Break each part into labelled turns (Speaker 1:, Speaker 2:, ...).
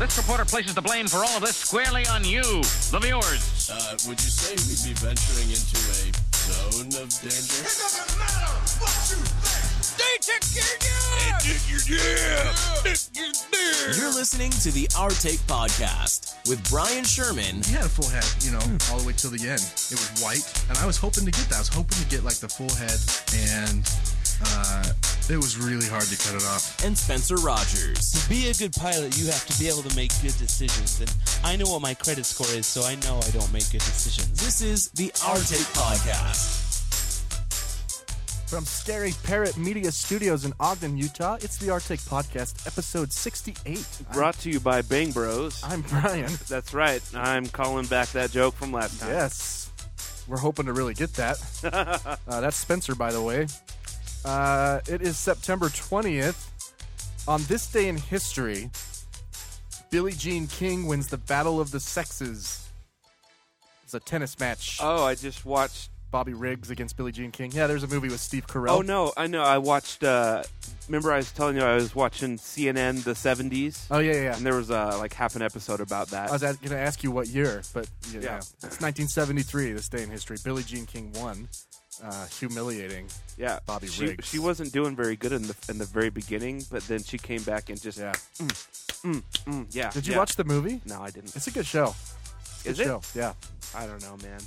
Speaker 1: This reporter places the blame for all of this squarely on you, the viewers.
Speaker 2: Uh, would you say we'd be venturing into a zone of danger?
Speaker 3: It doesn't matter what you think. They took your
Speaker 4: You're listening to the Our Take Podcast with Brian Sherman
Speaker 5: He had a full head, you know,
Speaker 6: Hmm.
Speaker 5: all the way till the end. It was white, and I was hoping to get that. I was hoping to get like the full head, and uh, it was really hard to cut it off.
Speaker 4: and Spencer Rogers.
Speaker 7: To be a good pilot, you have to be able to make good decisions. And I know what my credit score is, so I know I don't make good decisions.
Speaker 4: This is the Our Take Podcast.
Speaker 6: From Scary Parrot Media Studios in Ogden, Utah, it's the Arctic Podcast, episode 68.
Speaker 8: Brought to you by Bang Bros.
Speaker 6: I'm Brian.
Speaker 8: That's right. I'm calling back that joke from last time.
Speaker 6: Yes. We're hoping to really get that. uh, that's Spencer, by the way. Uh, it is September 20th. On this day in history, Billie Jean King wins the Battle of the Sexes. It's a tennis match.
Speaker 8: Oh, I just watched.
Speaker 6: Bobby Riggs against Billie Jean King. Yeah, there's a movie with Steve Carell.
Speaker 8: Oh no, I know. I watched. Uh, remember, I was telling you I was watching CNN the '70s,
Speaker 6: Oh, yeah, yeah, yeah.
Speaker 8: and there was uh, like half an episode about that.
Speaker 6: I was going to ask you what year, but yeah,
Speaker 8: Yeah.
Speaker 6: yeah. it's 1973. This day in history, Billie Jean King won. Uh, humiliating.
Speaker 8: yeah,
Speaker 6: Bobby
Speaker 8: she,
Speaker 6: Riggs.
Speaker 8: She wasn't doing very good in the in the very beginning, but then she came back and just
Speaker 6: Yeah.
Speaker 8: mm, yeah.
Speaker 6: Did you
Speaker 8: yeah.
Speaker 6: watch the movie?
Speaker 8: No, I didn't.
Speaker 6: It's a good show.
Speaker 8: Is
Speaker 6: Good
Speaker 8: it?
Speaker 6: show. Yeah.
Speaker 8: I don't know, man.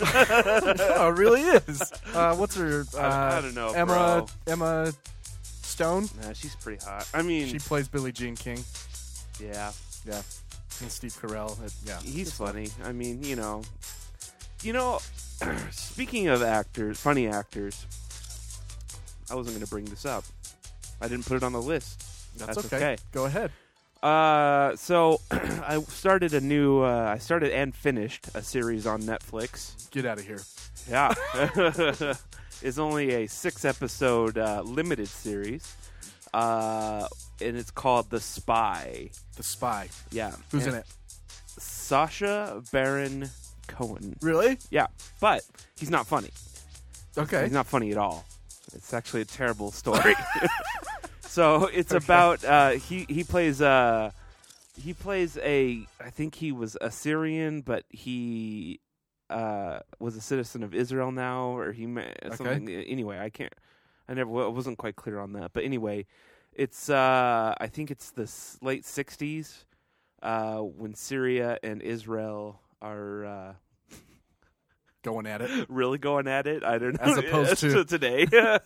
Speaker 6: oh, it really is. Uh, what's her? Uh,
Speaker 8: I don't know,
Speaker 6: Emma Emma Stone.
Speaker 8: Nah, she's pretty hot. I mean,
Speaker 6: She plays Billie Jean King.
Speaker 8: Mm. yeah, Mm,
Speaker 6: Yeah. And Steve Carell. It- yeah.
Speaker 8: he's funny. I mean, you know, you know. speaking of actors, funny actors, I wasn't going to bring this up. I didn't put it on the list. That's, okay.
Speaker 6: Go ahead.
Speaker 8: Uh, so I started a new. Uh, I started and finished a series on Netflix.
Speaker 6: Get out of here.
Speaker 8: Yeah, it's only a six episode uh, limited series, uh, and it's called The Spy.
Speaker 6: The spy.
Speaker 8: Yeah,
Speaker 6: Who's
Speaker 8: And
Speaker 6: in it?
Speaker 8: Sasha Baron Cohen.
Speaker 6: Really?
Speaker 8: Yeah, but he's not funny.
Speaker 6: Okay.
Speaker 8: He's not funny at all. It's actually a terrible story. so it's about uh, he he plays uh he plays a I think he was a Syrian, but he uh, was a citizen of Israel now, or he ma- something. Anyway, I can't. I never I wasn't quite clear on that, but anyway, it's uh I think it's the s- late '60s uh, when Syria and Israel are. Uh,
Speaker 6: Going at it
Speaker 8: really going at it. I don't know.
Speaker 6: As opposed to-
Speaker 8: today.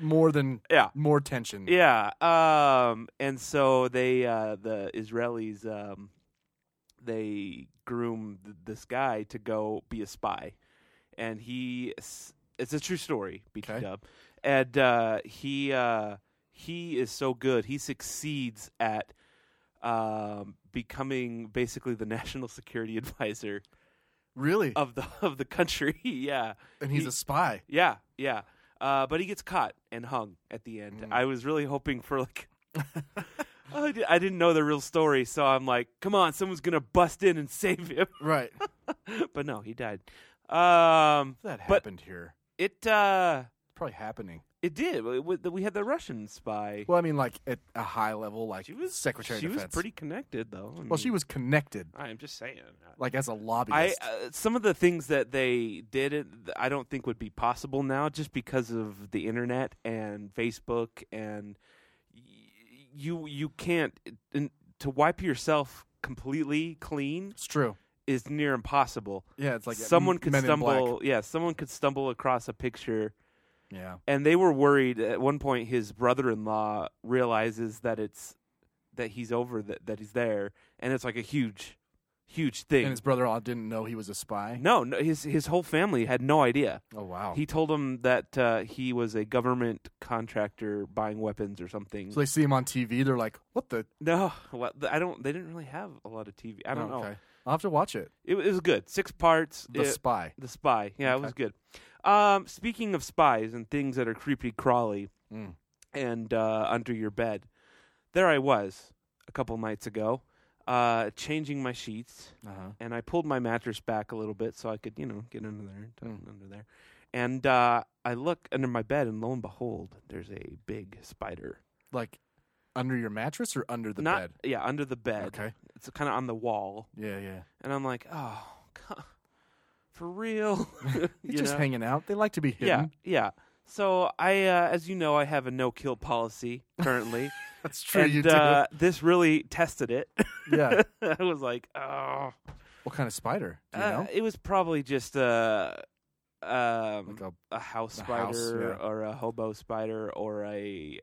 Speaker 6: more than
Speaker 8: yeah.
Speaker 6: more tension.
Speaker 8: Yeah. Um and so they uh the Israelis um they groom th- this guy to go be a spy. And he s- it's a true story, BT
Speaker 6: Okay.
Speaker 8: Dub. And uh he uh he is so good. He succeeds at um becoming basically the national security advisor
Speaker 6: Really?
Speaker 8: of the of the country. yeah.
Speaker 6: and he's
Speaker 8: Uh, he-
Speaker 6: a spy.
Speaker 8: Yeah, yeah. Uh, but he gets caught and hung at the end.
Speaker 6: Mm.
Speaker 8: I was really hoping for like. I di- I didn't know the real story, so I'm like, come on, someone's gonna bust in and save him.
Speaker 6: Right.
Speaker 8: but no, he died. Um,
Speaker 6: That
Speaker 8: but
Speaker 6: happened here.
Speaker 8: it uh,
Speaker 6: It's probably happening.
Speaker 8: it did. We- We we had the Russian spy.
Speaker 6: Well, I mean, like at a high level, like
Speaker 8: she was
Speaker 6: Secretary
Speaker 8: She
Speaker 6: of Defense.
Speaker 8: was pretty connected, though. I
Speaker 6: well, she
Speaker 8: mean,
Speaker 6: was connected,
Speaker 8: I'm just saying.
Speaker 6: like as a
Speaker 8: I
Speaker 6: lobbyist.
Speaker 8: uh, some of the things that they did, it- I don't think would be possible now, just because of the internet and Facebook, and y- you you can't and to wipe yourself completely clean
Speaker 6: it's true.
Speaker 8: is near impossible.
Speaker 6: Yeah, it's like uh,
Speaker 8: someone
Speaker 6: M-
Speaker 8: could
Speaker 6: Men in Black.
Speaker 8: stumble, yeah, someone could stumble across a picture,
Speaker 6: Yeah,
Speaker 8: and they were worried. At one point, his brother-in-law realizes that it's that he's over that that he's there, and it's like a huge, huge thing.
Speaker 6: and his brother-in-law didn't know he was a spy.
Speaker 8: No, no, his his whole family had no idea.
Speaker 6: Oh wow.
Speaker 8: He told them that uh, he was a government contractor buying weapons or something.
Speaker 6: so they see him on TV. They're like, "What the?
Speaker 8: no, well, th- I don't. They didn't really have a lot of TV. I don't
Speaker 6: Oh,
Speaker 8: know.
Speaker 6: okay. I'll have to watch it.
Speaker 8: It, wa- it was good. Six parts.
Speaker 6: The
Speaker 8: It-
Speaker 6: spy.
Speaker 8: the spy. Yeah, it was good. Um, speaking of spies and things that are creepy, crawly,
Speaker 6: Mm.
Speaker 8: and uh, under your bed, there I was a couple nights ago, uh, changing my sheets.
Speaker 6: Uh-huh.
Speaker 8: and I pulled my mattress back a little bit so I could, you know, get under there, tuck
Speaker 6: Hmm.
Speaker 8: under there. And uh, I look under my bed, and lo and behold, there's a big spider.
Speaker 6: Like under your mattress or under the
Speaker 8: Not
Speaker 6: bed?
Speaker 8: yeah, under the bed.
Speaker 6: Okay.
Speaker 8: It's kind of on the wall,
Speaker 6: Yeah, yeah.
Speaker 8: and I'm like, oh, God, for real? you
Speaker 6: They're just
Speaker 8: know?
Speaker 6: hanging out. They like to be
Speaker 8: Yeah,
Speaker 6: hidden.
Speaker 8: yeah. So I, uh, as you know, I have a no kill policy currently,
Speaker 6: That's true. you
Speaker 8: and
Speaker 6: do.
Speaker 8: uh, this really tested it.
Speaker 6: yeah.
Speaker 8: I was like, oh,
Speaker 6: What kind of spider? Do you
Speaker 8: Uh,
Speaker 6: know?
Speaker 8: it was probably just a um,
Speaker 6: Like uh, a
Speaker 8: a, house
Speaker 6: a
Speaker 8: spider
Speaker 6: house, yeah.
Speaker 8: or a hobo spider or a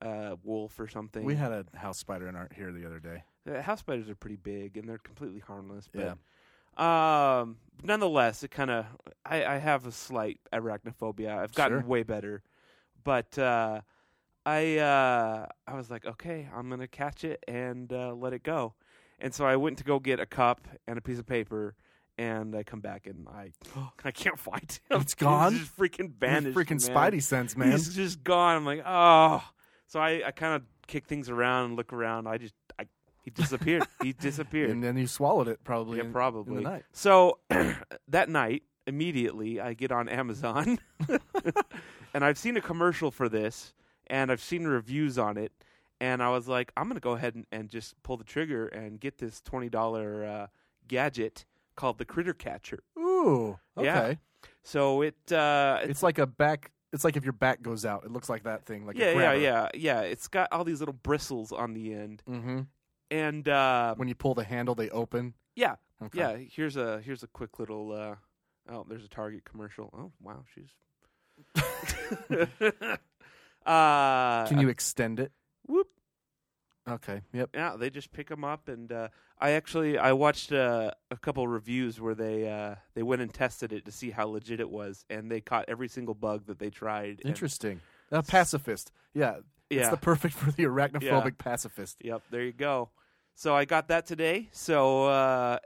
Speaker 8: uh, wolf or something.
Speaker 6: We had a house spider in our here the other day.
Speaker 8: Uh, house spiders are pretty big and they're completely harmless.
Speaker 6: Yeah.
Speaker 8: But, Um. Nonetheless, it kind of I, I have a slight arachnophobia. I've gotten
Speaker 6: Sure.
Speaker 8: way better, but uh, I uh, I was like, okay, I'm gonna catch it and uh, let it go. And so I went to go get a cup and a piece of paper, and I come back and I I can't find it.
Speaker 6: It's gone?
Speaker 8: It's just freaking
Speaker 6: Your
Speaker 8: vanished.
Speaker 6: freaking
Speaker 8: man.
Speaker 6: Spidey sense, man.
Speaker 8: He's just gone. I'm like, oh. So I, I kind of kick things around and look around. I just, I, he disappeared. he disappeared.
Speaker 6: And then you swallowed it probably.
Speaker 8: yeah,
Speaker 6: in-
Speaker 8: probably.
Speaker 6: In the night.
Speaker 8: So that night, immediately, I get on Amazon, and I've seen a commercial for this, and I've seen reviews on it, and I was like, I'm gonna go ahead and, and just pull the trigger and get this twenty dollar uh, gadget called the Critter Catcher.
Speaker 6: Ooh. Okay.
Speaker 8: Yeah. So it, uh,
Speaker 6: It's, like a back. It's like if your back goes out, it looks like that thing. Like a
Speaker 8: yeah, yeah,
Speaker 6: grabber.
Speaker 8: yeah, yeah. It's got all these little bristles on the end,
Speaker 6: Mm-hmm.
Speaker 8: and uh,
Speaker 6: When you pull the handle, they open.
Speaker 8: yeah,
Speaker 6: Okay.
Speaker 8: yeah. Here's a here's a quick little. Uh, oh, there's a Target commercial. Oh, wow, she's. uh,
Speaker 6: Can you extend it?
Speaker 8: Whoop.
Speaker 6: Okay. Yep.
Speaker 8: Yeah, they just pick them up, and uh, I actually I watched uh, a couple reviews where they uh, they went and tested it to see how legit it was, and they caught every single bug that they tried. and-
Speaker 6: Interesting. A pacifist. Yeah. It's
Speaker 8: Yeah.
Speaker 6: the perfect for the arachnophobic pacifist.
Speaker 8: Yep, there you go. So I got that today. So uh,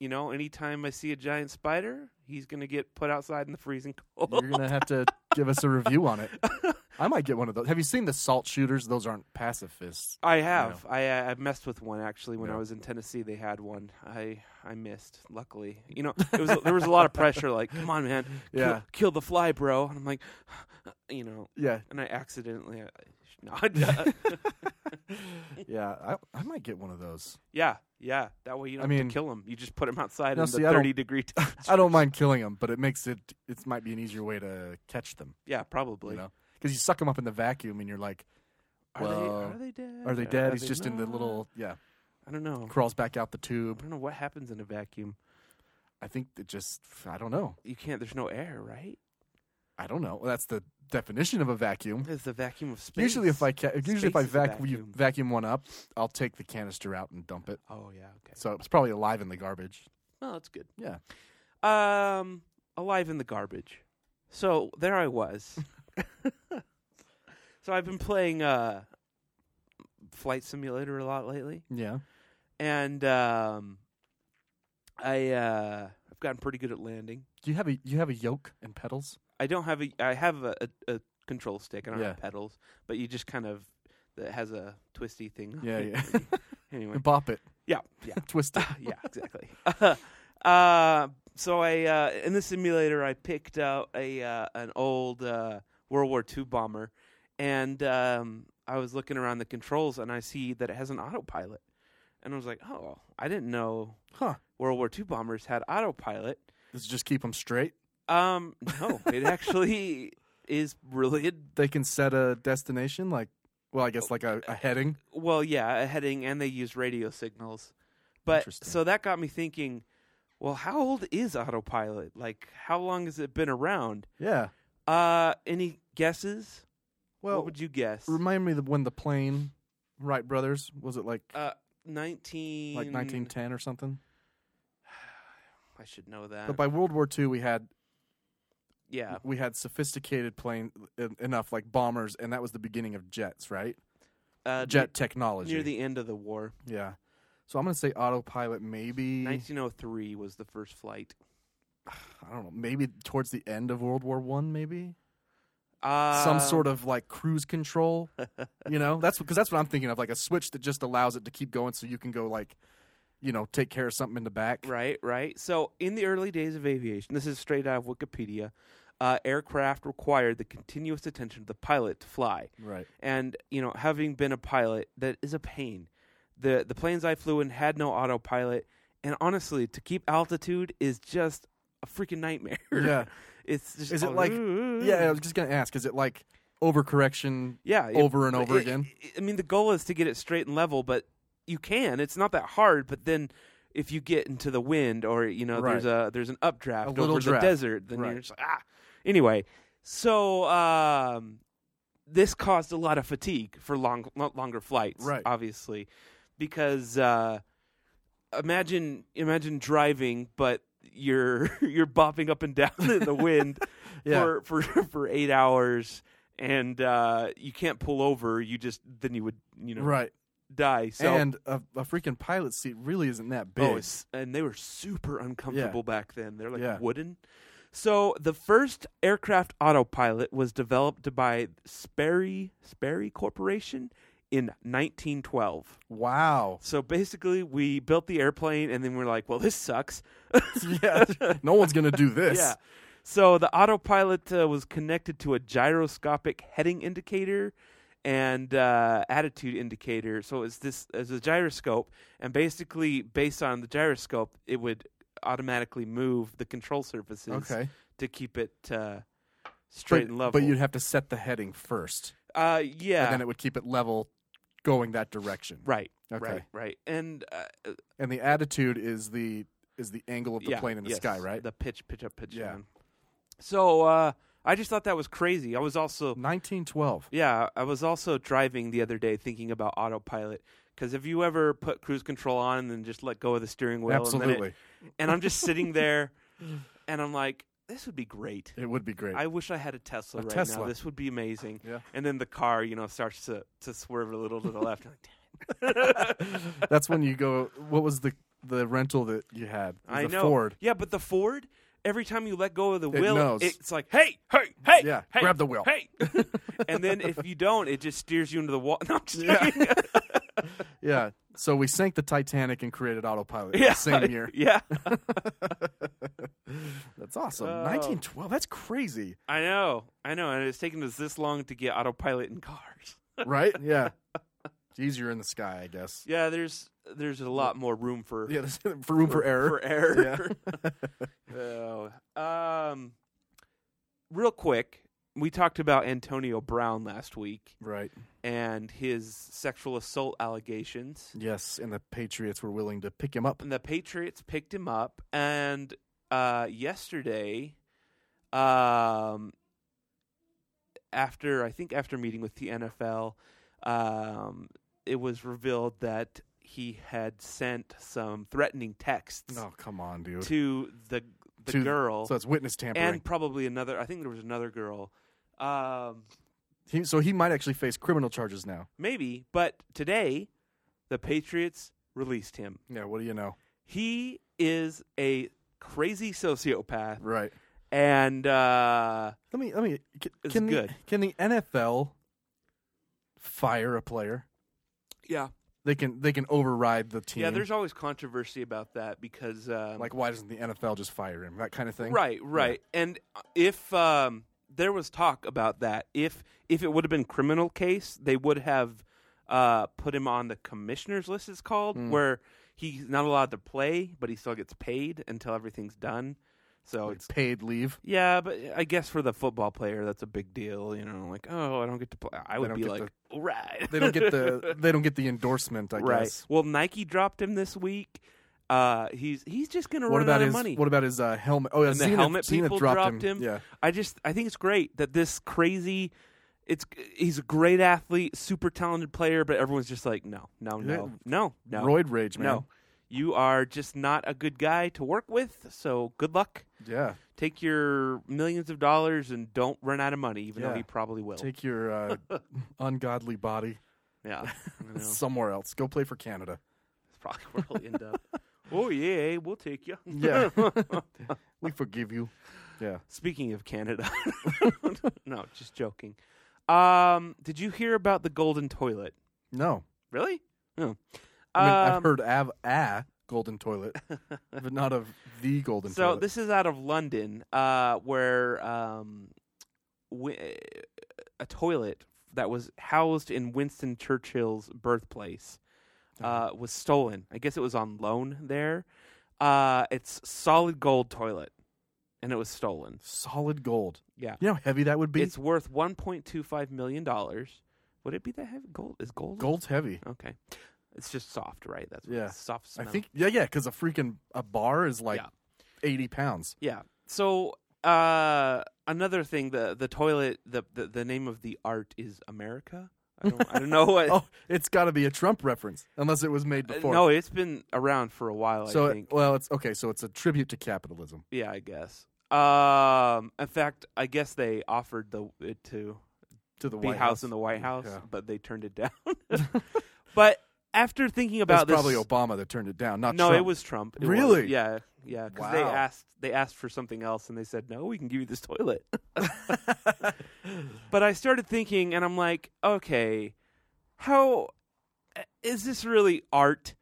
Speaker 8: you know, anytime I see a giant spider, he's gonna get put outside in the freezing cold.
Speaker 6: You're gonna have to give us a review on it. I might get one of those. Have you seen the salt shooters? Those aren't pacifists.
Speaker 8: I have. I uh, I messed with one actually when
Speaker 6: Yeah.
Speaker 8: I was in Tennessee. They had one. I I missed. Luckily, you know, it was there was a lot of pressure. Like, come on, man, kill,
Speaker 6: Yeah.
Speaker 8: kill the fly, bro. And I'm like, you know,
Speaker 6: Yeah,
Speaker 8: and I accidentally. uh, I- I-
Speaker 6: yeah. I, I might get one of those.
Speaker 8: yeah, yeah. That way you don't
Speaker 6: I
Speaker 8: have
Speaker 6: mean-
Speaker 8: to kill him. You just put him outside
Speaker 6: No,
Speaker 8: in
Speaker 6: see,
Speaker 8: the
Speaker 6: I don't-
Speaker 8: 30 degree. T-
Speaker 6: I don't mind killing them, but it makes it it might be an easier way to catch them.
Speaker 8: yeah, probably.
Speaker 6: You know, because you suck them up in the vacuum, and you're like,
Speaker 8: Are,
Speaker 6: Well,
Speaker 8: they, are they dead?
Speaker 6: are they dead? He's just in the
Speaker 8: not?
Speaker 6: little yeah.
Speaker 8: I don't know.
Speaker 6: Crawls back out the
Speaker 8: I
Speaker 6: tube.
Speaker 8: don't know what happens in a vacuum.
Speaker 6: I think it just I don't know.
Speaker 8: You can't. There's no air, right?
Speaker 6: I don't know. That's the definition of a vacuum.
Speaker 8: It's the vacuum of space.
Speaker 6: Usually, if I ca- usually if I
Speaker 8: Space is a
Speaker 6: vac- vacuum.
Speaker 8: vacuum.
Speaker 6: vacuum one up, I'll take the canister out and dump it.
Speaker 8: Oh yeah. Okay.
Speaker 6: So it's probably alive in the garbage.
Speaker 8: Well, that's good.
Speaker 6: Yeah.
Speaker 8: Um, alive in the garbage. So there I was. so I've been playing uh, Flight Simulator a lot lately,
Speaker 6: Yeah.
Speaker 8: and um, I uh, I've gotten pretty good at landing.
Speaker 6: Do you have a you have a yoke and pedals?
Speaker 8: I don't have a. I have a, a, a control stick. I don't have
Speaker 6: Yeah.
Speaker 8: pedals, but you just kind of that has a twisty thing. on
Speaker 6: Yeah,
Speaker 8: it.
Speaker 6: yeah.
Speaker 8: anyway,
Speaker 6: And bop it,
Speaker 8: yeah, yeah,
Speaker 6: twist it.
Speaker 8: yeah, exactly. uh, so I uh, in the simulator I picked out a uh, an old uh, World War II bomber, and um, I was looking around the controls and I see that it has an autopilot, and I was like, oh, I didn't know
Speaker 6: Huh?
Speaker 8: World War II bombers had autopilot.
Speaker 6: Does it just keep them straight?
Speaker 8: Um, no, it actually is really ad-
Speaker 6: They can set a destination, like well, I guess like a, a heading.
Speaker 8: well, yeah, a heading, and they use radio signals. But
Speaker 6: Interesting.
Speaker 8: so that got me thinking. Well, how old is autopilot? Like, how long has it been around?
Speaker 6: Yeah.
Speaker 8: Uh, any guesses?
Speaker 6: Well,
Speaker 8: what would you guess?
Speaker 6: remind me of when the plane, Wright brothers, was it like
Speaker 8: uh, nineteen.
Speaker 6: like 1910 or something?
Speaker 8: I should know that.
Speaker 6: But by World War II, we had
Speaker 8: yeah,
Speaker 6: we had sophisticated plane en- enough like bombers, and that was the beginning of jets, right?
Speaker 8: uh,
Speaker 6: Jet
Speaker 8: ne-
Speaker 6: technology.
Speaker 8: near the end of the war,
Speaker 6: yeah. So I'm gonna say autopilot, maybe
Speaker 8: nineteen oh three was the first flight.
Speaker 6: I don't know, maybe towards the end of World War One, maybe.
Speaker 8: Uh,
Speaker 6: some sort of like cruise control. you know, that's because that's what I'm thinking of, like a switch that just allows it to keep going, so you can go like, you know, take care of something in the back.
Speaker 8: Right, right. So in the early days of aviation, this is straight out of Wikipedia. uh, aircraft required the continuous attention of the pilot to fly.
Speaker 6: Right.
Speaker 8: And you know, having been a pilot, that is a pain. the The planes I flew in had no autopilot, and honestly, to keep altitude is just a freaking nightmare.
Speaker 6: Yeah.
Speaker 8: it's just
Speaker 6: Is it like? Yeah, I was just gonna ask. Is it like overcorrection?
Speaker 8: yeah, Uh, it-
Speaker 6: over and over
Speaker 8: it-
Speaker 6: again.
Speaker 8: it- I mean, the goal is to get it straight and level, but you can. It's not that hard. But then, if you get into the wind, or you know, there's a there's an updraft
Speaker 6: A
Speaker 8: over
Speaker 6: little
Speaker 8: the
Speaker 6: draft.
Speaker 8: desert, then
Speaker 6: Right.
Speaker 8: you're just like, ah. Anyway, so um, this caused a lot of fatigue for long lo- longer flights,
Speaker 6: Right.
Speaker 8: Obviously, because uh, imagine imagine driving, but you're you're bopping up and down in the wind
Speaker 6: Yeah.
Speaker 8: for for for eight hours, and uh, you can't pull over. You just then you would you know
Speaker 6: Right.
Speaker 8: die. So
Speaker 6: and a, a freaking pilot seat really isn't that big.
Speaker 8: Oh, it's- and they were super uncomfortable back then. They're like
Speaker 6: Yeah.
Speaker 8: wooden. So the first aircraft autopilot was developed by Sperry Sperry Corporation in 1912.
Speaker 6: wow.
Speaker 8: So basically, we built the airplane, and then we're like, "Well, this sucks."
Speaker 6: yeah. No one's gonna do this.
Speaker 8: Yeah. So the autopilot uh, was connected to a gyroscopic heading indicator and uh, attitude indicator. So it's this as a gyroscope, and basically based on the gyroscope, it would automatically move the control surfaces
Speaker 6: Okay.
Speaker 8: to keep it uh,
Speaker 6: But,
Speaker 8: straight and level.
Speaker 6: but you'd have to set the heading first,
Speaker 8: uh, yeah,
Speaker 6: and then it would keep it level, going that direction.
Speaker 8: right,
Speaker 6: Okay.
Speaker 8: right, right, and uh,
Speaker 6: And the attitude is the is the angle of the
Speaker 8: yeah,
Speaker 6: plane in the
Speaker 8: yes,
Speaker 6: sky, right?
Speaker 8: The pitch, pitch up, pitch
Speaker 6: Yeah.
Speaker 8: down. So uh, I just thought that was crazy. I was also
Speaker 6: 1912.
Speaker 8: Yeah, I was also driving the other day thinking about autopilot because have you ever put cruise control on and then just let go of the steering wheel? And, then
Speaker 6: Absolutely.
Speaker 8: it- and I'm just sitting there and I'm like, this would be great.
Speaker 6: It would be great.
Speaker 8: I wish I had a Tesla
Speaker 6: A
Speaker 8: right now.
Speaker 6: Tesla.
Speaker 8: This would be amazing.
Speaker 6: Yeah.
Speaker 8: And then the car, you know, starts to, to swerve a little to the left. I'm like,
Speaker 6: That's when you go. What was the the rental that you had? It was
Speaker 8: I
Speaker 6: the
Speaker 8: know.
Speaker 6: Ford.
Speaker 8: Yeah, but the Ford, every time you let go of the
Speaker 6: It
Speaker 8: wheel,
Speaker 6: knows.
Speaker 8: it's like, hey, hey, hey,
Speaker 6: Yeah,
Speaker 8: hey,
Speaker 6: grab the wheel.
Speaker 8: hey. and then if you don't, it just steers you into the wall. No, I'm just
Speaker 6: Yeah.
Speaker 8: kidding.
Speaker 6: Yeah. So we sank the Titanic and created autopilot
Speaker 8: Yeah.
Speaker 6: the same year.
Speaker 8: yeah.
Speaker 6: That's awesome.
Speaker 8: Oh.
Speaker 6: 1912. That's crazy,
Speaker 8: I know, I know, and it's taken us this long to get autopilot in cars.
Speaker 6: right? Yeah. It's easier in the sky, I guess.
Speaker 8: Yeah, there's there's a lot more room for
Speaker 6: Yeah. There's for room for, error.
Speaker 8: For error. Oh, um, real quick, we talked about Antonio Brown last week
Speaker 6: Right.
Speaker 8: and his sexual assault allegations.
Speaker 6: Yes. And the Patriots were willing to pick him up.
Speaker 8: And the Patriots picked him up, and uh, yesterday, um, after I think after meeting with the NFL, um, it was revealed that he had sent some threatening texts
Speaker 6: Oh, come on, dude.
Speaker 8: to the the
Speaker 6: To-
Speaker 8: girl
Speaker 6: So it's witness tampering.
Speaker 8: and probably another. I think there was another girl. Um,
Speaker 6: he, so he might actually face criminal charges now.
Speaker 8: maybe, but today, the Patriots released him.
Speaker 6: Yeah. What do you know?
Speaker 8: He is a crazy sociopath.
Speaker 6: Right.
Speaker 8: and uh,
Speaker 6: Let me. Let me. Can,
Speaker 8: It's
Speaker 6: can
Speaker 8: good.
Speaker 6: The, can the NFL fire a player?
Speaker 8: yeah,
Speaker 6: They can. They can override the team.
Speaker 8: yeah. There's always controversy about that because, um,
Speaker 6: Hmm. like why doesn't the NFL just fire him? That kind of thing.
Speaker 8: right, right. And if um, there was talk about that, if if it would have been criminal case, they would have uh, put him on the commissioner's list. It's called
Speaker 6: Hmm.
Speaker 8: where he's not allowed to play, but he still gets paid until everything's done. So
Speaker 6: Like
Speaker 8: it's
Speaker 6: paid leave.
Speaker 8: yeah, but I guess for the football player, that's a big deal. You know, like oh, I don't get to play. I would
Speaker 6: don't
Speaker 8: be
Speaker 6: get
Speaker 8: like, all right.
Speaker 6: They don't get the. they don't get the endorsement. I
Speaker 8: right.
Speaker 6: guess.
Speaker 8: Well, Nike dropped him this week. Uh, he's he's just gonna
Speaker 6: What
Speaker 8: run
Speaker 6: about
Speaker 8: out
Speaker 6: his?
Speaker 8: of money.
Speaker 6: What about his uh, helmet? Oh, yeah,
Speaker 8: and the
Speaker 6: Zenith-
Speaker 8: helmet
Speaker 6: Zenith
Speaker 8: people
Speaker 6: dropped,
Speaker 8: dropped him.
Speaker 6: him. Yeah.
Speaker 8: I just I think it's great that this crazy. It's he's a great athlete, super talented player, but everyone's just like, no, no, no, no, no.
Speaker 6: Roid rage, man.
Speaker 8: no, you are just not a good guy to work with. So good luck.
Speaker 6: Yeah.
Speaker 8: Take your millions of dollars and don't run out of money, even though
Speaker 6: Yeah.
Speaker 8: he probably will.
Speaker 6: Take your uh, ungodly body
Speaker 8: yeah, I know. It's
Speaker 6: somewhere else. Go play for Canada.
Speaker 8: probably where he'll end up. oh yeah, we'll take you.
Speaker 6: Yeah. we forgive you. Yeah.
Speaker 8: Speaking of Canada, no, just joking. Um, did you hear about the golden toilet?
Speaker 6: No.
Speaker 8: Really? No.
Speaker 6: I mean, I've
Speaker 8: Um,
Speaker 6: heard av- ah, golden toilet, but not of the golden
Speaker 8: so
Speaker 6: toilet.
Speaker 8: this is out of London, uh, where um, wi- a toilet that was housed in Winston Churchill's birthplace uh,
Speaker 6: Uh-huh.
Speaker 8: was stolen. I guess it was on loan there. Uh, it's solid gold toilet, and it was stolen.
Speaker 6: solid gold.
Speaker 8: Yeah,
Speaker 6: You know how heavy that would be?
Speaker 8: it's worth one point two five million dollars. Would it be that heavy? Gold is gold.
Speaker 6: Gold's heavy.
Speaker 8: Okay, it's just soft, right? That's what
Speaker 6: Yeah.
Speaker 8: it's soft.
Speaker 6: I
Speaker 8: smell.
Speaker 6: think yeah, yeah, because a freaking a bar is like
Speaker 8: Yeah.
Speaker 6: eighty pounds.
Speaker 8: Yeah. So uh, another thing, the the toilet, the, the the name of the art is America. I don't, I don't know what.
Speaker 6: Oh, it's got to be a Trump reference, unless it was made
Speaker 8: Uh,
Speaker 6: before.
Speaker 8: no, it's been around for a while.
Speaker 6: so
Speaker 8: I
Speaker 6: it-
Speaker 8: think.
Speaker 6: well, it's okay. So it's a tribute to capitalism.
Speaker 8: yeah, I guess. Um, in fact, I guess they offered the it to
Speaker 6: To the
Speaker 8: be
Speaker 6: White
Speaker 8: house, in the White House, but they turned it down. but after thinking
Speaker 6: It was
Speaker 8: about this,
Speaker 6: probably Obama that turned it down. Not
Speaker 8: no,
Speaker 6: Trump.
Speaker 8: it was Trump. It was-
Speaker 6: Really?
Speaker 8: yeah, yeah. Because they
Speaker 6: Wow.
Speaker 8: asked they asked for something else, and they said no, we can give you this toilet. but I started thinking, and I'm like, okay, how is this really art?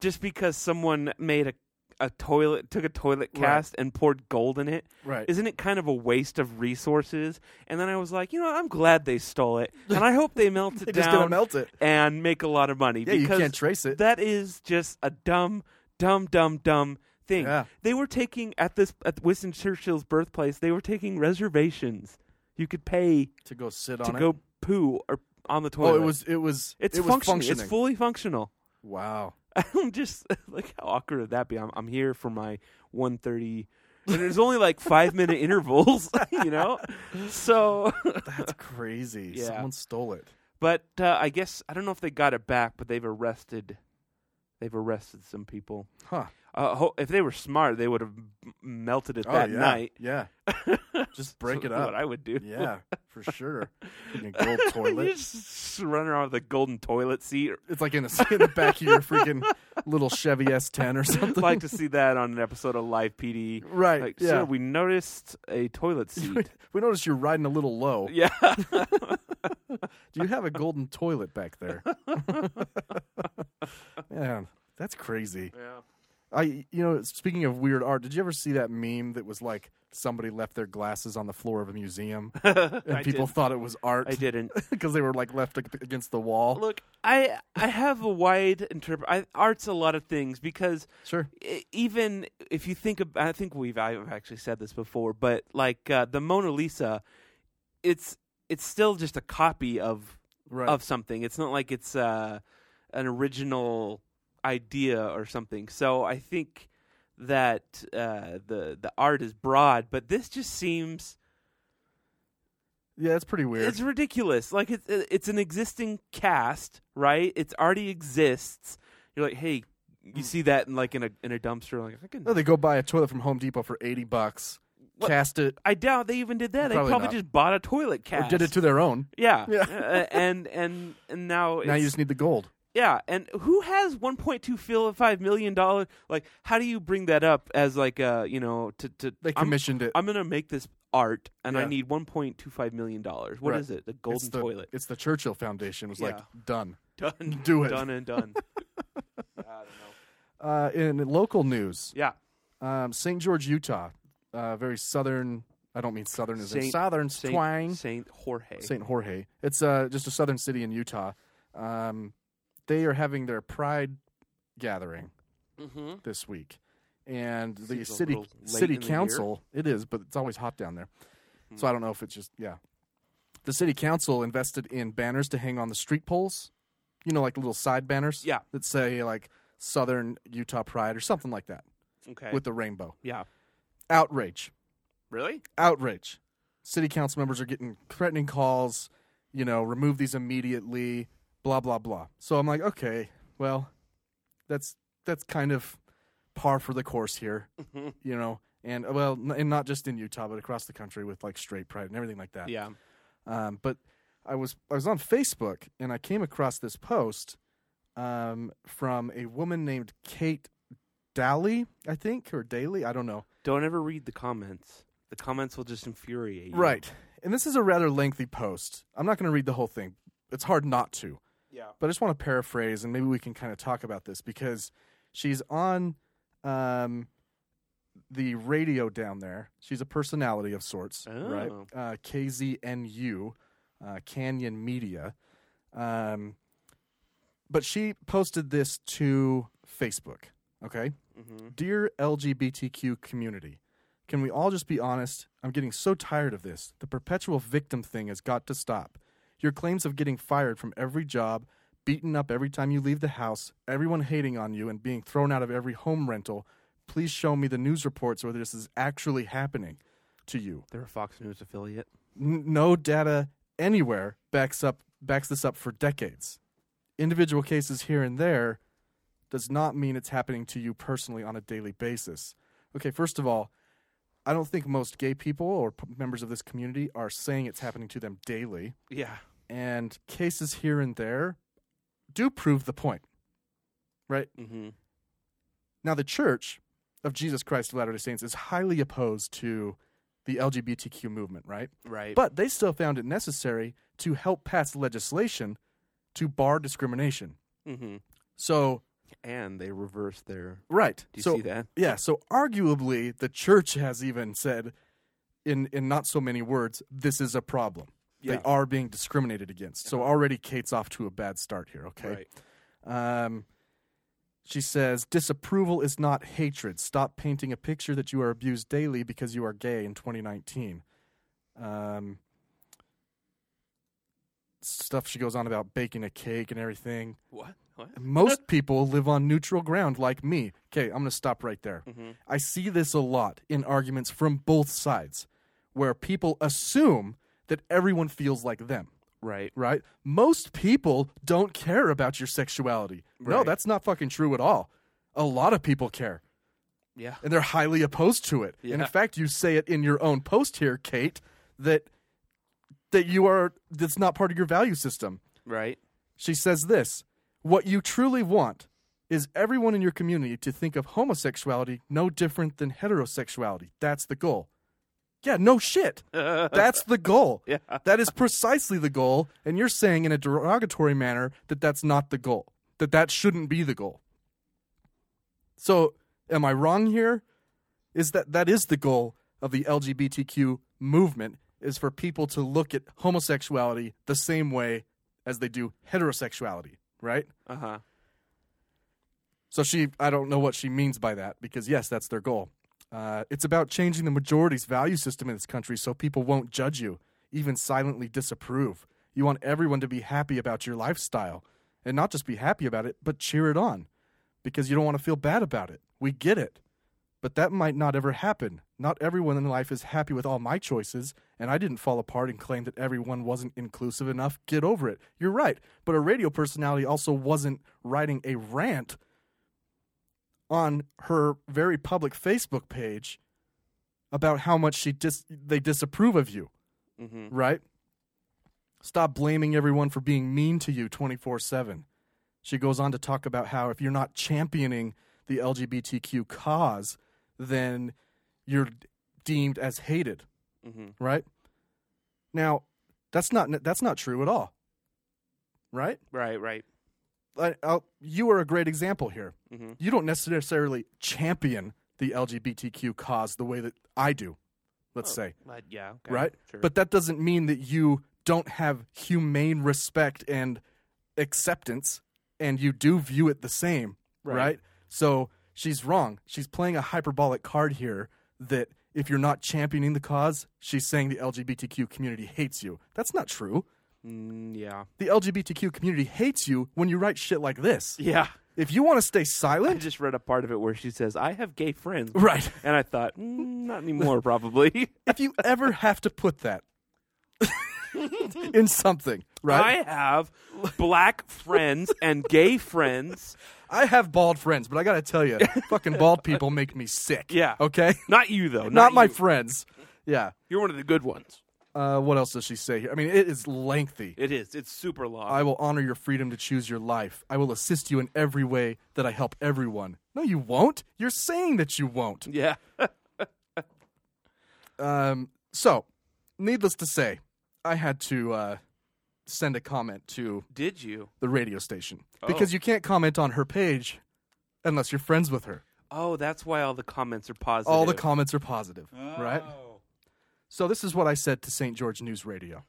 Speaker 8: Just because someone made a a toilet took a toilet
Speaker 6: Right.
Speaker 8: cast and poured gold in it,
Speaker 6: Right.
Speaker 8: Isn't it kind of a waste of resources? And then I was like, you know, what? I'm glad they stole it, and I hope they melt it
Speaker 6: They
Speaker 8: down
Speaker 6: just don't melt it.
Speaker 8: and make a lot of money.
Speaker 6: Yeah, you
Speaker 8: because
Speaker 6: can't trace it.
Speaker 8: That is just a dumb, dumb, dumb, dumb thing.
Speaker 6: Yeah.
Speaker 8: They were taking at this at Winston Churchill's birthplace. They were taking reservations. You could pay
Speaker 6: to go sit
Speaker 8: to
Speaker 6: on
Speaker 8: go
Speaker 6: it.
Speaker 8: poo or on the toilet.
Speaker 6: Oh, it was it was
Speaker 8: It's
Speaker 6: it was
Speaker 8: functioning.
Speaker 6: functioning.
Speaker 8: It's fully functional.
Speaker 6: wow.
Speaker 8: I'm just like, how awkward would that be? I'm I'm here for my 1:30, and there's only like five minute intervals, you know. So
Speaker 6: That's crazy.
Speaker 8: Yeah.
Speaker 6: Someone stole it.
Speaker 8: But uh, I guess I don't know if they got it back, but they've arrested, they've arrested some people.
Speaker 6: Huh.
Speaker 8: Uh, ho- if they were smart, they would have m- melted it
Speaker 6: Oh,
Speaker 8: that
Speaker 6: yeah.
Speaker 8: night.
Speaker 6: Yeah. Just break
Speaker 8: So
Speaker 6: it
Speaker 8: that's
Speaker 6: up.
Speaker 8: What I would do.
Speaker 6: yeah, for sure. Freaking gold
Speaker 8: you
Speaker 6: toilet.
Speaker 8: just run around with a golden toilet seat.
Speaker 6: It's like in, a, in the back of your freaking little Chevy S10 or something.
Speaker 8: like to see that on an episode of Live PD.
Speaker 6: Right,
Speaker 8: Like,
Speaker 6: yeah.
Speaker 8: sir, we noticed a toilet seat.
Speaker 6: we noticed you're riding a little low.
Speaker 8: yeah.
Speaker 6: Do you have a golden toilet back there? Man, that's crazy.
Speaker 8: Yeah.
Speaker 6: I, you know, speaking of weird art, did you ever see that meme that was like somebody left their glasses on the floor of a museum and people
Speaker 8: did.
Speaker 6: thought it was art?
Speaker 8: I didn't.
Speaker 6: because they were like left ag- against the wall.
Speaker 8: Look, I I have a wide interpret. Art's a lot of things because
Speaker 6: Sure.
Speaker 8: e- even if you think about, I think we've I've actually said this before, but like uh, the Mona Lisa, it's it's still just a copy of
Speaker 6: Right.
Speaker 8: of something. It's not like it's uh, an original idea or something. So I think that uh, the the art is broad, but this just seems
Speaker 6: Yeah, that's pretty weird.
Speaker 8: it's ridiculous. Like it's it's an existing cast, right? It's already exists. You're like, hey, you see that in like in a in a dumpster? Like I can.
Speaker 6: Hmm. No, Oh, they go buy a toilet from Home Depot for eighty bucks,
Speaker 8: What?
Speaker 6: cast it,
Speaker 8: I doubt they even did that.
Speaker 6: Probably
Speaker 8: they probably
Speaker 6: not.
Speaker 8: just bought a toilet cast.
Speaker 6: or did it to their own.
Speaker 8: yeah.
Speaker 6: Yeah.
Speaker 8: Uh, and and and now it's,
Speaker 6: Now you just need the gold.
Speaker 8: yeah. And who has 1.2 fil- five million dollar? Like, how do you bring that up as like uh you know to to
Speaker 6: They
Speaker 8: I'm-
Speaker 6: commissioned it.
Speaker 8: I'm, gonna make this art and I
Speaker 6: Yeah.
Speaker 8: need 1.25 million dollars. What
Speaker 6: Right.
Speaker 8: is it? The golden
Speaker 6: It's the,
Speaker 8: toilet.
Speaker 6: It's the Churchill Foundation was
Speaker 8: Yeah.
Speaker 6: like done.
Speaker 8: done.
Speaker 6: do it.
Speaker 8: Done and done.
Speaker 6: Uh, in local news,
Speaker 8: yeah.
Speaker 6: um, St. George, Utah, uh, very southern. I don't mean southern as in
Speaker 8: Saint-
Speaker 6: southern
Speaker 8: Saint,
Speaker 6: twang.
Speaker 8: Saint Jorge.
Speaker 6: St. Jorge. It's uh, just a southern city in Utah. Um, they are having their Pride gathering this week, and the
Speaker 8: Mm-hmm. Seems a
Speaker 6: city
Speaker 8: little late
Speaker 6: city
Speaker 8: in the year. Hmm.
Speaker 6: council. It is, but it's always hot down there, so I don't know if it's just yeah. The city council invested in banners to hang on the street poles, you know, like little side banners.
Speaker 8: Yeah.
Speaker 6: that say like Southern Utah Pride or something like that
Speaker 8: okay.
Speaker 6: with the rainbow.
Speaker 8: yeah.
Speaker 6: Outrage
Speaker 8: Really?
Speaker 6: outrage. City council members are getting threatening calls, you know, remove these immediately, blah blah blah. So I'm like, okay, well, that's that's kind of par for the course here, you know. And uh, well, n- and not just in Utah, but across the country with like straight pride and everything like that.
Speaker 8: Yeah.
Speaker 6: Um, but I was I was on Facebook and I came across this post um, from a woman named Kate Daly, I think, or Daly, I don't know.
Speaker 8: Don't ever read the comments. The comments will just infuriate you.
Speaker 6: Right. And this is a rather lengthy post. I'm not going to read the whole thing. It's hard not to. Yeah. But I just want to paraphrase and maybe we can kind of talk about this because She's on um, the radio down there. She's a personality of sorts, right?
Speaker 8: Oh.
Speaker 6: Uh, KZNU, uh, Canyon Media. Um, but she posted this to Facebook. Okay,
Speaker 8: Mm-hmm.
Speaker 6: dear LGBTQ community, can we all just be honest? I'm getting so tired of this. The perpetual victim thing has got to stop. Your claims of getting fired from every job, beaten up every time you leave the house, everyone hating on you, and being thrown out of every home rental. Please show me the news reports whether this is actually happening to you.
Speaker 8: They're a Fox News affiliate.
Speaker 6: N- no data anywhere backs up backs this up for decades. Individual cases here and there does not mean it's happening to you personally on a daily basis. Okay, first of all, I don't think most gay people or p- members of this community are saying it's happening to them daily,
Speaker 8: Yeah.
Speaker 6: and cases here and there do prove the point. Right?
Speaker 8: Mm-hmm.
Speaker 6: Now, the Church of Jesus Christ of Latter day Saints is highly opposed to the LGBTQ movement, right?
Speaker 8: Right.
Speaker 6: But they still found it necessary to help pass legislation to bar discrimination.
Speaker 8: mm-hmm.
Speaker 6: So,
Speaker 8: and they reversed their.
Speaker 6: right.
Speaker 8: Do you
Speaker 6: so,
Speaker 8: see that?
Speaker 6: Yeah. So, arguably, the church has even said, in, in not so many words, this is a problem. They
Speaker 8: Yeah. Uh-huh.
Speaker 6: are being discriminated against. So, already Kate's off to a bad start here, okay?
Speaker 8: Right.
Speaker 6: Um, she says, disapproval is not hatred. Stop painting a picture that you are abused daily because you are gay in 2019. Um, stuff she goes on about baking a cake and everything.
Speaker 8: What? What?
Speaker 6: Most people live on neutral ground like me. Okay, I'm going to stop right there. I see this a lot in arguments from both sides where people assume that everyone feels like them
Speaker 8: Right.
Speaker 6: right? Most people don't care about your sexuality. No,
Speaker 8: Right.
Speaker 6: that's not fucking true at all. A lot of people care,
Speaker 8: Yeah.
Speaker 6: and they're highly opposed to it. And
Speaker 8: Yeah.
Speaker 6: in fact, you say it in your own post here, Kate, that that you are that's not part of your value system.
Speaker 8: Right.
Speaker 6: She says this What you truly want is everyone in your community to think of homosexuality no different than heterosexuality. That's the goal. Yeah, no shit. That's the goal.
Speaker 8: Yeah.
Speaker 6: That is precisely the goal. And you're saying in a derogatory manner that that's not the goal, that that shouldn't be the goal. So, am I wrong here? Is that that is the goal of the LGBTQ movement is for people to look at homosexuality the same way as they do heterosexuality, right?
Speaker 8: Uh huh.
Speaker 6: So she, I don't know what she means by that because yes, that's their goal. Uh, it's about changing the majority's value system in this country so people won't judge you, even silently disapprove. You want everyone to be happy about your lifestyle, and not just be happy about it, but cheer it on, because you don't want to feel bad about it. We get it, but that might not ever happen. Not everyone in life is happy with all my choices, and I didn't fall apart and claim that everyone wasn't inclusive enough. Get over it. You're right, but a radio personality also wasn't writing a rant on her very public Facebook page about how much she dis- they disapprove of you,
Speaker 8: Mhm.
Speaker 6: right? Stop blaming everyone for being mean to you 24 7. She goes on to talk about how if you're not championing the LGBTQ cause, then you're deemed as hated,
Speaker 8: Mhm.
Speaker 6: right? Now, that's not that's not true at all, right?
Speaker 8: Right. Right.
Speaker 6: I, I'll, oh, you are a great example here.
Speaker 8: Mhm.
Speaker 6: You don't necessarily champion the LGBTQ cause the way that I do, let's say,
Speaker 8: But yeah. Oh, Okay.
Speaker 6: right?
Speaker 8: Sure.
Speaker 6: But that doesn't mean that you don't have humane respect and acceptance, and you do view it the same, right?
Speaker 8: Right.
Speaker 6: So she's wrong. She's playing a hyperbolic card here that if you're not championing the cause, she's saying the LGBTQ community hates you. That's not true.
Speaker 8: Mm, yeah.
Speaker 6: The LGBTQ community hates you when you write shit like this.
Speaker 8: Yeah.
Speaker 6: If you want to stay
Speaker 8: I
Speaker 6: silent,
Speaker 8: just read a part of it where she says, "I have gay friends,"
Speaker 6: right.
Speaker 8: and I thought, mm, "Not anymore, probably."
Speaker 6: If you ever have to put that in something, right?
Speaker 8: I have black friends and gay friends.
Speaker 6: I, have bald friends, but I got to tell you, fucking bald people make me sick.
Speaker 8: Yeah.
Speaker 6: Okay?
Speaker 8: Not you though.
Speaker 6: Not, my
Speaker 8: you.
Speaker 6: friends. Yeah.
Speaker 8: You're one of the good ones.
Speaker 6: Uh, what else does she say here? I mean, it is lengthy.
Speaker 8: It is. It's super long.
Speaker 6: I will honor your freedom to choose your life. I will assist you in every way that I help everyone. No, you won't. You're saying that you won't.
Speaker 8: yeah.
Speaker 6: Um, so, needless to say, I had to uh, send a comment to
Speaker 8: Did you?
Speaker 6: the radio station because you can't comment on her page unless you're friends with her.
Speaker 8: Oh, that's why all the comments are positive. Oh.
Speaker 6: All the comments are positive, right? So this is what I said to St. George News Radio.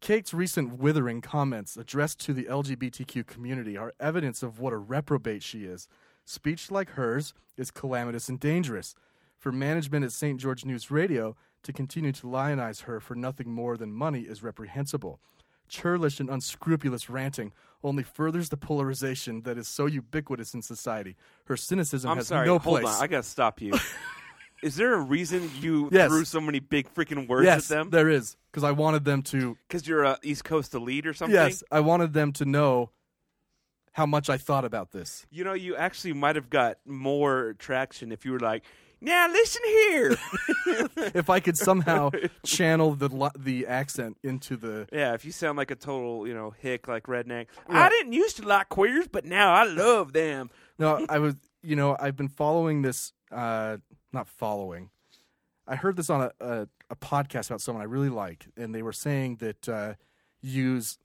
Speaker 6: Kate's recent withering comments addressed to the LGBTQ community are evidence of what a reprobate she is. Speech like hers is calamitous and dangerous. For management at St. George News Radio to continue to lionize her for nothing more than money is reprehensible. Churlish and unscrupulous ranting only furthers the polarization that is so ubiquitous in society. Her cynicism
Speaker 8: I'm
Speaker 6: has
Speaker 8: sorry.
Speaker 6: no
Speaker 8: hold
Speaker 6: place.
Speaker 8: on. I gotta stop you. Is there a reason you
Speaker 6: Yes.
Speaker 8: threw so many big freaking words
Speaker 6: yes,
Speaker 8: at them?
Speaker 6: there is because I wanted them to
Speaker 8: Because you're a East Coast elite or something.
Speaker 6: Yes, I wanted them to know how much I thought about this.
Speaker 8: You know, you actually might have got more traction if you were like, "Now listen here."
Speaker 6: If I could somehow channel the lo- the accent into the
Speaker 8: yeah, if you sound like a total, you know, hick, like redneck. I didn't used to like queers, but now I love them.
Speaker 6: no, I was you know I've been following this, uh, not following. I heard this on a, a a podcast about someone I really like, and they were saying that uh, use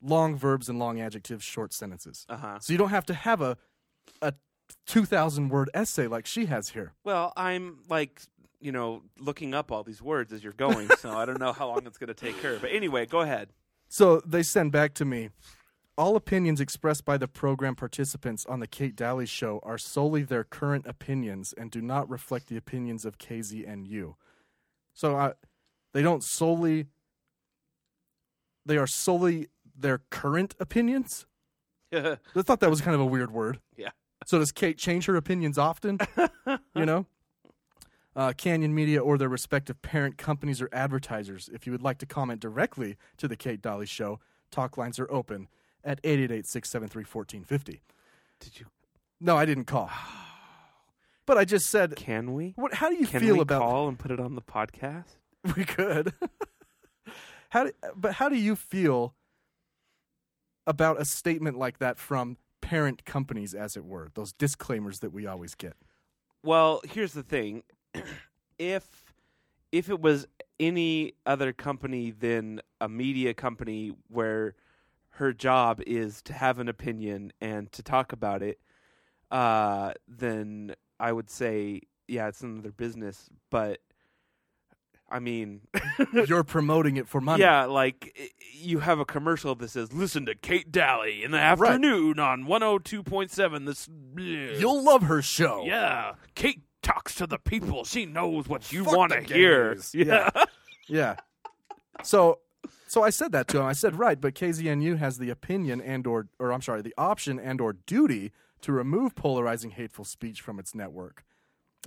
Speaker 6: long verbs and long adjectives, short sentences.
Speaker 8: Uh-huh.
Speaker 6: So you don't have to have a a two thousand word essay like she has here.
Speaker 8: Well, I'm like, you know, looking up all these words as you're going, so I don't know how long it's going to take her. But anyway, go ahead.
Speaker 6: So they send back to me. All opinions expressed by the program participants on the Kate Daly Show are solely their current opinions and do not reflect the opinions of KZNU. So uh, they don't solely. They are solely their current opinions. I thought that was kind of a weird word.
Speaker 8: Yeah.
Speaker 6: So does Kate change her opinions often? you know? Uh, Canyon Media or their respective parent companies or advertisers. If you would like to comment directly to the Kate Dolly Show, talk lines are open at 888 673 1450.
Speaker 8: Did you?
Speaker 6: No, I didn't call. But I just said,
Speaker 8: Can we?
Speaker 6: what, how do you
Speaker 8: Can
Speaker 6: feel
Speaker 8: we
Speaker 6: about
Speaker 8: call and put it on the podcast?
Speaker 6: we could. how do, but how do you feel about a statement like that from parent companies as it were, those disclaimers that we always get?
Speaker 8: Well, here's the thing. if if it was any other company than a media company where her job is to have an opinion and to talk about it, uh, then I would say, yeah, it's another business. But I mean,
Speaker 6: You're promoting it for money.
Speaker 8: yeah, like i- you have a commercial that says, "Listen to Kate Daly in the afternoon on one hundred two point seven. This
Speaker 6: You'll love her
Speaker 8: Oh.
Speaker 6: show.
Speaker 8: yeah, Kate talks to the people. She knows what you
Speaker 6: Fuck
Speaker 8: want
Speaker 6: the
Speaker 8: to hear.
Speaker 6: gays. Yeah. Yeah. So so I said that to him. I said, right, but KZNU has the opinion and or or I'm sorry, the option and or duty to remove polarizing hateful speech from its network.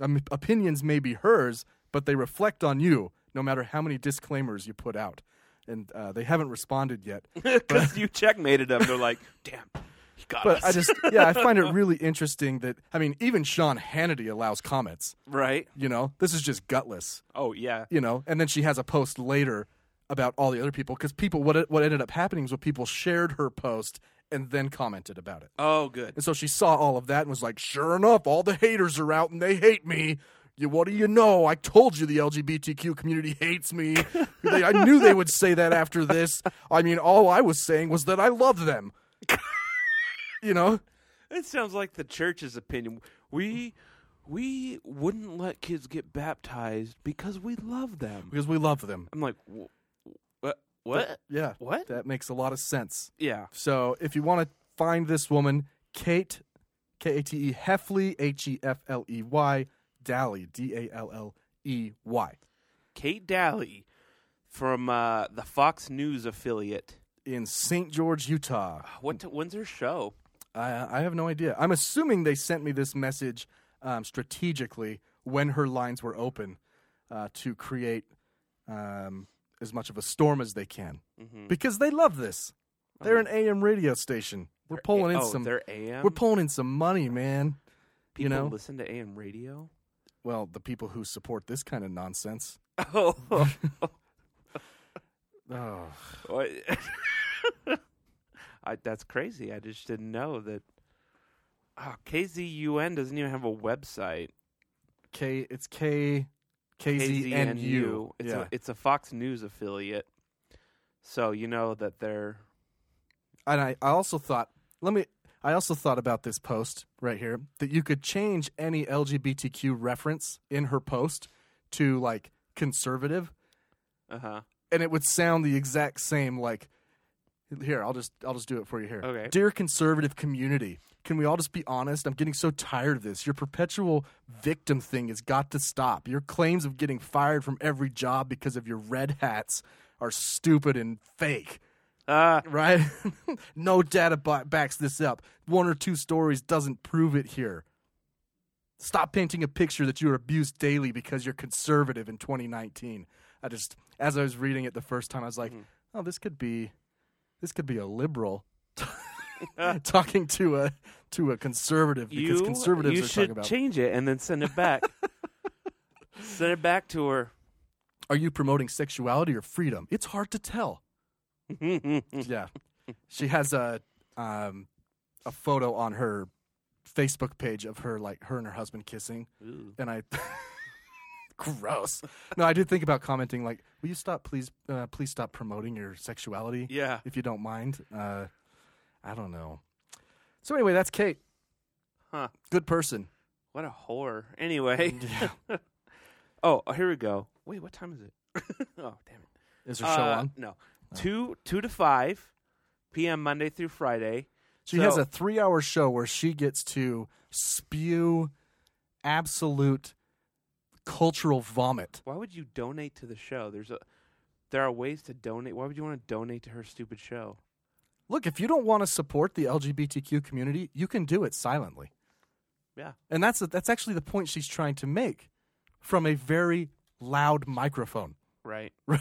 Speaker 6: Um, opinions may be hers, but they reflect on you, no matter how many disclaimers you put out. And uh, they haven't responded yet.
Speaker 8: Because you checkmated them. They're like, damn, he got
Speaker 6: But
Speaker 8: us.
Speaker 6: I just, yeah, I find it really interesting that, I mean, even Sean Hannity allows comments.
Speaker 8: right?
Speaker 6: You know, this is just gutless.
Speaker 8: Oh, yeah.
Speaker 6: you know, and then she has a post later about all the other people because people what what ended up happening is what people shared her post and then commented about it,
Speaker 8: Oh, good.
Speaker 6: and so she saw all of that and was like, "Sure enough, all the haters are out and they hate me." You, what do you know? I told you the LGBTQ community hates me. they, I knew they would say that after this. I mean, all I was saying was that I love them. you know,
Speaker 8: It sounds like the church's opinion. We. We wouldn't let kids get baptized because we love them.
Speaker 6: because we love them.
Speaker 8: I'm like, wh- what? What?
Speaker 6: Yeah.
Speaker 8: What?
Speaker 6: That makes a lot of sense.
Speaker 8: Yeah.
Speaker 6: So if you want to find this woman, Kate, K A T E Heffley, H E F L E Y, Dally, D A L L E Y,
Speaker 8: Kate Daly from uh, the Fox News affiliate.
Speaker 6: in St. George, Utah.
Speaker 8: What? t- when's her show?
Speaker 6: I, I have no idea. I'm assuming they sent me this message um, strategically when her lines were open uh, to create um, as much of a storm as they can
Speaker 8: Mm-hmm.
Speaker 6: because they love this. They're an AM radio station. We're pulling in
Speaker 8: oh,
Speaker 6: some.
Speaker 8: they're AM.
Speaker 6: We're pulling in some money, man.
Speaker 8: People
Speaker 6: you know?
Speaker 8: listen to AM radio.
Speaker 6: Well, the people who support this kind of nonsense.
Speaker 8: Oh.
Speaker 6: Oh,
Speaker 8: What? I, that's crazy. I just didn't know that. Oh, KZUN doesn't even have a website.
Speaker 6: K. It's K. KZNU.
Speaker 8: It's,
Speaker 6: yeah.
Speaker 8: a, it's a Fox News affiliate. So you know that they're.
Speaker 6: and I, I also thought, let me. I also thought about this post right here that you could change any LGBTQ reference in her post to like conservative,
Speaker 8: Uh huh.
Speaker 6: and it would sound the exact same. Like, here, I'll just I'll just do it for you here.
Speaker 8: Okay.
Speaker 6: dear conservative community, can we all just be honest? I'm getting so tired of this. Your perpetual victim thing has got to stop. Your claims of getting fired from every job because of your red hats are stupid and fake
Speaker 8: Uh,
Speaker 6: right? no data ba- backs this up. One or two stories doesn't prove it here. Stop painting a picture that you are abused daily because you're conservative in 2019. I just, as I was reading it the first time, I was like,
Speaker 8: Mm-hmm.
Speaker 6: oh, this could be, this could be a liberal talking to a to a conservative because
Speaker 8: you,
Speaker 6: conservatives
Speaker 8: you
Speaker 6: are
Speaker 8: should
Speaker 6: talking about.
Speaker 8: change it and then send it back. send it back to her.
Speaker 6: Are you promoting sexuality or freedom? It's hard to tell. yeah, she has a um, a photo on her Facebook page of her like her and her husband kissing, and I. Gross. No, I did think about commenting like, "Will you stop, please? Uh, please stop promoting your sexuality,
Speaker 8: yeah.
Speaker 6: if you don't mind." Uh, I don't know. So anyway, that's Kate.
Speaker 8: Huh.
Speaker 6: Good person.
Speaker 8: What a whore. Anyway. oh, here we go. Wait, what time is it? oh, damn it.
Speaker 6: Is her show
Speaker 8: Uh,
Speaker 6: on? Oh.
Speaker 8: No. Two two to five PM Monday through Friday.
Speaker 6: She has
Speaker 8: So-
Speaker 6: a three hour show where she gets to spew absolute cultural vomit.
Speaker 8: Why would you donate to the show? There's a there are ways to donate. Why would you want to donate to her stupid show?
Speaker 6: Look, if you don't want to support the LGBTQ community, you can do it silently.
Speaker 8: Yeah.
Speaker 6: And that's that's actually the point she's trying to make from a very loud microphone,
Speaker 8: Right.
Speaker 6: right?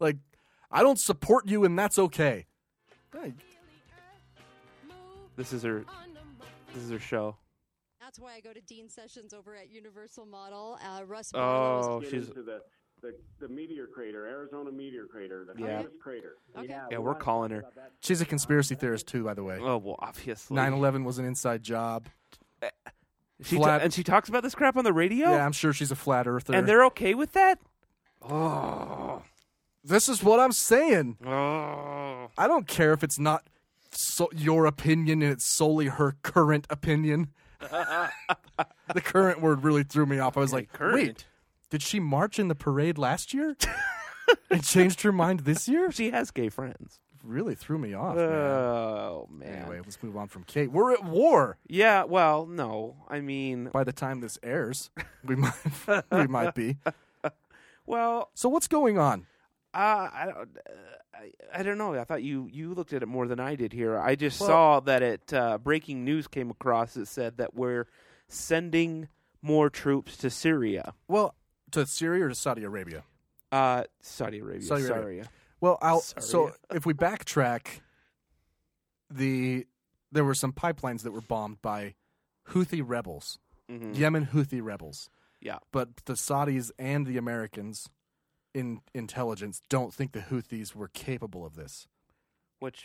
Speaker 6: Like I don't support you and that's okay. Hey,
Speaker 8: This is her this is her show.
Speaker 9: That's why I go to Dean Sessions over at Universal Model. Uh, Russ Barlow's
Speaker 8: Oh,
Speaker 10: get
Speaker 8: she's
Speaker 10: into the, the the meteor crater, Arizona meteor crater, the
Speaker 8: Yeah.
Speaker 10: hottest crater.
Speaker 9: Okay.
Speaker 8: Yeah, we're calling her.
Speaker 6: She's a conspiracy theorist too, by the way.
Speaker 8: Oh well, obviously.
Speaker 6: 9/11 was an inside job.
Speaker 8: She
Speaker 6: flat-
Speaker 8: and she talks about this crap on the radio,
Speaker 6: Yeah, I'm sure she's a flat earther.
Speaker 8: and they're okay with that. Oh,
Speaker 6: this is what I'm saying.
Speaker 8: oh,
Speaker 6: I don't care if it's not so, your opinion and it's solely her current opinion. the current word really threw me off. I was like, wait,
Speaker 8: current.
Speaker 6: did she march in the parade last year and changed her mind this year? Uh,
Speaker 8: she has gay friends.
Speaker 6: Really threw me off. man.
Speaker 8: Oh man.
Speaker 6: Anyway, let's move on from Kate. We're at war.
Speaker 8: Yeah. Well, no. I mean,
Speaker 6: By the time this airs, we might we might be.
Speaker 8: well,
Speaker 6: So what's going on?
Speaker 8: uh, I don't. Uh, I, I don't know. I thought you you looked at it more than I did here. I just saw that it uh, breaking news came across that said that we're sending more troops to Syria,
Speaker 6: Well, to Syria or to Saudi Arabia?
Speaker 8: uh, Saudi Arabia.
Speaker 6: Saudi Arabia.
Speaker 8: Syria.
Speaker 6: Well, I'll,
Speaker 8: Sorry.
Speaker 6: so if we backtrack, the there were some pipelines that were bombed by Houthi rebels, Yemen Houthi rebels.
Speaker 8: Mm-hmm. Yeah.
Speaker 6: But the Saudis and the Americans in intelligence don't think the Houthis were capable of this,
Speaker 8: Which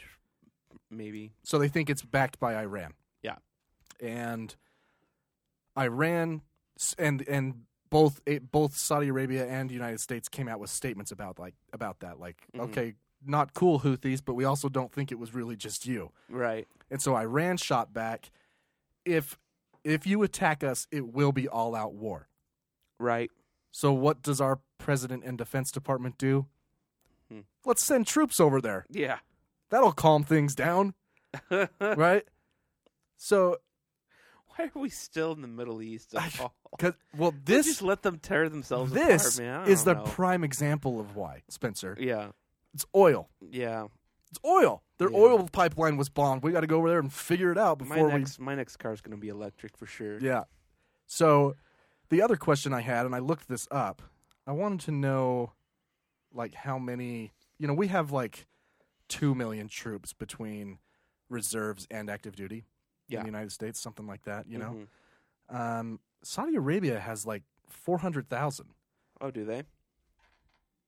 Speaker 8: maybe.
Speaker 6: so they think it's backed by Iran.
Speaker 8: Yeah.
Speaker 6: and Iran s- and and both it, both Saudi Arabia and the United States came out with statements about like about that like okay not cool Houthis but we also don't think it was really just you
Speaker 8: Right.
Speaker 6: and so Iran shot back if if you attack us it will be all out war
Speaker 8: Right.
Speaker 6: so what does our president and defense department do let's send troops over there
Speaker 8: Yeah.
Speaker 6: that'll calm things down right so
Speaker 8: Why are we still in the Middle East? At all?
Speaker 6: cause, well
Speaker 8: They
Speaker 6: this
Speaker 8: just let them tear themselves
Speaker 6: this
Speaker 8: apart, man. I
Speaker 6: is the
Speaker 8: don't know.
Speaker 6: prime example of why spencer
Speaker 8: yeah,
Speaker 6: it's oil
Speaker 8: yeah.
Speaker 6: it's oil their oil pipeline was bombed we got to go over there and figure it out
Speaker 8: My
Speaker 6: before we
Speaker 8: next, my next car is going to be electric for sure.
Speaker 6: yeah so the other question i had and i looked this up i wanted to know like how many you know we have like 2 million troops between reserves and active duty
Speaker 8: Yeah. Mm-hmm.
Speaker 6: in the united states something like that you know um, saudi arabia has like 400000
Speaker 8: Oh, do they?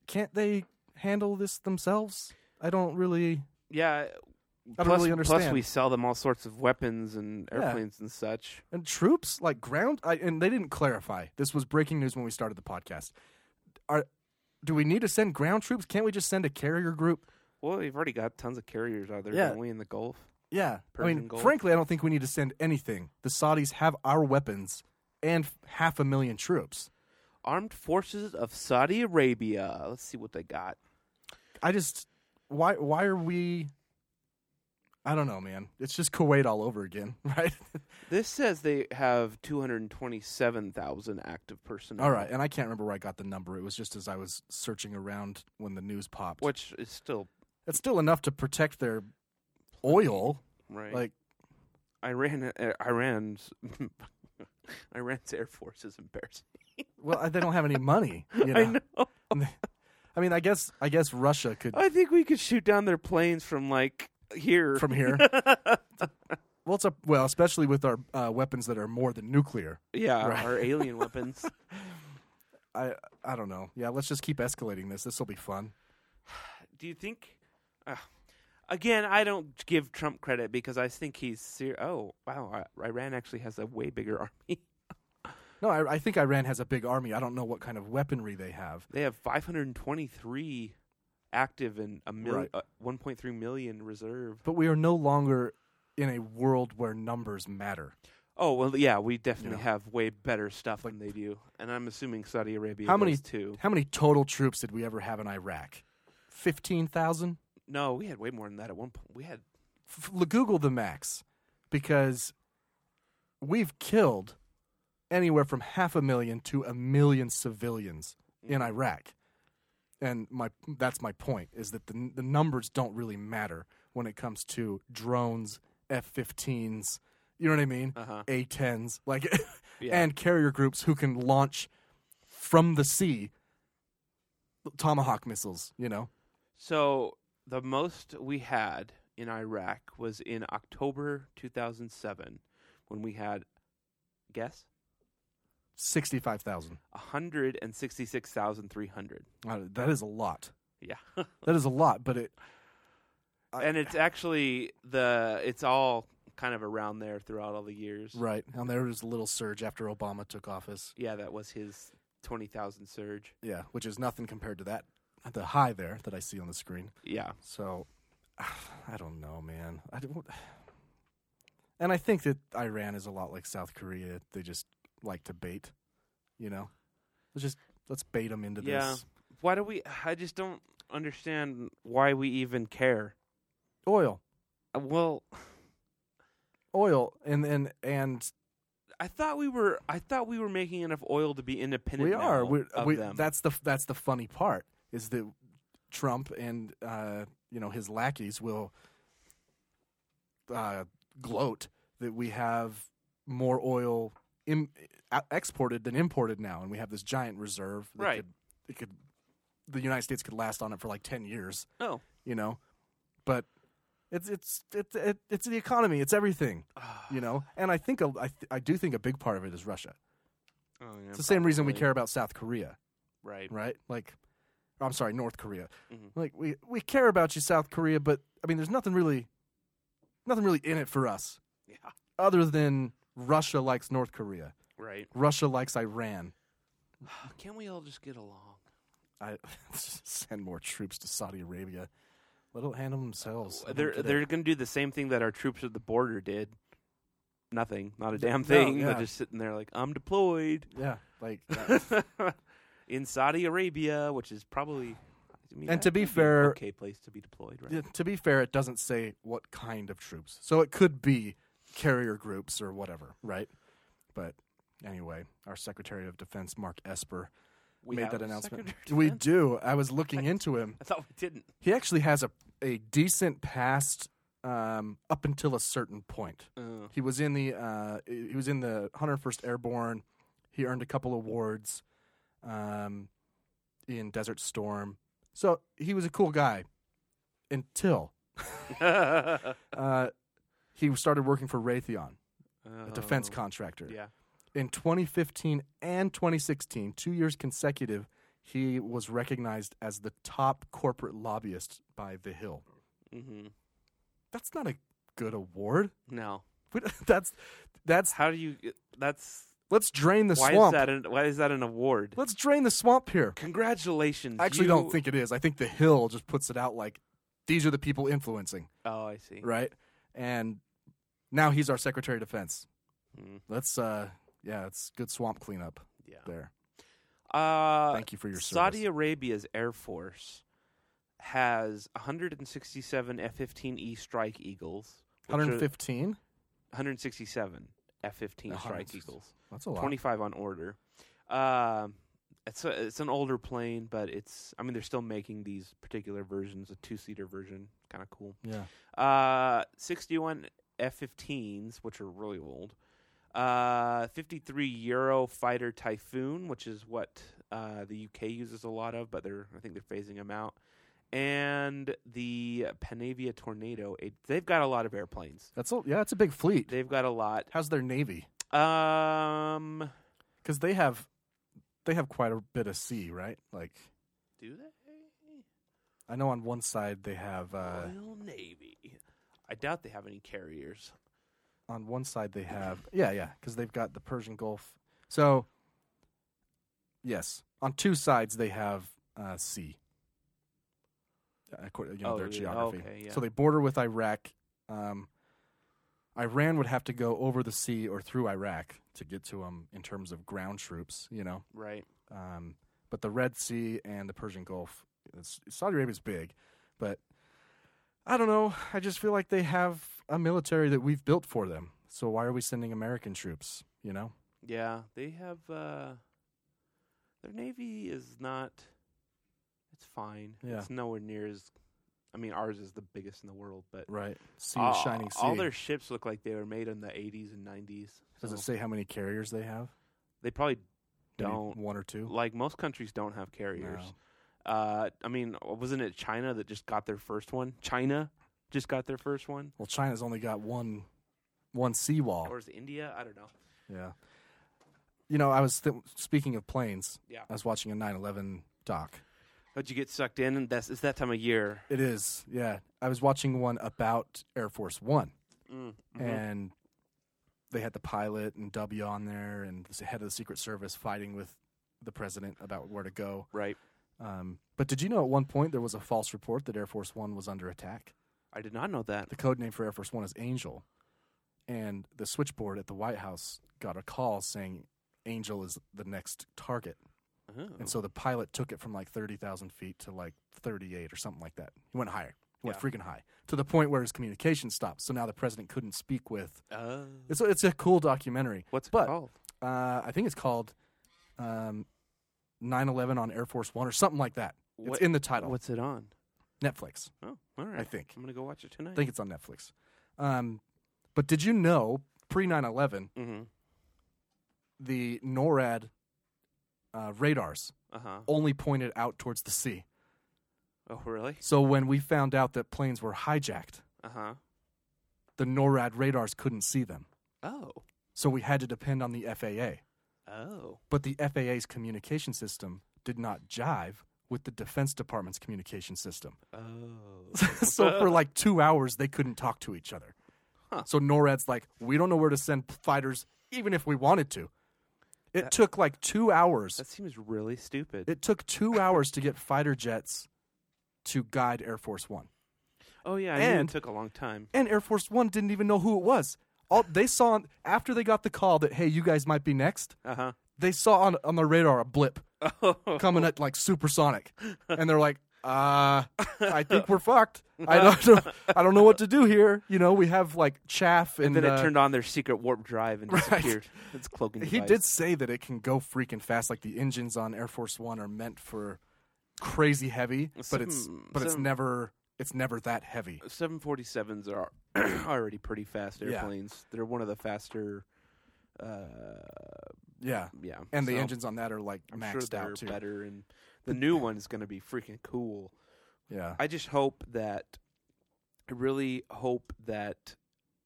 Speaker 6: can't they handle this themselves? I don't really.
Speaker 8: Yeah.
Speaker 6: I don't
Speaker 8: plus,
Speaker 6: really
Speaker 8: Plus,
Speaker 6: understand.
Speaker 8: we sell them all sorts of weapons and
Speaker 6: Yeah.
Speaker 8: airplanes and such.
Speaker 6: And troops like ground, I, and they didn't clarify. This was breaking news when we started the podcast. Are do we need to send ground troops? Can't we just send a carrier group?
Speaker 8: Well, we've already got tons of carriers out there,
Speaker 6: Yeah.
Speaker 8: don't we? In the Gulf.
Speaker 6: Yeah. I
Speaker 8: Persian
Speaker 6: mean,
Speaker 8: gold.
Speaker 6: frankly, I don't think we need to send anything. The Saudis have our weapons and f- half a million troops.
Speaker 8: Armed forces of Saudi Arabia. Let's see what they got.
Speaker 6: I just why why are we I don't know, man. It's just Kuwait all over again, right?
Speaker 8: This says they have 227,000 active personnel.
Speaker 6: all right, and I can't remember where I got the number. It was just as I was searching around when the news popped.
Speaker 8: Which is still
Speaker 6: It's still enough to protect their oil.
Speaker 8: right.
Speaker 6: Like
Speaker 8: Iran, uh, Iran's Iran's air force is embarrassing.
Speaker 6: well, they don't have any money, you know.
Speaker 8: I know.
Speaker 6: I mean, I guess I guess Russia could
Speaker 8: I think we could shoot down their planes from like here.
Speaker 6: from here. well, it's a, well, especially with our uh, weapons that are more than nuclear.
Speaker 8: yeah,
Speaker 6: Right.
Speaker 8: our alien weapons.
Speaker 6: I I don't know. Yeah, let's just keep escalating this. This will be fun.
Speaker 8: Do you think? Uh, again, I don't give Trump credit because I think he's ser- oh wow, I- Iran actually has a way bigger army.
Speaker 6: No, I, I think Iran has a big army. I don't know what kind of weaponry they have.
Speaker 8: They have 523 active and a mil-
Speaker 6: Right.
Speaker 8: uh, 1.3 million reserve.
Speaker 6: But we are no longer in a world where numbers matter.
Speaker 8: Oh well, yeah, we definitely
Speaker 6: Yeah.
Speaker 8: have way better stuff than they do, and I'm assuming Saudi Arabia.
Speaker 6: How many
Speaker 8: does too?
Speaker 6: How many total troops did we ever have in Iraq? Fifteen thousand.
Speaker 8: No, we had way more than that at one point. We had
Speaker 6: F- f- Google the max, because we've killed anywhere from half a million to a million civilians
Speaker 8: Mm.
Speaker 6: in Iraq. And my that's my point is that the n- the numbers don't really matter when it comes to drones, F-15s, you know what I mean?
Speaker 8: Uh-huh.
Speaker 6: A-10s, like
Speaker 8: Yeah.
Speaker 6: and carrier groups who can launch from the sea tomahawk missiles, you know.
Speaker 8: so the most we had in Iraq was in October 2007 when we had guess
Speaker 6: 65,000.
Speaker 8: 166,300.
Speaker 6: Uh, That is a lot.
Speaker 8: Yeah.
Speaker 6: That is a lot, but it I-
Speaker 8: and it's actually the it's all kind of around there throughout all the years.
Speaker 6: Right. And there was a little surge after Obama took office.
Speaker 8: Yeah, that was his 20,000 surge.
Speaker 6: Yeah, which is nothing compared to that the high there that I see on the screen.
Speaker 8: Yeah.
Speaker 6: So I don't know, man. I don't, and I think that Iran is a lot like South Korea. They just like to bait, you know. Let's just let's bait them into
Speaker 8: Yeah.
Speaker 6: this
Speaker 8: Why do we I just don't understand why we even care.
Speaker 6: oil,
Speaker 8: Uh, Well,
Speaker 6: oil, and and and
Speaker 8: I thought we were. I thought we were making enough oil to be independent.
Speaker 6: we are.
Speaker 8: now
Speaker 6: We're,
Speaker 8: of
Speaker 6: we,
Speaker 8: them.
Speaker 6: That's the that's the funny part is that Trump and uh, you know his lackeys will uh, gloat that we have more oil Im- uh, exported than imported now, and we have this giant reserve. That
Speaker 8: Right.
Speaker 6: Could, it could the United States could last on it for like ten years.
Speaker 8: no.
Speaker 6: You know, but. It's it's it's it, it's the economy. It's everything, you know. And I think a, I th- I do think a big part of it is Russia.
Speaker 8: Oh, yeah,
Speaker 6: It's the same reason we
Speaker 8: probably.
Speaker 6: care about South Korea
Speaker 8: Right.
Speaker 6: right? Like, I'm sorry, North Korea.
Speaker 8: Mhm.
Speaker 6: Like we we care about you, South Korea, but I mean, there's nothing really, nothing really in it for us,
Speaker 8: Yeah.
Speaker 6: other than Russia likes North Korea,
Speaker 8: Right.
Speaker 6: Russia likes Iran.
Speaker 8: Can we all just get along?
Speaker 6: I send more troops to Saudi Arabia. Let them handle themselves. I don't
Speaker 8: They're
Speaker 6: get it.
Speaker 8: they're going to do the same thing that our troops at the border did. Nothing. Not a damn
Speaker 6: No,
Speaker 8: thing.
Speaker 6: yeah.
Speaker 8: They're just sitting there like I'm deployed
Speaker 6: yeah, like.
Speaker 8: in Saudi Arabia, which is probably. I mean,
Speaker 6: And
Speaker 8: that
Speaker 6: to be
Speaker 8: would an
Speaker 6: fair-
Speaker 8: okay place to be deployed, right?
Speaker 6: yeah, to be fair, it doesn't say what kind of troops, so it could be carrier groups or whatever, right? But anyway, our Secretary of Defense Mark Esper
Speaker 8: We
Speaker 6: made
Speaker 8: have
Speaker 6: that
Speaker 8: a
Speaker 6: announcement.
Speaker 8: Secretary of
Speaker 6: We
Speaker 8: Defense?
Speaker 6: do. I was looking into him.
Speaker 8: I thought we didn't.
Speaker 6: He actually has a a decent past um, up until a certain point.
Speaker 8: Oh.
Speaker 6: He was in the uh, he was in the 101st Airborne. He earned a couple awards um, in Desert Storm. So he was a cool guy until uh, he started working for Raytheon, a defense
Speaker 8: Oh,
Speaker 6: contractor
Speaker 8: Yeah.
Speaker 6: in 2015 and 2016, two years consecutive, he was recognized as the top corporate lobbyist by The Hill.
Speaker 8: Mm-hmm.
Speaker 6: That's not a good award.
Speaker 8: No.
Speaker 6: We- That's that's
Speaker 8: How do you? That's
Speaker 6: let's drain the
Speaker 8: why
Speaker 6: swamp.
Speaker 8: is that an why is that an award?
Speaker 6: let's drain the swamp here.
Speaker 8: Congratulations.
Speaker 6: I actually
Speaker 8: you-
Speaker 6: don't think it is. I think The Hill just puts it out like these are the people influencing,
Speaker 8: Oh, I see.
Speaker 6: right? and now he's our Secretary of Defense.
Speaker 8: Hmm.
Speaker 6: Let's, uh, yeah, it's good swamp cleanup
Speaker 8: Yeah.
Speaker 6: there.
Speaker 8: Uh,
Speaker 6: Thank you for your
Speaker 8: Saudi
Speaker 6: service.
Speaker 8: Arabia's Air Force has 167 F-15E E Strike Eagles. which are-
Speaker 6: 115.
Speaker 8: 167 F-15 Strike
Speaker 6: 160.
Speaker 8: Eagles.
Speaker 6: That's a lot.
Speaker 8: 25 on order. Um it's a, it's an older plane, but it's I mean they're still making these particular versions, a two seater version, kind of cool.
Speaker 6: Yeah.
Speaker 8: Uh, 61 F-15s, which are really old. Uh, 53 Euro fighter Typhoon, which is what uh, the UK uses a lot of, but they're I think they're phasing them out. And the Panavia Tornado. It, they've got a lot of airplanes.
Speaker 6: That's a, yeah, that's a big fleet.
Speaker 8: They've got a lot.
Speaker 6: How's their navy?
Speaker 8: Um,
Speaker 6: Because they have, they have quite a bit of sea, right? Like
Speaker 8: do they?
Speaker 6: I know on one side they have, uh,
Speaker 8: Royal Navy. I doubt they have any carriers.
Speaker 6: on one side they have, yeah, yeah, because they've got the Persian Gulf. So, yes, on two sides they have uh, sea. According, you know,
Speaker 8: Oh,
Speaker 6: their
Speaker 8: yeah,
Speaker 6: geography.
Speaker 8: okay, yeah.
Speaker 6: So they border with Iraq. Um, Iran would have to go over the sea or through Iraq to get to them in terms of ground troops. You know.
Speaker 8: Right.
Speaker 6: Um, but the Red Sea and the Persian Gulf, it's, Saudi Arabia's big, but I don't know. I just feel like they have a military that we've built for them. So why are we sending American troops? You know,
Speaker 8: Yeah, they have. Uh, their navy is not. It's fine.
Speaker 6: Yeah.
Speaker 8: It's nowhere near as. I mean, ours is the biggest in the world, but
Speaker 6: right? Sea
Speaker 8: all,
Speaker 6: is shining sea.
Speaker 8: Ah, all their ships look like they were made in the 80s and 90s.
Speaker 6: Does it
Speaker 8: so
Speaker 6: say how many carriers they have?
Speaker 8: They probably
Speaker 6: Maybe
Speaker 8: don't.
Speaker 6: one or two.
Speaker 8: Like most countries don't have carriers.
Speaker 6: No.
Speaker 8: Uh, I mean, wasn't it China that just got their first one? China just got their first one,
Speaker 6: Well, China's only got one, one seawall.
Speaker 8: or is it India? I don't know.
Speaker 6: Yeah. You know, I was th- speaking of planes.
Speaker 8: Yeah.
Speaker 6: I was watching a 9/11 doc.
Speaker 8: How'd you get sucked in? And that's it's that time of year.
Speaker 6: It is, yeah. I was watching one about Air Force One,
Speaker 8: Mm,
Speaker 6: and they had the pilot and W on there, and the head of the Secret Service fighting with the president about where to go.
Speaker 8: Right.
Speaker 6: Um, but did you know at one point there was a false report that Air Force One was under attack?
Speaker 8: I did not know that.
Speaker 6: The code name for Air Force One is Angel, and the switchboard at the White House got a call saying Angel is the next target.
Speaker 8: Oh.
Speaker 6: And so the pilot took it from like 30,000 feet to like 38 or something like that. He went higher. He went
Speaker 8: Yeah.
Speaker 6: freaking high to the point where his communication stopped. So now the president couldn't speak with.
Speaker 8: Oh.
Speaker 6: It's a, it's a cool documentary.
Speaker 8: What's it
Speaker 6: but,
Speaker 8: called?
Speaker 6: Uh, I think it's called um, 9/11 on Air Force One or something like that.
Speaker 8: What-
Speaker 6: It's in the title.
Speaker 8: What's it on?
Speaker 6: Netflix.
Speaker 8: Oh, all right.
Speaker 6: think.
Speaker 8: I'm gonna go watch it tonight.
Speaker 6: I think it's on Netflix. Um, but did you know pre 9/11
Speaker 8: mm-hmm.
Speaker 6: the NORAD uh, radars
Speaker 8: Uh huh.
Speaker 6: only pointed out towards the sea?
Speaker 8: Oh, really?
Speaker 6: So when we found out that planes were hijacked.
Speaker 8: Uh huh.
Speaker 6: the NORAD radars couldn't see them.
Speaker 8: Oh.
Speaker 6: So we had to depend on the FAA.
Speaker 8: Oh.
Speaker 6: But the FAA's communication system did not jive with the Defense Department's communication system.
Speaker 8: Oh.
Speaker 6: so for like two hours, they couldn't talk to each other.
Speaker 8: Huh.
Speaker 6: So NORAD's like, we don't know where to send fighters, even if we wanted to. It took like two hours.
Speaker 8: that seems really stupid.
Speaker 6: It took two hours to get fighter jets to guide Air Force One.
Speaker 8: oh yeah, I knew it
Speaker 6: and-
Speaker 8: took a long time.
Speaker 6: and Air Force One didn't even know who it was. All they saw after they got the call that hey, you guys might be next.
Speaker 8: Uh huh.
Speaker 6: They saw on on the radar a blip
Speaker 8: Oh.
Speaker 6: coming at like supersonic, and they're like, uh, I think we're fucked. I don't know, I don't know what to do here. You know, we have like chaff and,
Speaker 8: And then it
Speaker 6: uh,
Speaker 8: turned on their secret warp drive and
Speaker 6: Right.
Speaker 8: disappeared. It's cloaking.
Speaker 6: He
Speaker 8: device.
Speaker 6: did say that it can go freaking fast. Like the engines on Air Force One are meant for crazy heavy, but it's
Speaker 8: Some-
Speaker 6: but it's
Speaker 8: some- Uh,
Speaker 6: never it's never that heavy.
Speaker 8: 747s are already pretty fast
Speaker 6: Yeah.
Speaker 8: airplanes. They're one of the faster. Uh,
Speaker 6: Yeah,
Speaker 8: yeah.
Speaker 6: and the
Speaker 8: so
Speaker 6: engines on that are like
Speaker 8: I'm sure
Speaker 6: maxed
Speaker 8: they're
Speaker 6: out too.
Speaker 8: better, and the new one is going to be freaking cool.
Speaker 6: Yeah,
Speaker 8: I just hope that I really hope that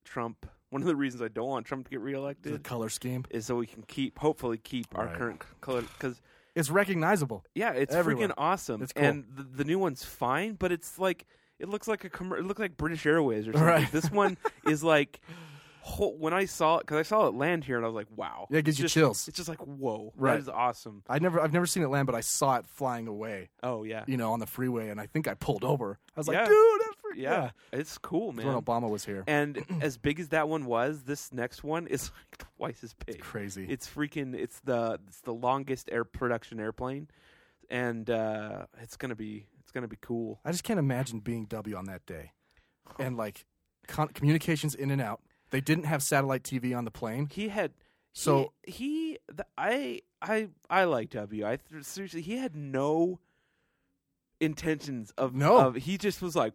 Speaker 8: Trump. One of the reasons I don't want Trump to get
Speaker 6: the
Speaker 8: reelected
Speaker 6: color scheme.
Speaker 8: is so we can keep, hopefully, keep our
Speaker 6: Right.
Speaker 8: current c- color. Because
Speaker 6: It's recognizable.
Speaker 8: yeah, it's
Speaker 6: Everywhere.
Speaker 8: freaking awesome,
Speaker 6: It's cool.
Speaker 8: and the, the new one's fine, but it's like it looks like a commer it looks like British Airways or something.
Speaker 6: Right.
Speaker 8: This one is like. ho- When I saw it, because I saw it land here, and I was like, "Wow!"
Speaker 6: Yeah, it gives
Speaker 8: It's
Speaker 6: you
Speaker 8: just-
Speaker 6: chills.
Speaker 8: It's just like, "Whoa,
Speaker 6: Right.
Speaker 8: that is awesome."
Speaker 6: I never, I've never seen it land, but I saw it flying away,
Speaker 8: Oh yeah,
Speaker 6: you know, on the freeway, and I think I pulled over. I was like,
Speaker 8: Yeah.
Speaker 6: dude, that
Speaker 8: yeah, it's cool, man.
Speaker 6: when Obama was here.
Speaker 8: And as big as that one was, this next one is like twice as big.
Speaker 6: crazy.
Speaker 8: It's freaking. It's the it's the longest air production airplane, and uh, it's gonna be it's gonna be cool.
Speaker 6: I just can't imagine being W on that day, and like con- communications in and out. They didn't have satellite TV on the plane.
Speaker 8: He had
Speaker 6: So-
Speaker 8: he, he the, I I I like W. I th- seriously he had no intentions of
Speaker 6: No.
Speaker 8: Of, he just was like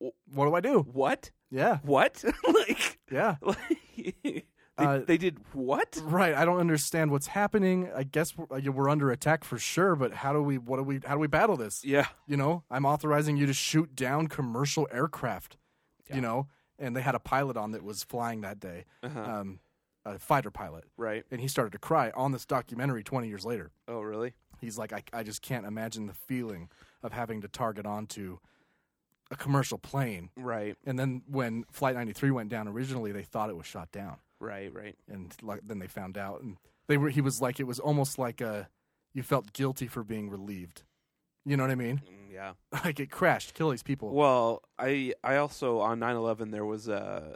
Speaker 6: What do I do?
Speaker 8: what
Speaker 6: Yeah,
Speaker 8: what like,
Speaker 6: yeah.
Speaker 8: like they,
Speaker 6: Uh,
Speaker 8: they did what
Speaker 6: Right. I don't understand what's happening. I guess we're, like, we're under attack for sure. But how do we? What do we? How do we battle this?
Speaker 8: yeah
Speaker 6: You know, I'm authorizing you to shoot down commercial aircraft. You know, and they had a pilot on that was flying that day,
Speaker 8: Uh-huh.
Speaker 6: um, a fighter pilot,
Speaker 8: right
Speaker 6: and he started to cry on this documentary 20 years later.
Speaker 8: oh really
Speaker 6: He's like, I, I just can't imagine the feeling of having to target onto a commercial plane.
Speaker 8: right
Speaker 6: And then when Flight 93 went down originally, they thought it was shot down,
Speaker 8: right right
Speaker 6: and like, then they found out, and they were. He was like, it was almost like a, you felt guilty for being relieved. You know what I mean?
Speaker 8: Mm, yeah
Speaker 6: Like it crashed, kill these people.
Speaker 8: Well, I I also on 9/11 there was a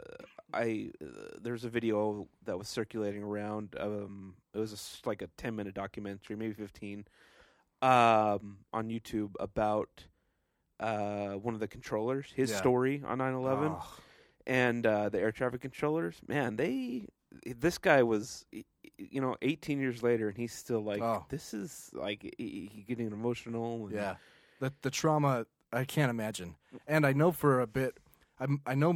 Speaker 8: I uh, there's a video that was circulating around. Um, it was a s like a 10 minute documentary, maybe 15, um, on YouTube about uh one of the controllers, his
Speaker 6: Yeah.
Speaker 8: story on 9/11
Speaker 6: Oh,
Speaker 8: and uh, the air traffic controllers, man, they this guy was y- y- you know 18 years later and he's still like
Speaker 6: Oh.
Speaker 8: this is like he- he getting emotional and
Speaker 6: yeah, the the trauma I can't imagine. And I know for a bit, I'm, I know.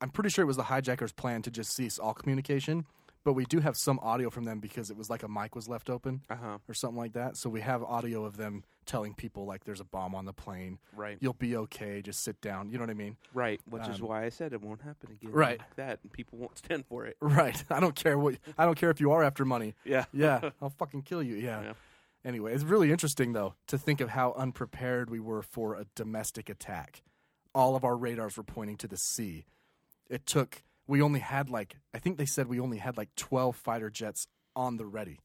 Speaker 6: I'm pretty sure it was the hijackers' plan to just cease all communication, but we do have some audio from them because it was like a mic was left open.
Speaker 8: uh-huh
Speaker 6: or something like that. So we have audio of them telling people like there's a bomb on the plane.
Speaker 8: right
Speaker 6: You'll be okay. Just sit down. You know what I mean?
Speaker 8: Right, which is
Speaker 6: Um,
Speaker 8: why I said it won't happen again.
Speaker 6: right.
Speaker 8: like that, and people won't stand for it.
Speaker 6: Right. I don't care what. I don't care if you are after money.
Speaker 8: Yeah,
Speaker 6: Yeah, I'll fucking kill you. Yeah.
Speaker 8: Yeah.
Speaker 6: Anyway, it's really interesting though to think of how unprepared we were for a domestic attack. All of our radars were pointing to the sea. It took. We only had like I think they said we only had like twelve fighter jets on the ready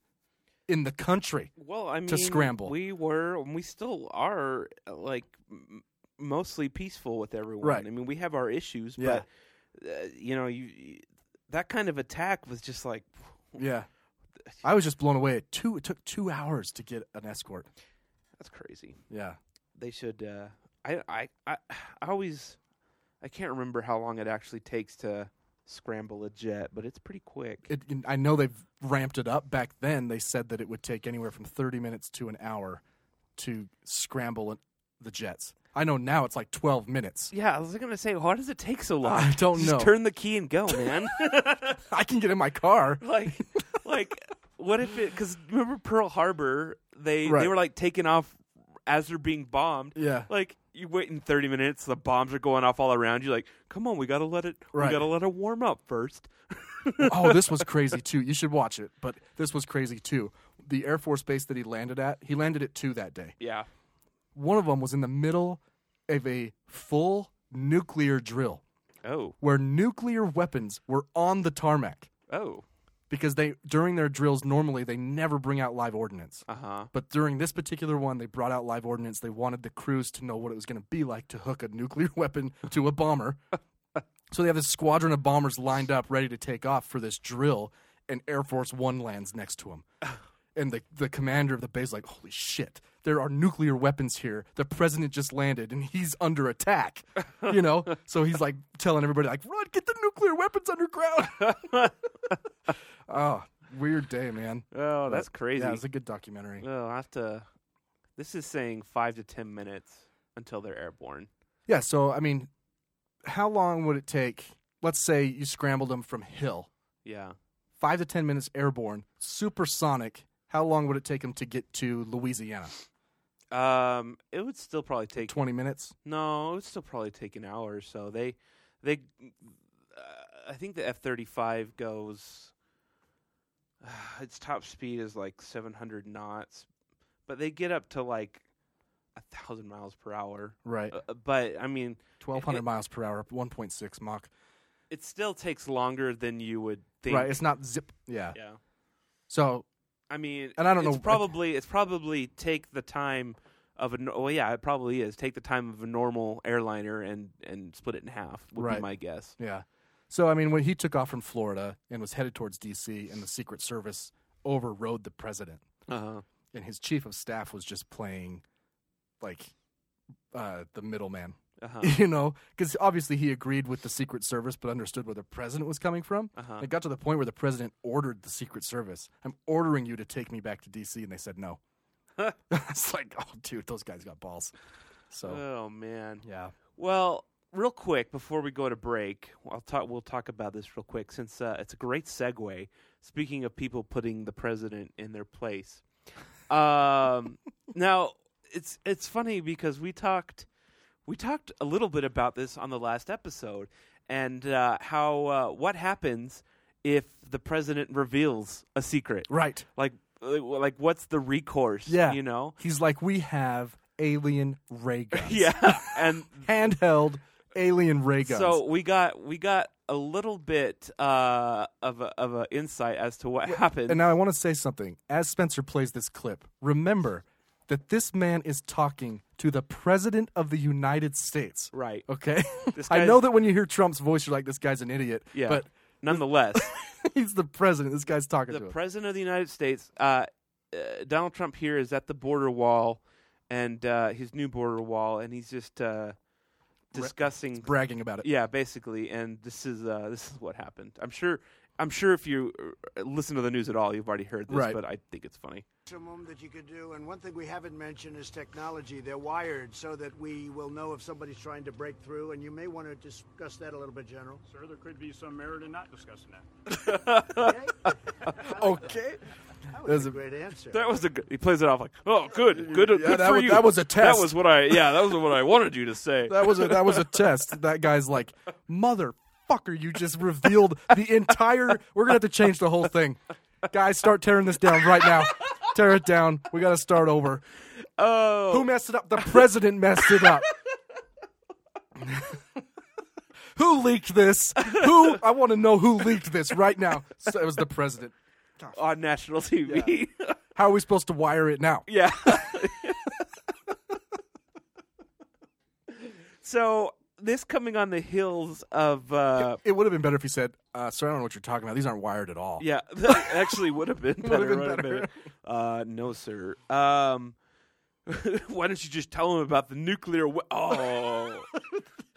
Speaker 6: in the country.
Speaker 8: Well, I mean,
Speaker 6: scramble.
Speaker 8: We were, and we still are, uh, like m- mostly peaceful with everyone.
Speaker 6: Right.
Speaker 8: I mean, we have our issues,
Speaker 6: Yeah.
Speaker 8: but uh, you know, you, you that kind of attack was just like,
Speaker 6: Yeah. I was just blown away. It, two, it took two hours to get an escort.
Speaker 8: that's crazy.
Speaker 6: Yeah.
Speaker 8: They should. Uh, I, I, I, I always, I can't remember how long it actually takes to scramble a jet, but it's pretty quick.
Speaker 6: It, I know they've ramped it up. Back then, they said that it would take anywhere from 30 minutes to an hour to scramble an- the jets. I know now it's like 12 minutes.
Speaker 8: yeah, I was gonna say, why does it take so long?
Speaker 6: I don't
Speaker 8: Just
Speaker 6: know.
Speaker 8: Turn the key and go, man.
Speaker 6: I can get in my car.
Speaker 8: like like what if it because remember pearl harbor they
Speaker 6: Right.
Speaker 8: they were like taking off as they're being bombed
Speaker 6: Yeah.
Speaker 8: like you wait in 30 minutes the bombs are going off all around you like come on we gotta let it
Speaker 6: Right.
Speaker 8: we gotta let it warm up first
Speaker 6: oh, this was crazy too. You should watch it. But this was crazy too. The Air Force base that he landed at, he landed at two that day.
Speaker 8: yeah
Speaker 6: One of them was in the middle of a full nuclear drill
Speaker 8: oh
Speaker 6: where nuclear weapons were on the tarmac.
Speaker 8: oh
Speaker 6: because they during their drills normally they never bring out live ordnance.
Speaker 8: uh-huh
Speaker 6: But during this particular one, they brought out live ordnance. They wanted the crews to know what it was going to be like to hook a nuclear weapon to a bomber. so they have this squadron of bombers lined up, ready to take off for this drill, and Air Force One lands next to them. And the, the commander of the base is like, holy shit, there are nuclear weapons here. The president just landed and he's under attack. You know? so he's like telling everybody, like, run, get the nuclear weapons underground. oh, weird day, man.
Speaker 8: oh that's
Speaker 6: But,
Speaker 8: crazy
Speaker 6: Yeah, it's a good documentary.
Speaker 8: oh i have to this is saying five to ten minutes until they're airborne
Speaker 6: Yeah, so I mean, how long would it take? Let's say you scrambled them from Hill,
Speaker 8: yeah
Speaker 6: five to ten minutes airborne, supersonic. How long would it take them to get to Louisiana?
Speaker 8: um it would still probably take
Speaker 6: Twenty minutes.
Speaker 8: No, it would still probably take an hour or so. They, they, uh, I think the F thirty five goes. its top speed is like seven hundred knots, but they get up to like a thousand miles per hour.
Speaker 6: Right,
Speaker 8: Uh, but I mean,
Speaker 6: twelve
Speaker 8: it-
Speaker 6: hundred miles per hour, one point six Mach.
Speaker 8: it still takes longer than you would think.
Speaker 6: Right, it's not zip. Yeah.
Speaker 8: yeah.
Speaker 6: So
Speaker 8: I mean,
Speaker 6: And I don't
Speaker 8: it's
Speaker 6: know-
Speaker 8: Probably it's probably take the time of a nor- well, yeah, it probably is. Take the time of a normal airliner and and split it in half. Would
Speaker 6: Right.
Speaker 8: be my guess.
Speaker 6: Yeah. So I mean, when he took off from Florida and was headed towards D.C., and the Secret Service overrode the president,
Speaker 8: Uh-huh.
Speaker 6: and his chief of staff was just playing like uh, the middleman.
Speaker 8: Uh-huh.
Speaker 6: You know, because obviously he agreed with the Secret Service, but understood where the president was coming from.
Speaker 8: Uh-huh.
Speaker 6: It got to the point where the president ordered the Secret Service, "I'm ordering you to take me back to D.C.," and they said no. it's like, oh, dude, those guys got balls. So
Speaker 8: Oh man.
Speaker 6: yeah,
Speaker 8: Well, real quick before we go to break, I'll talk. We'll talk about this real quick since uh, it's a great segue. Speaking of people putting the president in their place, um, now it's it's funny because we talked we talked a little bit about this on the last episode and uh, how uh, what happens if the president reveals a secret,
Speaker 6: right.
Speaker 8: like uh, like what's the recourse?
Speaker 6: Yeah,
Speaker 8: you know,
Speaker 6: he's like, we have alien ray guns.
Speaker 8: yeah, and
Speaker 6: handheld alien ray guns.
Speaker 8: So we got we got a little bit uh, of a, of an insight as to what happened.
Speaker 6: and now I want to say something. As Spencer plays this clip, remember that this man is talking to the president of the United States.
Speaker 8: right.
Speaker 6: Okay.
Speaker 8: This
Speaker 6: I
Speaker 8: guy's-
Speaker 6: know that when you hear Trump's voice, you're like, "This guy's an idiot."
Speaker 8: Yeah.
Speaker 6: But
Speaker 8: Nonetheless,
Speaker 6: he's the president. This guy's talking
Speaker 8: the
Speaker 6: to him.
Speaker 8: president of the United States, uh, uh, Donald Trump, here is at the border wall, and uh, his new border wall, and he's just uh, discussing.
Speaker 6: bragging about it.
Speaker 8: yeah, basically, and this is uh, this is what happened. I'm sure. I'm sure if you uh, listen to the news at all, you've already heard this,
Speaker 6: Right.
Speaker 8: but I think it's funny.
Speaker 11: maximum that you could do. And one thing we haven't mentioned is technology. They're wired so that we will know if somebody's trying to break through. And you may want to discuss that a little bit, General.
Speaker 10: Sir, there could be some merit in not discussing that.
Speaker 6: Okay.
Speaker 11: That
Speaker 6: There's
Speaker 11: was
Speaker 6: a-
Speaker 11: a great answer.
Speaker 8: That was a good. He plays it off like, oh, good, good, good
Speaker 6: that
Speaker 8: for
Speaker 6: was-
Speaker 8: you.
Speaker 6: that was a test.
Speaker 8: That was what I. Yeah, that was what I wanted you to say.
Speaker 6: That was a that was a test. That guy's like, motherfucker, you just revealed the entire. We're gonna have to change the whole thing. Guys, start tearing this down right now. Tear it down. We gotta start over.
Speaker 8: oh,
Speaker 6: Who messed it up? The president messed it up. who leaked this? Who? I want to know who leaked this right now. So it was the president.
Speaker 8: on national TV.
Speaker 6: How are we supposed to wire it now?
Speaker 8: Yeah. so this coming on the heels of uh,
Speaker 6: It would have been better if he said, uh, "Sir, I don't know what you're talking about. These aren't wired at all."
Speaker 8: yeah, that actually would have been better.
Speaker 6: been
Speaker 8: would've
Speaker 6: better.
Speaker 8: Uh, no, sir. Um, why don't you just tell him about the nuclear? We- oh.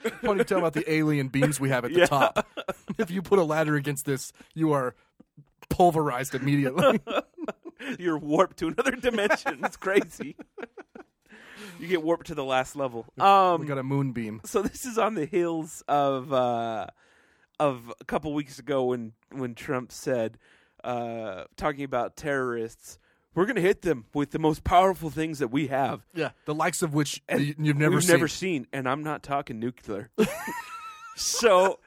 Speaker 6: Why don't you tell about the alien beams we have at the
Speaker 8: Yeah.
Speaker 6: top? if you put a ladder against this, you are pulverized immediately.
Speaker 8: You're warped to another dimension. It's crazy. you get warped to the last level. Um,
Speaker 6: we got a moonbeam.
Speaker 8: so this is on the heels of uh, of a couple weeks ago when when Trump said, uh, talking about terrorists, we're going to hit them with the most powerful things that we have.
Speaker 6: Yeah, the likes of which you, you've never
Speaker 8: We've
Speaker 6: seen.
Speaker 8: never seen, and I'm not talking nuclear. so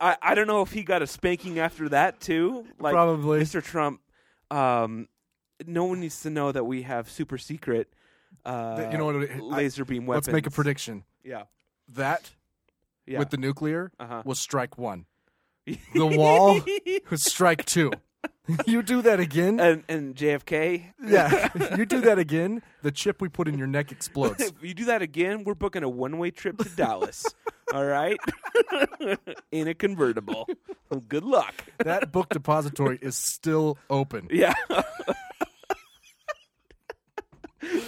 Speaker 8: I, I don't know if he got a spanking after that too. Like
Speaker 6: Probably.
Speaker 8: Mr. Trump, um, no one needs to know that we have super secret uh,
Speaker 6: you know what it- I-
Speaker 8: laser beam weapons.
Speaker 6: Let's make a prediction.
Speaker 8: Yeah.
Speaker 6: That
Speaker 8: Yeah.
Speaker 6: with the nuclear
Speaker 8: Uh-huh.
Speaker 6: was strike one. The wall was strike two. you do that again.
Speaker 8: and and JFK.
Speaker 6: yeah, you do that again. The chip we put in your neck explodes.
Speaker 8: If you do that again, we're booking a one way trip to Dallas. All right? In a convertible. Well, good luck.
Speaker 6: that book depository is still open.
Speaker 8: Yeah.
Speaker 6: Hmm.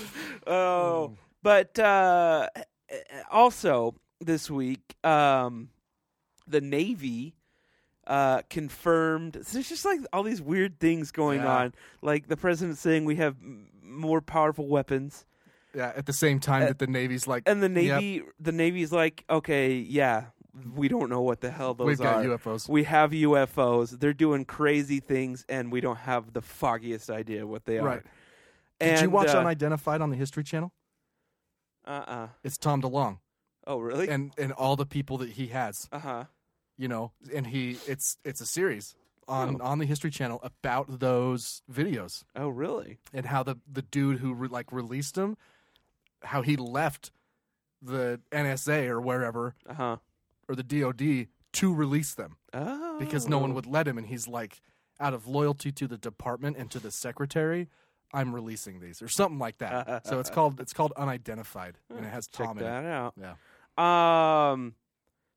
Speaker 8: oh, but uh, also this week, um, the Navy uh, confirmed. So there's just like all these weird things going
Speaker 6: Yeah.
Speaker 8: on. Like the president saying we have m- more powerful weapons,
Speaker 6: Yeah, at the same time that the Navy's like,
Speaker 8: and the
Speaker 6: "Yep,
Speaker 8: Navy, the Navy's like, okay, yeah. We don't know what the hell those
Speaker 6: We've got
Speaker 8: are.
Speaker 6: UFOs.
Speaker 8: We have UFOs. They're doing crazy things, and we don't have the foggiest idea what they
Speaker 6: right.
Speaker 8: are.
Speaker 6: Did you
Speaker 8: And,
Speaker 6: watch
Speaker 8: uh,
Speaker 6: Unidentified on the History Channel?
Speaker 8: Uh uh
Speaker 6: It's Tom DeLong
Speaker 8: Oh really?
Speaker 6: and and all the people that he has.
Speaker 8: uh huh.
Speaker 6: You know, and he it's it's a series on on the History Channel about those videos.
Speaker 8: Oh really?
Speaker 6: and how the the dude who re, like released him, how he left the NSA or wherever
Speaker 8: Uh huh.
Speaker 6: or the DOD to release them
Speaker 8: Oh.
Speaker 6: because no one would let him, and he's like, out of loyalty to the department and to the secretary, I'm releasing these or something like that. so it's called it's called unidentified and it has
Speaker 8: Check
Speaker 6: Tom in
Speaker 8: that
Speaker 6: it.
Speaker 8: out.
Speaker 6: Yeah.
Speaker 8: Um.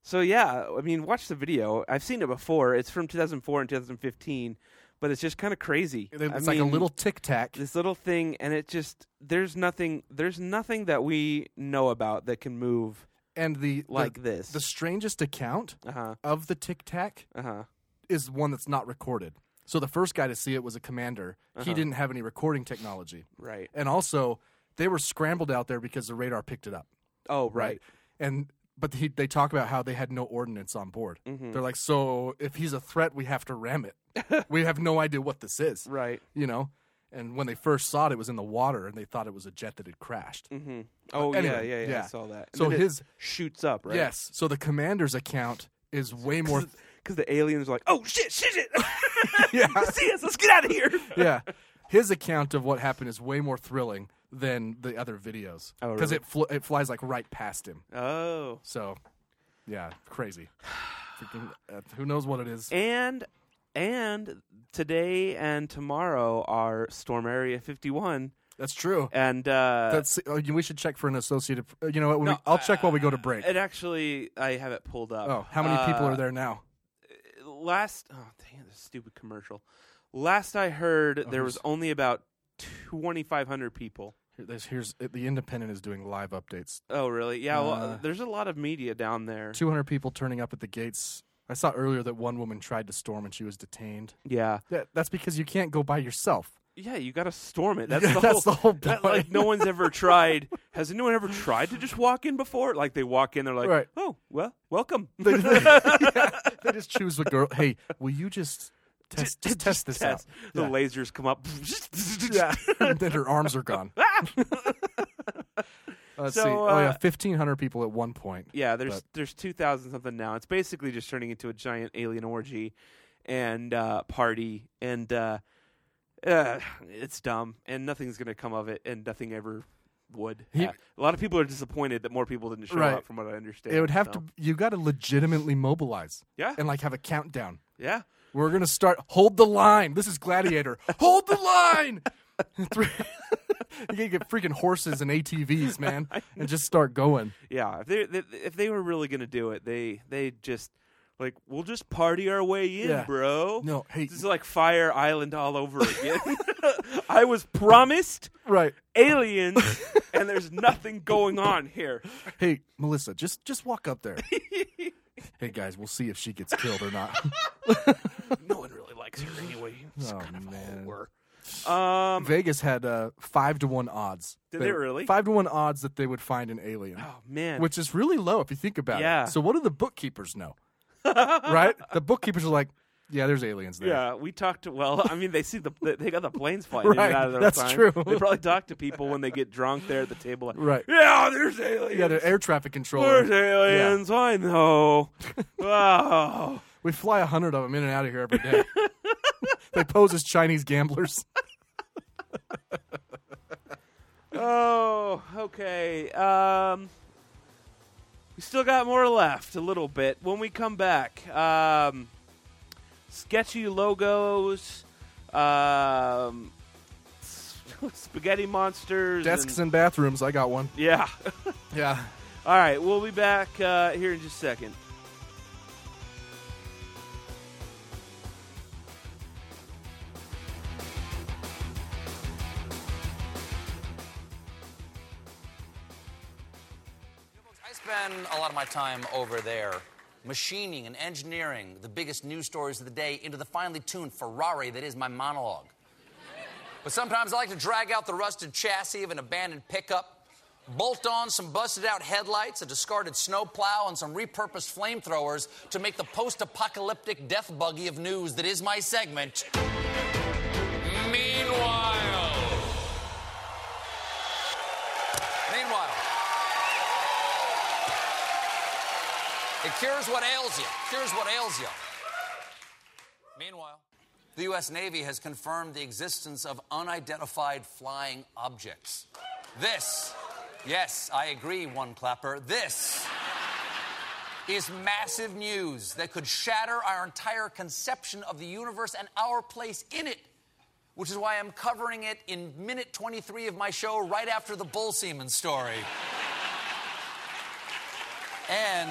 Speaker 8: So yeah, I mean, watch the video. I've seen it before. It's from 2004 and 2015, but it's just kind of crazy.
Speaker 6: It- it's like a little tic tac.
Speaker 8: This little thing, and it just there's nothing there's nothing that we know about that can move.
Speaker 6: And the
Speaker 8: like
Speaker 6: the,
Speaker 8: this.
Speaker 6: the strangest account of the tic tac
Speaker 8: uh-huh.
Speaker 6: is one that's not recorded. So the first guy to see it was a commander.
Speaker 8: Uh-huh.
Speaker 6: He didn't have any recording technology.
Speaker 8: Right.
Speaker 6: And also, they were scrambled out there because the radar picked it up.
Speaker 8: Oh, right.
Speaker 6: And but he, they talk about how they had no ordnance on board.
Speaker 8: Mhm.
Speaker 6: They're like, so if he's a threat, we have to ram it. we have no idea what this is.
Speaker 8: Right.
Speaker 6: You know. And when they first saw it, it was in the water, and they thought it was a jet that had crashed.
Speaker 8: Mm-hmm. Oh
Speaker 6: But
Speaker 8: yeah,
Speaker 6: Uh, anyway,
Speaker 8: yeah, yeah, I saw that. And
Speaker 6: So
Speaker 8: then it
Speaker 6: his
Speaker 8: shoots up, right?
Speaker 6: yes. So the commander's account is way more.
Speaker 8: Because the aliens are like, oh shit, shit, shit. yeah. See us. Let's get out of here.
Speaker 6: yeah. His account of what happened is way more thrilling than the other videos.
Speaker 8: Oh,
Speaker 6: Because
Speaker 8: really?
Speaker 6: it, fl- it flies like right past him.
Speaker 8: Oh.
Speaker 6: So, yeah, crazy. Freaking, uh, who knows what it is?
Speaker 8: And and today and tomorrow are Storm Area 51.
Speaker 6: That's true.
Speaker 8: And uh,
Speaker 6: That's, uh, we should check for an associated. uh, You know what? we- I'll check while we go to break.
Speaker 8: uh, it actually I have it pulled up.
Speaker 6: oh, how many people
Speaker 8: Uh,
Speaker 6: are there now?
Speaker 8: Last oh dang this stupid commercial. Last I
Speaker 6: Oh,
Speaker 8: heard, there was only about 2,500 people.
Speaker 6: Here, there's, here's uh, the Independent is doing live updates.
Speaker 8: Oh really? Yeah. well,
Speaker 6: Uh,
Speaker 8: there's a lot of media down there.
Speaker 6: 200 people turning up at the gates. I saw earlier that one woman tried to storm and she was detained.
Speaker 8: Yeah.
Speaker 6: That, that's because you can't go by yourself.
Speaker 8: Yeah, you gotta storm it. That's
Speaker 6: Yeah,
Speaker 8: the whole.
Speaker 6: that's the whole
Speaker 8: that,
Speaker 6: point.
Speaker 8: like no one's ever tried. Has anyone ever tried to just walk in before? Like they walk in, they're like,
Speaker 6: Right.
Speaker 8: "Oh, well, welcome."
Speaker 6: They, yeah, they just choose a girl. Hey, will you just test, just test this
Speaker 8: Test.
Speaker 6: out?
Speaker 8: The
Speaker 6: Yeah.
Speaker 8: lasers come up.
Speaker 6: yeah. and then her arms are gone. Let's
Speaker 8: So,
Speaker 6: see. Oh yeah,
Speaker 8: uh,
Speaker 6: fifteen hundred people at one point.
Speaker 8: Yeah, there's
Speaker 6: But-
Speaker 8: there's two thousand something now. It's basically just turning into a giant alien orgy and uh, party, and uh, uh, it's dumb, and nothing's gonna come of it, and nothing ever would.
Speaker 6: He-
Speaker 8: ha- a lot of people are disappointed that more people didn't show
Speaker 6: Right.
Speaker 8: up, from what I understand.
Speaker 6: it would have
Speaker 8: so.
Speaker 6: to. You got to legitimately mobilize.
Speaker 8: Yeah.
Speaker 6: And like have a countdown.
Speaker 8: Yeah.
Speaker 6: We're gonna start. Hold the line. This is Gladiator. hold the line. Three- you gotta get freaking horses and ATVs, man, and just start going.
Speaker 8: Yeah, if they, they if they were really gonna do it, they they just like we'll just party our way in,
Speaker 6: Yeah.
Speaker 8: bro.
Speaker 6: No, hey-
Speaker 8: this is like Fire Island all over again. I was promised
Speaker 6: Right.
Speaker 8: aliens, and there's nothing going on here.
Speaker 6: Hey, Melissa, just just walk up there. hey guys, we'll see if she gets killed or not.
Speaker 8: No one really likes her anyway. It's
Speaker 6: Oh,
Speaker 8: kind of
Speaker 6: man.
Speaker 8: a horror. Um,
Speaker 6: Vegas had uh, five to one odds.
Speaker 8: Did they really?
Speaker 6: Five to one odds that they would find an alien.
Speaker 8: oh man,
Speaker 6: Which is really low if you think about
Speaker 8: Yeah.
Speaker 6: it. So what do the bookkeepers know? right? The bookkeepers are like, yeah, there's aliens there.
Speaker 8: Yeah, we talked. to- Well, I mean, they see the they got the planes flying in
Speaker 6: Right,
Speaker 8: and out of there.
Speaker 6: that's
Speaker 8: all the
Speaker 6: true.
Speaker 8: time. They probably talk to people when they get drunk there at the table. Like,
Speaker 6: Right.
Speaker 8: Yeah, there's aliens.
Speaker 6: Yeah, the air traffic controller.
Speaker 8: There's aliens. I know. wow.
Speaker 6: We fly a hundred of them in and out of here every day. they pose as Chinese gamblers.
Speaker 8: Oh, okay. Um, we still got more left, a little bit. When we come back, um, sketchy logos, um, spaghetti monsters,
Speaker 6: Desks and bathrooms. I got one.
Speaker 8: yeah.
Speaker 6: Yeah.
Speaker 8: All right, we'll be back uh, here in just a second.
Speaker 12: I spend a lot of my time over there machining and engineering the biggest news stories of the day into the finely tuned Ferrari that is my monologue. But sometimes I like to drag out the rusted chassis of an abandoned pickup, bolt on some busted out headlights, a discarded snowplow, and some repurposed flamethrowers to make the post apocalyptic death buggy of news that is my segment. Meanwhile. Meanwhile. It cures what ails you. Cures what ails you. Meanwhile, the U.S. Navy has confirmed the existence of unidentified flying objects. This, yes, I agree, one clapper, this is massive news that could shatter our entire conception of the universe and our place in it. which is why I'm covering it in minute 23 of my show right after the bull semen story. and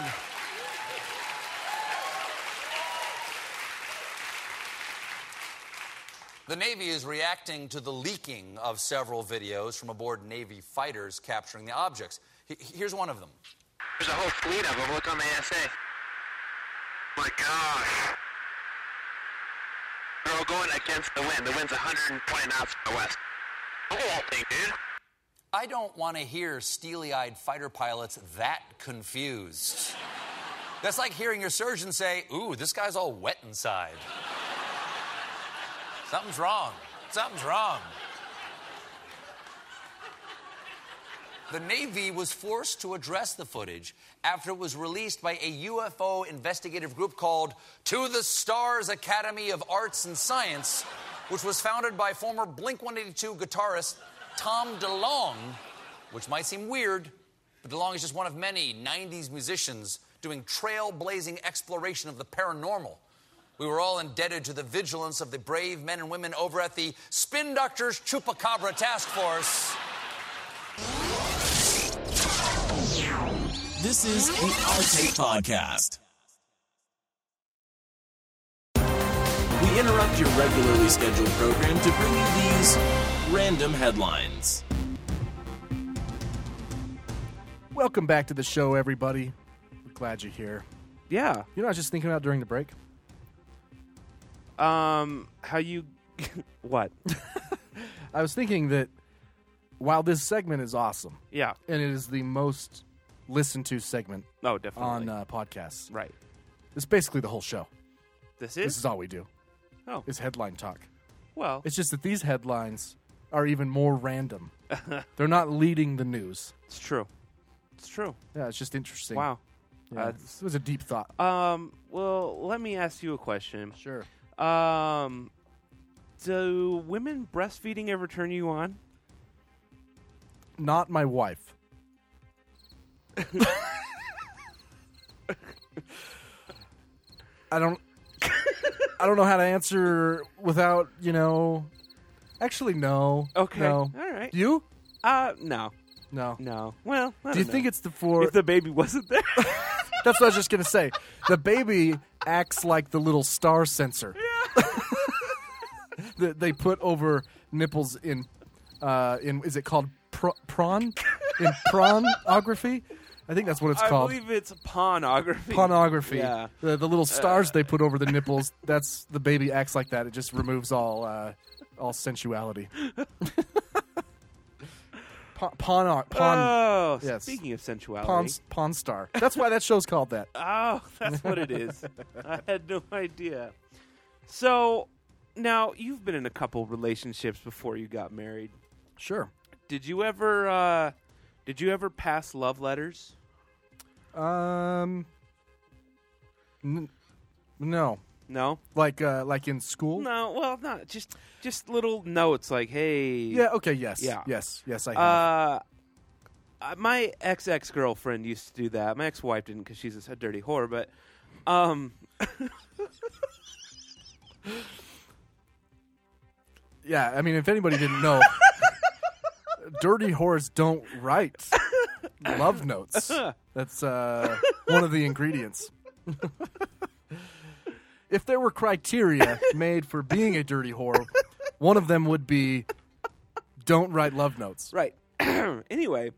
Speaker 12: the Navy is reacting to the leaking of several videos from aboard Navy fighters capturing the objects. He- Here's one of them.
Speaker 13: There's a whole fleet of them. Look on the ASA. My gosh. They're all going against the wind. The wind's 120 knots to the west. Look at that thing, dude.
Speaker 12: I don't want to hear steely eyed fighter pilots that confused. That's like hearing your surgeon say, Ooh, this guy's all wet inside. Something's wrong. Something's wrong. The Navy was forced to address the footage after it was released by a UFO investigative group called To the Stars Academy of Arts and Science, which was founded by former Blink 182 guitarist Tom DeLong, which might seem weird, but DeLong is just one of many 90s musicians doing trailblazing exploration of the paranormal. We were all indebted to the vigilance of the brave men and women over at the Spin Doctors Chupacabra Task Force.
Speaker 4: This is the Our Take Podcast. We interrupt your regularly scheduled program to bring you these random headlines.
Speaker 6: Welcome back to the show, everybody. We're glad you're here.
Speaker 8: Yeah.
Speaker 6: You know, I was just thinking about during the break.
Speaker 8: Um, how you? what?
Speaker 6: I was thinking that while this segment is awesome,
Speaker 8: Yeah.
Speaker 6: and it is the most listened to segment.
Speaker 8: Oh, definitely.
Speaker 6: on uh, podcasts.
Speaker 8: Right.
Speaker 6: It's basically the whole show.
Speaker 8: This is?
Speaker 6: This is all we do.
Speaker 8: Oh.
Speaker 6: It's headline talk.
Speaker 8: Well.
Speaker 6: It's just that these headlines are even more random. They're not leading the news.
Speaker 8: It's true. It's true.
Speaker 6: Yeah, it's just interesting.
Speaker 8: Wow.
Speaker 6: Yeah,
Speaker 8: Uh,
Speaker 6: this was a deep thought.
Speaker 8: Um, well, let me ask you a question.
Speaker 6: Sure.
Speaker 8: Um, do women breastfeeding ever turn you on?
Speaker 6: Not my wife. I don't. I don't know how to answer without you know. Actually, no.
Speaker 8: Okay.
Speaker 6: No.
Speaker 8: All right.
Speaker 6: You?
Speaker 8: Uh, no.
Speaker 6: No.
Speaker 8: No. Well, I
Speaker 6: do you
Speaker 8: don't
Speaker 6: think
Speaker 8: know.
Speaker 6: it's the for
Speaker 8: If the baby wasn't there?
Speaker 6: That's what I was just gonna say. The baby acts like the little star sensor that they put over nipples in. Uh, in is it called pr- prawn? In prawnography, I think that's what it's
Speaker 8: I
Speaker 6: called.
Speaker 8: believe it's pornography.
Speaker 6: Pornography.
Speaker 8: Yeah. Uh.
Speaker 6: The, the little stars they put over the nipples. That's the baby acts like that. It just removes all uh, all sensuality. Pa- Pawn. Pawn.
Speaker 8: Oh,
Speaker 6: yes.
Speaker 8: speaking of sensuality.
Speaker 6: Pawn, pawn star. That's why that show's called that.
Speaker 8: Oh, that's what it is. I had no idea. So now you've been in a couple relationships before you got married.
Speaker 6: Sure.
Speaker 8: Did you ever uh did you ever pass love letters?
Speaker 6: Um, n- no,
Speaker 8: No?
Speaker 6: like uh, like in school.
Speaker 8: No, well not just just little notes like hey
Speaker 6: Yeah. Okay. Yes.
Speaker 8: Yeah.
Speaker 6: Yes. Yes. I. Have.
Speaker 8: Uh, uh, my ex ex girlfriend used to do that. My ex wife didn't because she's a dirty whore. But, um,
Speaker 6: yeah. I mean, if anybody didn't know, dirty whores don't write love notes. That's uh, one of the ingredients. if there were criteria made for being a dirty whore, one of them would be don't write love notes.
Speaker 8: right. anyway,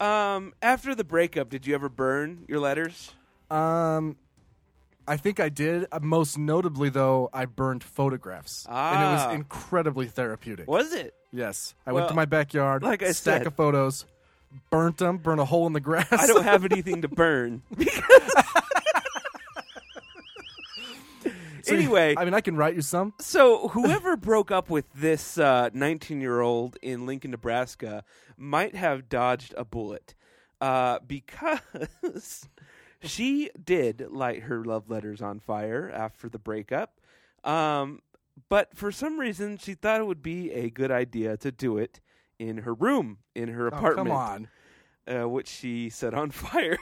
Speaker 8: um, after the breakup, did you ever burn your letters?
Speaker 6: Um, I think I did. Uh, Most notably, though, I burned photographs, and it
Speaker 8: Ah.
Speaker 6: was incredibly therapeutic.
Speaker 8: Was it?
Speaker 6: Yes, I went
Speaker 8: Well,
Speaker 6: to my backyard,
Speaker 8: like I
Speaker 6: stack
Speaker 8: said-
Speaker 6: of photos, burnt them, burnt a hole in the grass.
Speaker 8: I don't have anything to burn.
Speaker 6: So you-
Speaker 8: anyway,
Speaker 6: I mean, I can write you some.
Speaker 8: so whoever broke up with this 19 year old in Lincoln, Nebraska, might have dodged a bullet uh, because she did light her love letters on fire after the breakup. Um, but for some reason, she thought it would be a good idea to do it in her room, in her
Speaker 6: Oh, come
Speaker 8: apartment.
Speaker 6: on.
Speaker 8: Uh, which she set on fire.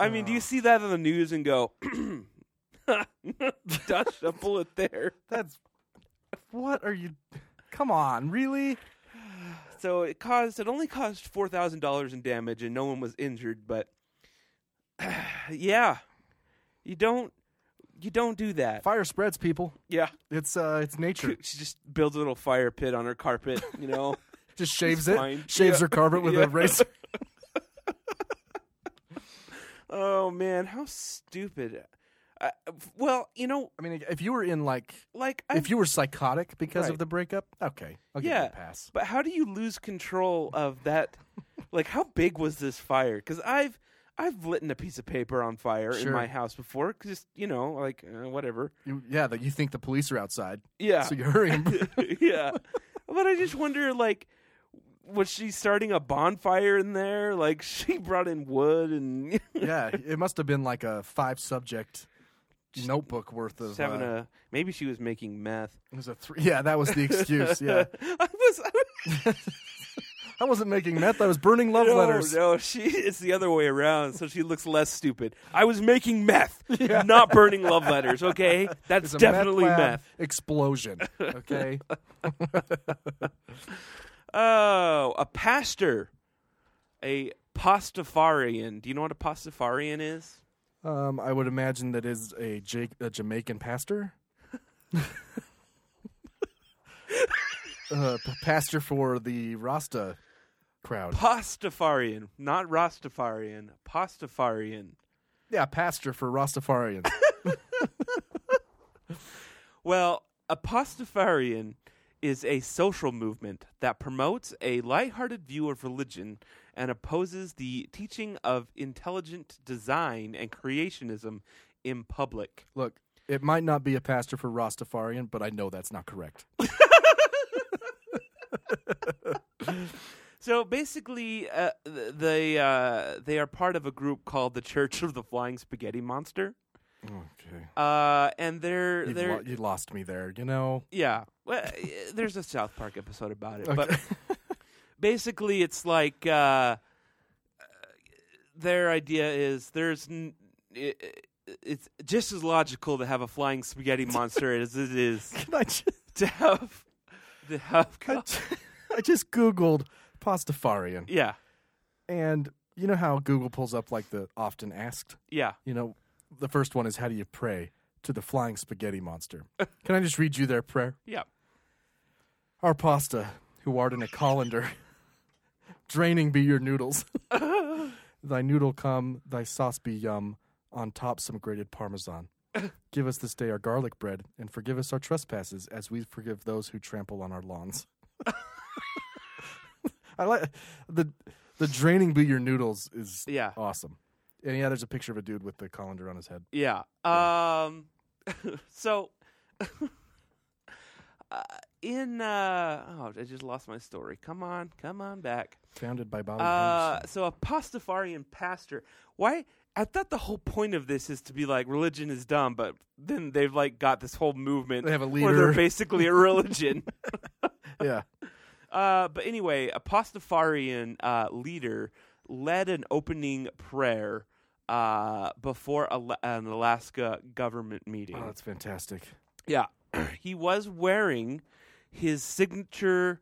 Speaker 8: I mean, do you see that on the news and go, dodged a bullet there?
Speaker 6: That's What are you? Come on, really?
Speaker 8: So it caused it only caused four thousand dollars in damage, and no one was injured. But yeah, you don't you don't do that.
Speaker 6: Fire spreads, people.
Speaker 8: Yeah,
Speaker 6: it's uh, it's nature.
Speaker 8: she just builds a little fire pit on her carpet. You know,
Speaker 6: Just shaves
Speaker 8: It's
Speaker 6: it,
Speaker 8: fine.
Speaker 6: shaves
Speaker 8: Yeah.
Speaker 6: her carpet with
Speaker 8: Yeah.
Speaker 6: a razor.
Speaker 8: oh man, how stupid! I, well, you know,
Speaker 6: I mean, if you were in like,
Speaker 8: like
Speaker 6: if you were psychotic because
Speaker 8: Right.
Speaker 6: of the breakup, okay, I'll give you
Speaker 8: yeah,
Speaker 6: a pass.
Speaker 8: but how do you lose control of that? like, how big was this fire? Because I've I've lit a piece of paper on fire in
Speaker 6: Sure.
Speaker 8: my house before. 'cause Just you know, like uh, whatever.
Speaker 6: You, yeah, that you think the police are outside.
Speaker 8: Yeah.
Speaker 6: so you hurry 'em.
Speaker 8: yeah. But I just wonder, like, was she starting a bonfire in there? Like, she brought in wood and
Speaker 6: yeah, it must have been like a five subject notebook worth of.
Speaker 8: just having
Speaker 6: uh,
Speaker 8: a. Maybe she was making meth.
Speaker 6: It was a three. Yeah, that was the excuse. Yeah,
Speaker 8: I was.
Speaker 6: I wasn't making meth. I was burning love
Speaker 8: no,
Speaker 6: letters.
Speaker 8: no, she. It's the other way around, so she looks less stupid. I was making meth, not burning love letters. Okay, that's
Speaker 6: It's a
Speaker 8: definitely
Speaker 6: meth, lab
Speaker 8: meth.
Speaker 6: explosion. Okay,
Speaker 8: Oh, a pastor, a pastafarian. Do you know what a pastafarian is?
Speaker 6: um, I would imagine that is a, Ja- a Jamaican pastor. uh, p- pastor for the Rasta crowd.
Speaker 8: Pastafarian, not Rastafarian. Pastafarian.
Speaker 6: Yeah, pastor for Rastafarians.
Speaker 8: Well, a Pastafarian is a social movement that promotes a lighthearted view of religion and opposes the teaching of intelligent design and creationism in public.
Speaker 6: Look, it might not be a pastor for Rastafarian, but I know that's not correct.
Speaker 8: So basically, uh, th- they uh, they are part of a group called the Church of the Flying Spaghetti Monster,
Speaker 6: Okay,
Speaker 8: uh, and they're
Speaker 6: You've
Speaker 8: they're
Speaker 6: lo- you lost me there. You know.
Speaker 8: Yeah. Well, eh, there's a South Park episode about it.
Speaker 6: Okay.
Speaker 8: But basically, it's like uh, uh, their idea is there's. N- i i- it's just as logical to have a flying spaghetti monster as it is
Speaker 6: Can I just,
Speaker 8: to have. To have
Speaker 6: I ju- I just Googled Pastafarian.
Speaker 8: yeah.
Speaker 6: And you know how Google pulls up like the often asked?
Speaker 8: Yeah.
Speaker 6: You know, the first one is how do you pray to the flying spaghetti monster? Can I just read you their prayer?
Speaker 8: Yeah.
Speaker 6: Our pasta, who art in a colander, draining be your noodles. thy noodle come, thy sauce be yum, on top some grated parmesan. Give us this day our garlic bread, and forgive us our trespasses as we forgive those who trample on our lawns. I like the the draining be your noodles is
Speaker 8: Yeah.
Speaker 6: awesome. And yeah, there's a picture of a dude with the colander on his head.
Speaker 8: Yeah. Um. so, uh, in uh, oh, I just lost my story. Come on, come on back.
Speaker 6: Founded by Bobby
Speaker 8: Uh,
Speaker 6: Henderson.
Speaker 8: so a Pastafarian pastor. Why? I thought the whole point of this is to be like religion is dumb, but then they've like got this whole movement.
Speaker 6: They have a
Speaker 8: where they're
Speaker 6: leader.
Speaker 8: basically a religion.
Speaker 6: Yeah.
Speaker 8: Uh, but anyway, a Pastafarian uh, leader led an opening prayer uh, before Ala- an Alaska government meeting.
Speaker 6: Oh, that's fantastic.
Speaker 8: yeah, he was wearing his signature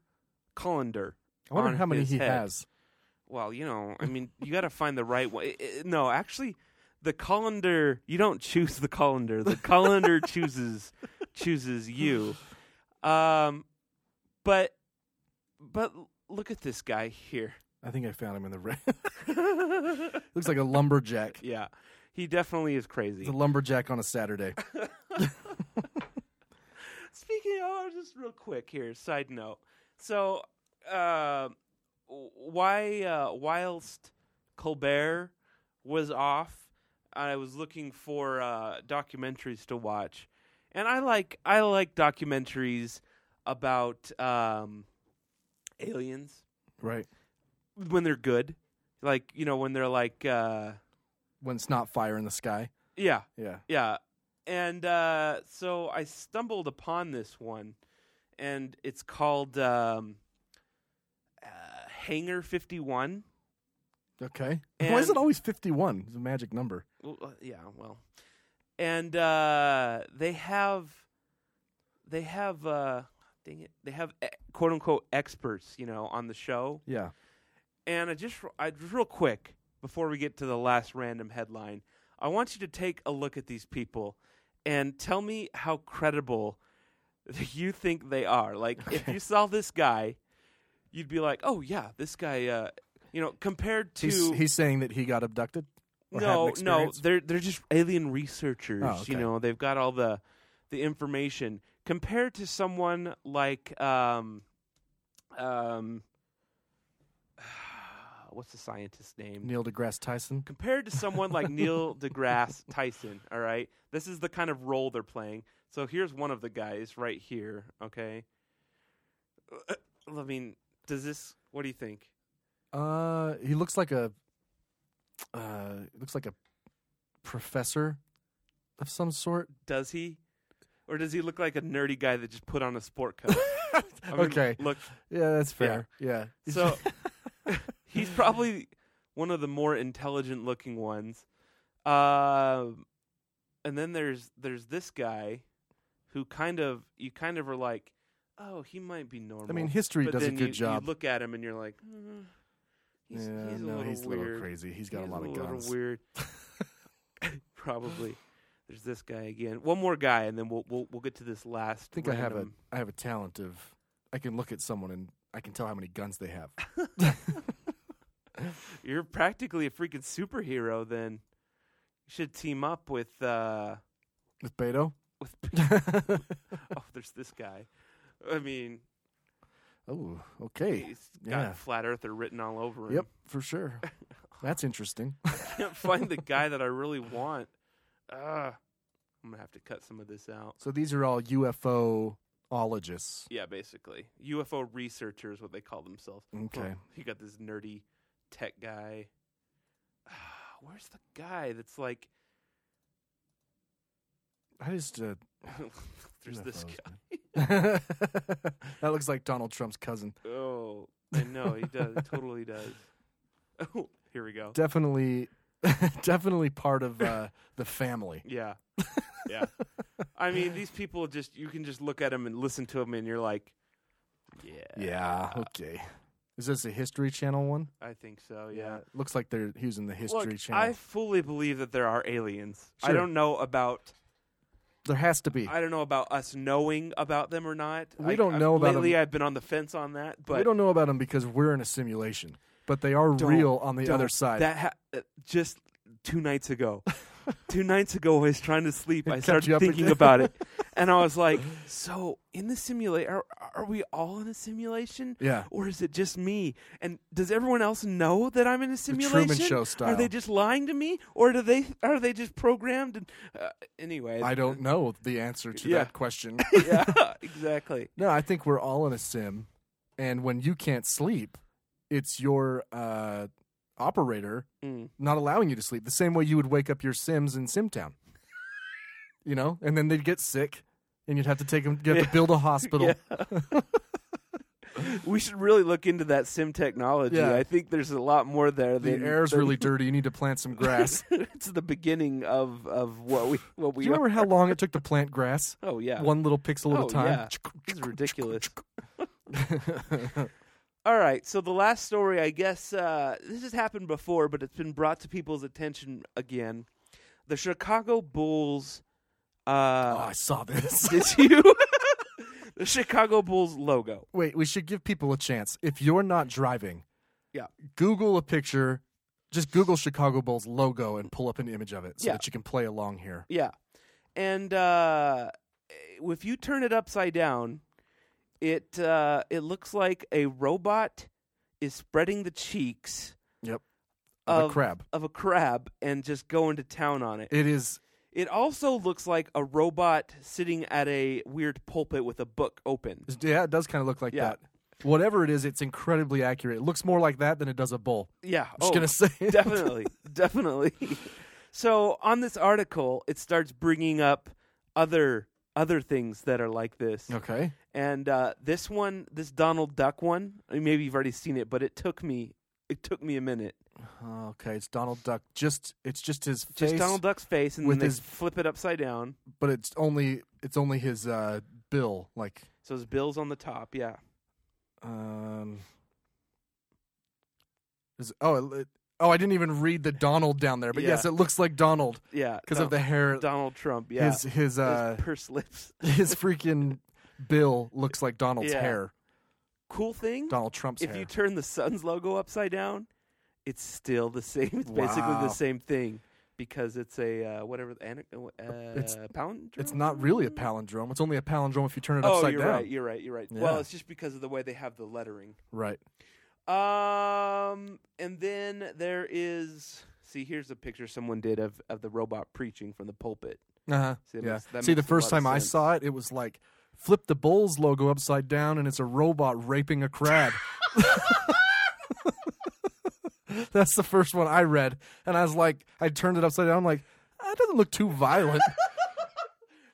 Speaker 8: colander.
Speaker 6: I wonder
Speaker 8: on
Speaker 6: how many
Speaker 8: his
Speaker 6: he
Speaker 8: head.
Speaker 6: has.
Speaker 8: Well, you know, I mean, you got to find the right one. I- I- no, actually, the colander. You don't choose the colander. The colander chooses chooses you. Um, but but look at this guy here.
Speaker 6: I think I found him in the ra- Looks like a lumberjack.
Speaker 8: Yeah, he definitely is crazy.
Speaker 6: The lumberjack on a Saturday.
Speaker 8: Speaking of, just real quick here, side note. So, uh, w- why, uh, whilst Colbert was off, I was looking for uh, documentaries to watch, and I like I like documentaries about um, aliens
Speaker 6: Right.
Speaker 8: when they're good, like you know when they're like uh,
Speaker 6: When it's not fire in the sky.
Speaker 8: yeah,
Speaker 6: Yeah.
Speaker 8: yeah. And uh, so I stumbled upon this one, and it's called um, uh, Hanger 51.
Speaker 6: Okay. Why is it
Speaker 8: And-
Speaker 6: always 51? It's a magic number.
Speaker 8: Well, uh, yeah, well. And uh, they have, they have, uh, dang it, they have eh, quote unquote experts, you know, on the show.
Speaker 6: Yeah.
Speaker 8: And I just, I just real quick before we get to the last random headline, I want you to take a look at these people and tell me how credible you think they are. Like, if you saw this guy, you'd be like, "Oh yeah, this guy." Uh, you know, compared to
Speaker 6: He's, he's saying that he got abducted. Or had an
Speaker 8: no, no,
Speaker 6: experience?
Speaker 8: they're they're just alien researchers.
Speaker 6: Oh, okay.
Speaker 8: You know, they've got all the the information compared to someone like um um what's the scientist's name?
Speaker 6: Neil deGrasse Tyson.
Speaker 8: compared to someone like Neil deGrasse Tyson, all right? This is the kind of role they're playing. So here's one of the guys right here, okay? Uh, I mean, does this what do you think?
Speaker 6: Uh, he looks like a uh, looks like a professor of some sort.
Speaker 8: Does he? Or does he look like a nerdy guy that just put on a sport coat? I mean,
Speaker 6: okay,
Speaker 8: Look,
Speaker 6: yeah, that's fair. Yeah.
Speaker 8: So he's probably one of the more intelligent looking ones. Um and then there's there's this guy who kind of you kind of are like, oh, he might be normal.
Speaker 6: history
Speaker 8: But
Speaker 6: does a
Speaker 8: then
Speaker 6: good
Speaker 8: you,
Speaker 6: job.
Speaker 8: You look at him and you're like, "Mm, he's,
Speaker 6: Yeah,
Speaker 8: he's a
Speaker 6: no,
Speaker 8: little
Speaker 6: he's a
Speaker 8: weird.
Speaker 6: little crazy. He's got a
Speaker 8: He's
Speaker 6: lot of
Speaker 8: little
Speaker 6: guns."
Speaker 8: Weird, probably. There's this guy again. One more guy, and then we'll we'll, we'll get to this last.
Speaker 6: I think I have a
Speaker 8: random-
Speaker 6: I have a talent of I can look at someone and I can tell how many guns they have.
Speaker 8: You're practically a freaking superhero. Then you should team up with. uh
Speaker 6: With Beto.
Speaker 8: with oh, there's this guy. I mean,
Speaker 6: Oh, okay.
Speaker 8: he's got
Speaker 6: Yeah.
Speaker 8: flat earther written all over him.
Speaker 6: Yep, for sure. That's interesting.
Speaker 8: Can't find the guy that I really want. Ugh. I'm gonna have to cut some of this out.
Speaker 6: So these are all UFOologists.
Speaker 8: Yeah, basically, UFO researchers, what they call themselves.
Speaker 6: Okay.
Speaker 8: you got this nerdy tech guy. Ah, Where's the guy that's like?
Speaker 6: I just uh,
Speaker 8: there's this
Speaker 6: UFOs,
Speaker 8: guy.
Speaker 6: man. that looks like Donald Trump's cousin.
Speaker 8: Oh, I know he does. totally does. Oh, here we go.
Speaker 6: Definitely, definitely part of uh, the family.
Speaker 8: Yeah. Yeah. I mean, these people just, you can just look at them and listen to them, and you're like, yeah.
Speaker 6: Yeah. Okay. Is this a History Channel one?
Speaker 8: I think so, yeah.
Speaker 6: Looks like they're he was in the History
Speaker 8: Look,
Speaker 6: Channel.
Speaker 8: I fully believe that there are aliens. I
Speaker 6: Sure.
Speaker 8: don't know about.
Speaker 6: there has to be.
Speaker 8: I don't know about us knowing about them or not.
Speaker 6: We
Speaker 8: I-
Speaker 6: don't
Speaker 8: I've-
Speaker 6: know about
Speaker 8: Lately,
Speaker 6: 'em.
Speaker 8: I've been on the fence on that, but
Speaker 6: we don't know about them because we're in a simulation, but they are
Speaker 8: Don't-
Speaker 6: real on the
Speaker 8: don't.
Speaker 6: other side.
Speaker 8: That ha- uh, just two nights ago. two nights ago, I was trying to sleep. I
Speaker 6: kept
Speaker 8: started
Speaker 6: you up
Speaker 8: thinking
Speaker 6: again.
Speaker 8: about it, and I was like, "So, in the simulation, are, are we all in a simulation?
Speaker 6: Yeah.
Speaker 8: or is it just me? And does everyone else know that I'm in
Speaker 6: Truman
Speaker 8: a simulation?
Speaker 6: Show
Speaker 8: Are they
Speaker 6: style.
Speaker 8: just lying to me, or do they are they just programmed? And uh, anyway,
Speaker 6: I don't know the answer to
Speaker 8: Yeah.
Speaker 6: that question.
Speaker 8: yeah, exactly.
Speaker 6: no, I think we're all in a sim, and when you can't sleep, it's your uh, operator
Speaker 8: Mm.
Speaker 6: not allowing you to sleep. The same way you would wake up your Sims in Simtown, you know, and then they'd get sick, and you'd have to take them. You have
Speaker 8: Yeah.
Speaker 6: to build a hospital.
Speaker 8: We should really look into that sim technology.
Speaker 6: Yeah.
Speaker 8: I think there's a lot more there.
Speaker 6: The
Speaker 8: than-
Speaker 6: air's
Speaker 8: than-
Speaker 6: really dirty. You need to plant some grass.
Speaker 8: it's the beginning of of what we what
Speaker 6: Do
Speaker 8: we
Speaker 6: you remember how
Speaker 8: are.
Speaker 6: long it took to plant grass?
Speaker 8: Oh yeah,
Speaker 6: One little pixel at
Speaker 8: Oh,
Speaker 6: a time.
Speaker 8: yeah. It's ridiculous. All right, so the last story, I guess uh, this has happened before, but it's been brought to people's attention again. The Chicago Bulls. Uh,
Speaker 6: Oh, I saw this.
Speaker 8: Did you? the Chicago Bulls logo.
Speaker 6: Wait, we should give people a chance. If you're not driving,
Speaker 8: Yeah.
Speaker 6: Google a picture. Just Google Chicago Bulls logo and pull up an image of it so
Speaker 8: Yeah.
Speaker 6: that you can play along here.
Speaker 8: Yeah. And uh, if you turn it upside down, it uh, it looks like a robot is spreading the cheeks
Speaker 6: Yep. Of a
Speaker 8: Um,
Speaker 6: crab.
Speaker 8: of a crab and just going to town on it.
Speaker 6: It is
Speaker 8: It also looks like a robot sitting at a weird pulpit with a book open.
Speaker 6: yeah, it does kind of look like
Speaker 8: Yeah.
Speaker 6: that. Whatever it is, it's incredibly accurate. It looks more like that than it does a bull.
Speaker 8: Yeah, Oh,
Speaker 6: I'm just gonna say it.
Speaker 8: definitely, definitely. So on this article, it starts bringing up other other things that are like this.
Speaker 6: Okay.
Speaker 8: And uh, this one, this Donald Duck one, I mean, maybe you've already seen it, but it took me it took me a minute.
Speaker 6: Oh, Okay, it's Donald Duck. Just it's just his face,
Speaker 8: Just Donald Duck's face, and
Speaker 6: with
Speaker 8: then they
Speaker 6: his-
Speaker 8: flip it upside down.
Speaker 6: but it's only it's only his uh, bill. Like
Speaker 8: So his bill's on the top. Yeah.
Speaker 6: Um. is- oh, it, oh! I didn't even read the Donald down there, but
Speaker 8: Yeah.
Speaker 6: yes, it looks like Donald.
Speaker 8: Yeah.
Speaker 6: because of the
Speaker 8: Don-
Speaker 6: hair.
Speaker 8: Donald Trump. Yeah.
Speaker 6: his his uh
Speaker 8: purse lips.
Speaker 6: his freaking bill looks like Donald's
Speaker 8: Yeah.
Speaker 6: hair.
Speaker 8: Cool thing.
Speaker 6: Donald Trump's
Speaker 8: if
Speaker 6: hair.
Speaker 8: you turn the Suns logo upside down, it's still the same. It's basically
Speaker 6: Wow.
Speaker 8: the same thing because it's a uh, whatever. the ana- Uh,
Speaker 6: It's-
Speaker 8: palindrome.
Speaker 6: It's not really a palindrome. It's only a palindrome if you turn it
Speaker 8: oh,
Speaker 6: upside
Speaker 8: you're
Speaker 6: down.
Speaker 8: right. You're right. You're right.
Speaker 6: Yeah.
Speaker 8: Well, it's just because of the way they have the lettering.
Speaker 6: Right.
Speaker 8: Um, and then there is. See, here's a picture someone did of, of the robot preaching from the pulpit.
Speaker 6: Uh-huh.
Speaker 8: See, it
Speaker 6: yeah.
Speaker 8: makes- that
Speaker 6: See, the
Speaker 8: makes a
Speaker 6: first
Speaker 8: lot of
Speaker 6: time I
Speaker 8: sense.
Speaker 6: saw it, it was like flip the Bulls logo upside down, and it's a robot raping a crab. That's the first one I read, and I was like, I turned it upside down. I'm like, that doesn't look too violent.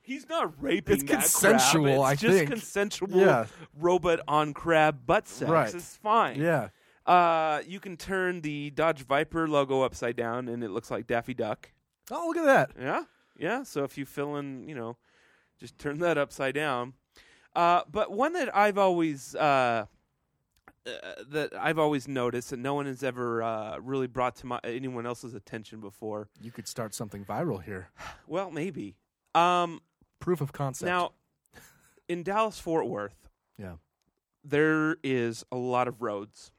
Speaker 8: He's not raping.
Speaker 6: It's
Speaker 8: that crab.
Speaker 6: consensual,
Speaker 8: It's
Speaker 6: I
Speaker 8: just
Speaker 6: think.
Speaker 8: consensual.
Speaker 6: Yeah.
Speaker 8: Robot on crab butt sex.
Speaker 6: Right.
Speaker 8: It's fine.
Speaker 6: Yeah.
Speaker 8: Uh, you can turn the Dodge Viper logo upside down, and it looks like Daffy Duck.
Speaker 6: Oh, look at that.
Speaker 8: Yeah, yeah. So if you fill in, you know, just turn that upside down. Uh, but one that I've always uh, uh, that I've always noticed, and no one has ever uh, really brought to my anyone else's attention before.
Speaker 6: You could start something viral here.
Speaker 8: Well, maybe. Um,
Speaker 6: Proof of concept.
Speaker 8: now, in Dallas Fort Worth,
Speaker 6: Yeah.
Speaker 8: there is a lot of roads.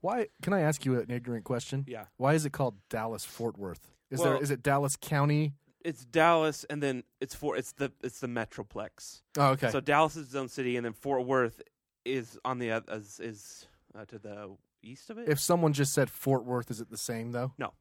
Speaker 6: Why? Can I ask you an ignorant question?
Speaker 8: Yeah.
Speaker 6: Why is it called Dallas Fort Worth? Is there
Speaker 8: Well-
Speaker 6: is it Dallas County?
Speaker 8: It's Dallas, and then it's for it's the it's the metroplex.
Speaker 6: Oh, okay.
Speaker 8: So Dallas is its own city, and then Fort Worth is on the oth- is is uh, to the east of it.
Speaker 6: If someone just said Fort Worth, is it the same though?
Speaker 8: no,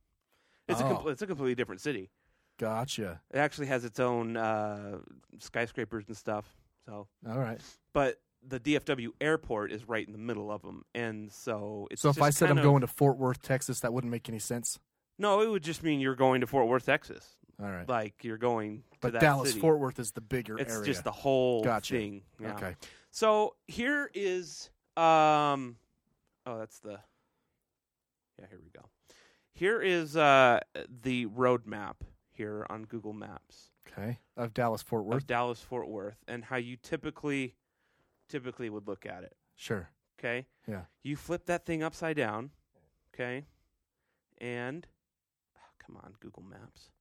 Speaker 8: it's
Speaker 6: Oh.
Speaker 8: a compl- it's a completely different city.
Speaker 6: Gotcha.
Speaker 8: It actually has its own uh, skyscrapers and stuff. So
Speaker 6: All right.
Speaker 8: but the DFW airport is right in the middle of them, and so it's
Speaker 6: so if I
Speaker 8: just
Speaker 6: said I'm
Speaker 8: kind of-
Speaker 6: going to Fort Worth, Texas, that wouldn't make any sense.
Speaker 8: no, it would just mean you're going to Fort Worth, Texas.
Speaker 6: All right.
Speaker 8: like you're going to
Speaker 6: But
Speaker 8: that
Speaker 6: Dallas
Speaker 8: city.
Speaker 6: Fort Worth is the bigger
Speaker 8: it's
Speaker 6: area.
Speaker 8: just the whole
Speaker 6: Gotcha.
Speaker 8: thing. yeah.
Speaker 6: Okay.
Speaker 8: So here is um oh that's the Yeah, here we go. Here is uh the road map here on Google Maps
Speaker 6: Okay. Of Dallas Fort Worth.
Speaker 8: of Dallas Fort Worth and how you typically typically would look at it.
Speaker 6: Sure.
Speaker 8: Okay?
Speaker 6: Yeah.
Speaker 8: You flip that thing upside down, okay? And oh, come on, Google Maps.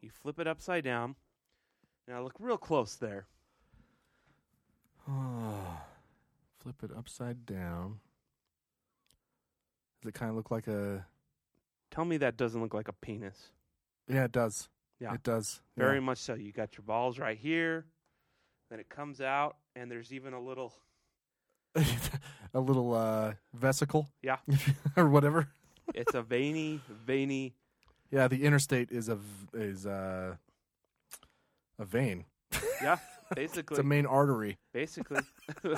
Speaker 8: You flip it upside down. Now look real close there.
Speaker 6: Flip it upside down. Does it kind of look like a?
Speaker 8: Tell me that doesn't look like a penis.
Speaker 6: Yeah, it does.
Speaker 8: Yeah.
Speaker 6: It does.
Speaker 8: Very
Speaker 6: Yeah.
Speaker 8: much so. You got your balls right here. Then it comes out, and there's even a little.
Speaker 6: a little uh, vesicle.
Speaker 8: Yeah.
Speaker 6: or whatever.
Speaker 8: It's a veiny, veiny.
Speaker 6: Yeah, the interstate is a v- is uh, a vein.
Speaker 8: Yeah, basically.
Speaker 6: it's a main artery.
Speaker 8: Basically.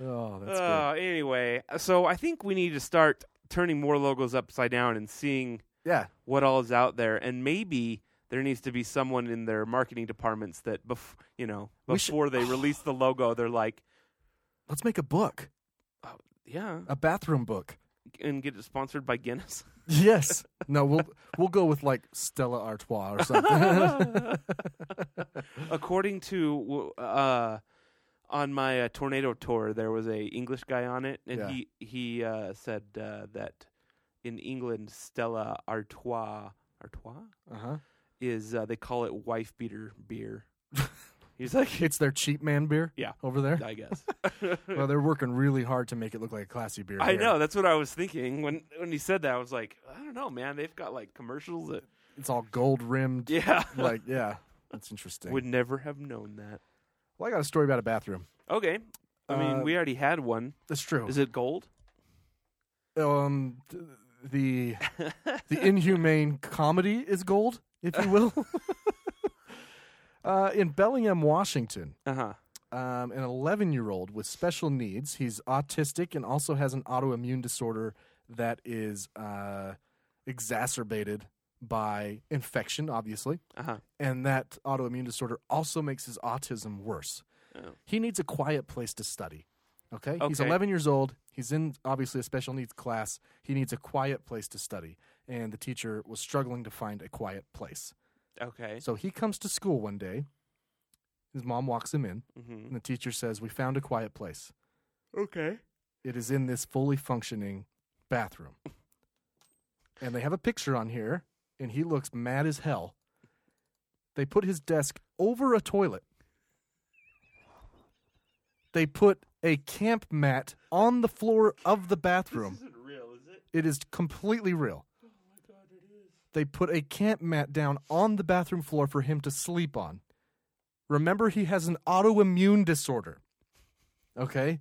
Speaker 6: Oh, that's good.
Speaker 8: Uh, anyway, so I think we need to start turning more logos upside down and seeing
Speaker 6: Yeah.
Speaker 8: what all is out there, and maybe there needs to be someone in their marketing departments that, bef- you know,
Speaker 6: We should-
Speaker 8: before they release the logo, they're like,
Speaker 6: Let's make a book,
Speaker 8: yeah,
Speaker 6: a bathroom book.
Speaker 8: and get it sponsored by Guinness.
Speaker 6: Yes. No, we'll we'll go with like Stella Artois or something.
Speaker 8: According to w- uh, on my uh, tornado tour, there was a English guy on it, and
Speaker 6: Yeah.
Speaker 8: he he uh, said uh, that in England, Stella Artois Artois
Speaker 6: Uh-huh.
Speaker 8: is uh, they call it wife beater beer. He's like,
Speaker 6: it's their cheap man beer.
Speaker 8: Yeah.
Speaker 6: Over there.
Speaker 8: I guess.
Speaker 6: well, they're working really hard to make it look like a classy beer.
Speaker 8: I
Speaker 6: here.
Speaker 8: know that's what I was thinking when when he said that. I was like, I don't know, man. They've got like commercials that
Speaker 6: It's all gold rimmed.
Speaker 8: Yeah.
Speaker 6: Like yeah. That's interesting.
Speaker 8: would never have known that.
Speaker 6: Well, I got a story about a bathroom.
Speaker 8: Okay, I
Speaker 6: Uh,
Speaker 8: mean, we already had one.
Speaker 6: That's true.
Speaker 8: Is it gold?
Speaker 6: um th- the the inhumane comedy is gold, if you will. uh, in Bellingham, Washington,
Speaker 8: uh-huh.
Speaker 6: um, an 11 year old with special needs. He's autistic and also has an autoimmune disorder that is uh, exacerbated by infection, obviously.
Speaker 8: Uh-huh.
Speaker 6: And that autoimmune disorder also makes his autism worse.
Speaker 8: Oh.
Speaker 6: He needs a quiet place to study. Okay? He's
Speaker 8: Okay.
Speaker 6: 11 years old. He's in obviously a special needs class. He needs a quiet place to study. And the teacher was struggling to find a quiet place.
Speaker 8: Okay.
Speaker 6: So he comes to school one day. His mom walks him in,
Speaker 8: Mhm.
Speaker 6: and the teacher says, "We found a quiet place.
Speaker 8: Okay.
Speaker 6: It is in this fully functioning bathroom." and they have a picture on here, and he looks mad as hell. They put his desk over a toilet. They put a camp mat on the floor of the bathroom.
Speaker 8: This isn't real, is it? Oh
Speaker 6: It is completely real. They put a camp mat down on the bathroom floor for him to sleep on. Remember, he has an autoimmune disorder. Okay?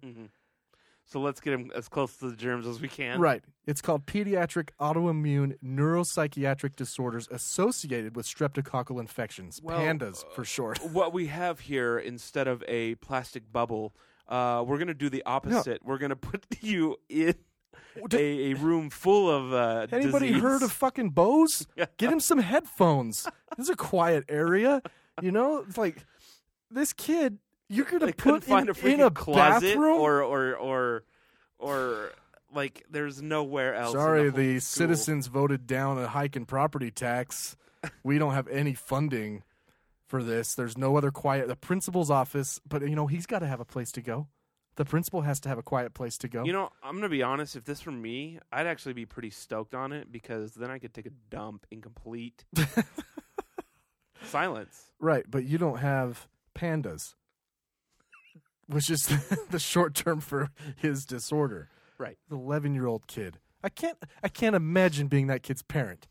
Speaker 8: So let's get him as close to the germs as we can.
Speaker 6: Right. It's called Pediatric Autoimmune Neuropsychiatric Disorders Associated with Streptococcal Infections,
Speaker 8: Well, uh,
Speaker 6: PANDAS for short.
Speaker 8: What we have here instead of a plastic bubble, uh, we're gonna do the opposite. We're gonna put you in a, a room full of uh,
Speaker 6: Anybody
Speaker 8: disease.
Speaker 6: heard of fucking Bose? Get him some headphones. This is a quiet area. You know, it's like this kid. You're gonna
Speaker 8: They couldn't
Speaker 6: put
Speaker 8: find
Speaker 6: in,
Speaker 8: a freaking
Speaker 6: in a
Speaker 8: closet
Speaker 6: bathroom.
Speaker 8: or or or or like there's nowhere else. in
Speaker 6: Sorry,
Speaker 8: the, whole
Speaker 6: the,
Speaker 8: school.
Speaker 6: citizens voted down a hike in property tax. We don't have any funding for this. There's no other quiet. The principal's office, but you know he's got to have a place to go. The principal has to have a quiet place to go.
Speaker 8: You know, I'm gonna be honest. If this were me, I'd actually be pretty stoked on it because then I could take a dump in complete silence.
Speaker 6: right? But you don't have pandas, which is the short term for his disorder.
Speaker 8: Right.
Speaker 6: the 11 year old kid. I can't. I can't imagine being that kid's parent.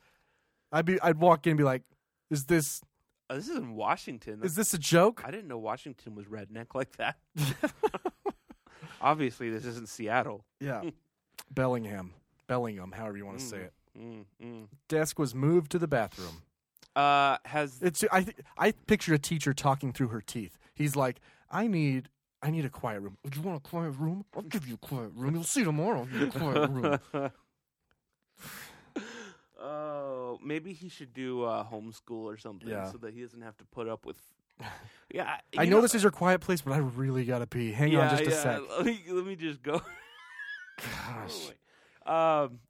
Speaker 6: I'd be. I'd walk in and be like, "Is this
Speaker 8: Uh, this is in Washington.
Speaker 6: Is this a joke?
Speaker 8: I didn't know Washington was redneck like that. Obviously, this isn't Seattle.
Speaker 6: Yeah. Bellingham. Bellingham, however you want to say it.
Speaker 8: Mm, mm.
Speaker 6: Desk was moved to the bathroom.
Speaker 8: Uh, has
Speaker 6: It's I th- I picture a teacher talking through her teeth. He's like, "I need I need a quiet room. Do you want a quiet room? I'll give you a quiet room. You'll see tomorrow. I'll give you a quiet room."
Speaker 8: Oh, maybe he should do uh, homeschool or something
Speaker 6: Yeah.
Speaker 8: so that he doesn't have to put up with. Yeah,
Speaker 6: I
Speaker 8: you
Speaker 6: know, this is your quiet place, but I really gotta pee. Hang on
Speaker 8: Yeah,
Speaker 6: just a
Speaker 8: yeah,
Speaker 6: sec.
Speaker 8: Let me, let me just go. Gosh. Um,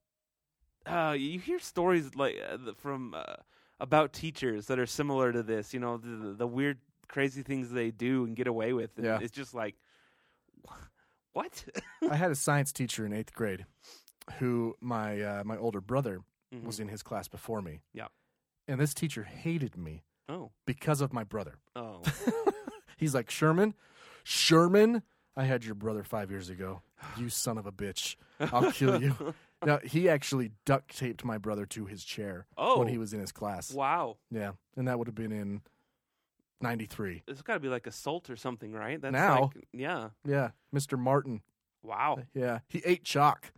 Speaker 8: uh, you hear stories like uh, th- from uh, about teachers that are similar to this. You know, the- the, the weird, crazy things they do and get away with. And
Speaker 6: Yeah.
Speaker 8: It's just like, what?
Speaker 6: I had a science teacher in eighth grade, who my uh, my older brother was
Speaker 8: Mhm.
Speaker 6: in his class before me.
Speaker 8: Yeah.
Speaker 6: and this teacher hated me.
Speaker 8: Oh.
Speaker 6: because of my brother.
Speaker 8: Oh.
Speaker 6: He's like, Sherman, Sherman, I had your brother five years ago. You son of a bitch. I'll kill you. now, he actually duct taped my brother to his chair
Speaker 8: Oh.
Speaker 6: when he was in his class.
Speaker 8: Wow.
Speaker 6: Yeah. And that would have been in 93.
Speaker 8: It's got to be like assault or something, right? That's
Speaker 6: Now.
Speaker 8: like, yeah.
Speaker 6: Yeah. Mr. Martin.
Speaker 8: Wow.
Speaker 6: Yeah. He ate chalk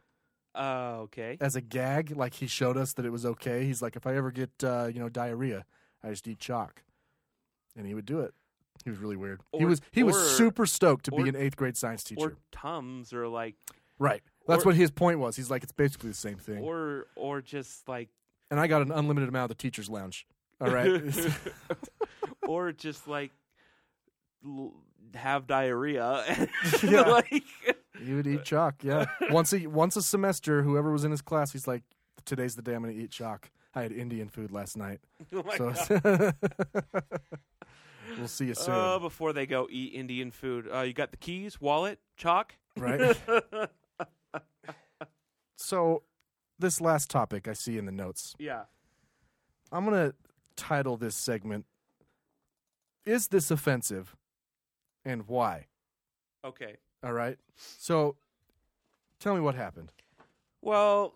Speaker 8: Uh, okay.
Speaker 6: as a gag. Like, he showed us that it was okay. He's like, if I ever get, uh, you know, diarrhea, I just eat chalk. And he would do it. He was really weird. he
Speaker 8: Or-
Speaker 6: was he
Speaker 8: or-
Speaker 6: was super stoked to
Speaker 8: or-
Speaker 6: be an eighth grade science teacher.
Speaker 8: Or tums or like,
Speaker 6: Right. That's
Speaker 8: Or-
Speaker 6: what his point was. He's like, it's basically the same thing.
Speaker 8: or or just like,
Speaker 6: and I got an unlimited amount of the teacher's lounge. All right.
Speaker 8: or just like l- have diarrhea.
Speaker 6: Yeah.
Speaker 8: like,
Speaker 6: you would eat chalk, yeah. Once a once a semester, whoever was in his class, he's like, Today's the day I'm gonna eat chalk. I had Indian food last night.
Speaker 8: Oh my
Speaker 6: so we'll see you soon.
Speaker 8: Uh, before they go eat Indian food, uh, you got the keys, wallet, chalk,
Speaker 6: Right. so this last topic I see in the notes.
Speaker 8: yeah.
Speaker 6: I'm gonna title this segment Is this offensive? And why?
Speaker 8: Okay.
Speaker 6: All right. So tell me what happened.
Speaker 8: Well,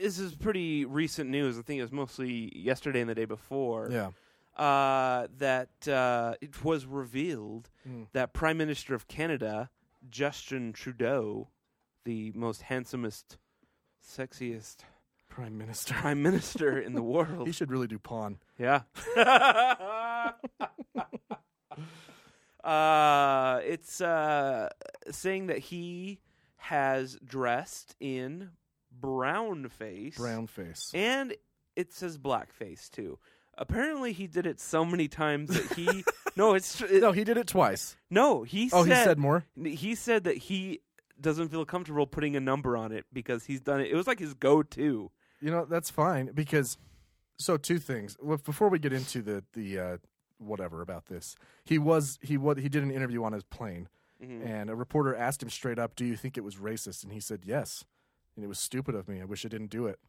Speaker 8: this is pretty recent news. I think it was mostly yesterday and the day before.
Speaker 6: Yeah.
Speaker 8: Uh, that uh, it was revealed
Speaker 6: Mm.
Speaker 8: that Prime Minister of Canada, Justin Trudeau, the most handsomest, sexiest
Speaker 6: Prime Minister.
Speaker 8: Prime Minister in the world.
Speaker 6: He should really do pawn.
Speaker 8: Yeah. uh, it's uh, saying that he has dressed in brown face.
Speaker 6: Brown face.
Speaker 8: And it says black face, too. Apparently, he did it so many times that he. no, it's. It,
Speaker 6: no, he did it twice.
Speaker 8: No, he
Speaker 6: Oh,
Speaker 8: said.
Speaker 6: he said more?
Speaker 8: He said that he doesn't feel comfortable putting a number on it because he's done it. It was like his go to.
Speaker 6: You know, that's fine because So two things. Well, Before we get into the the uh, whatever about this, he was he what he did an interview on his plane,
Speaker 8: Mhm.
Speaker 6: and a reporter asked him straight up, "Do you think it was racist?" And he said, "Yes." And it was stupid of me. I wish I didn't do it.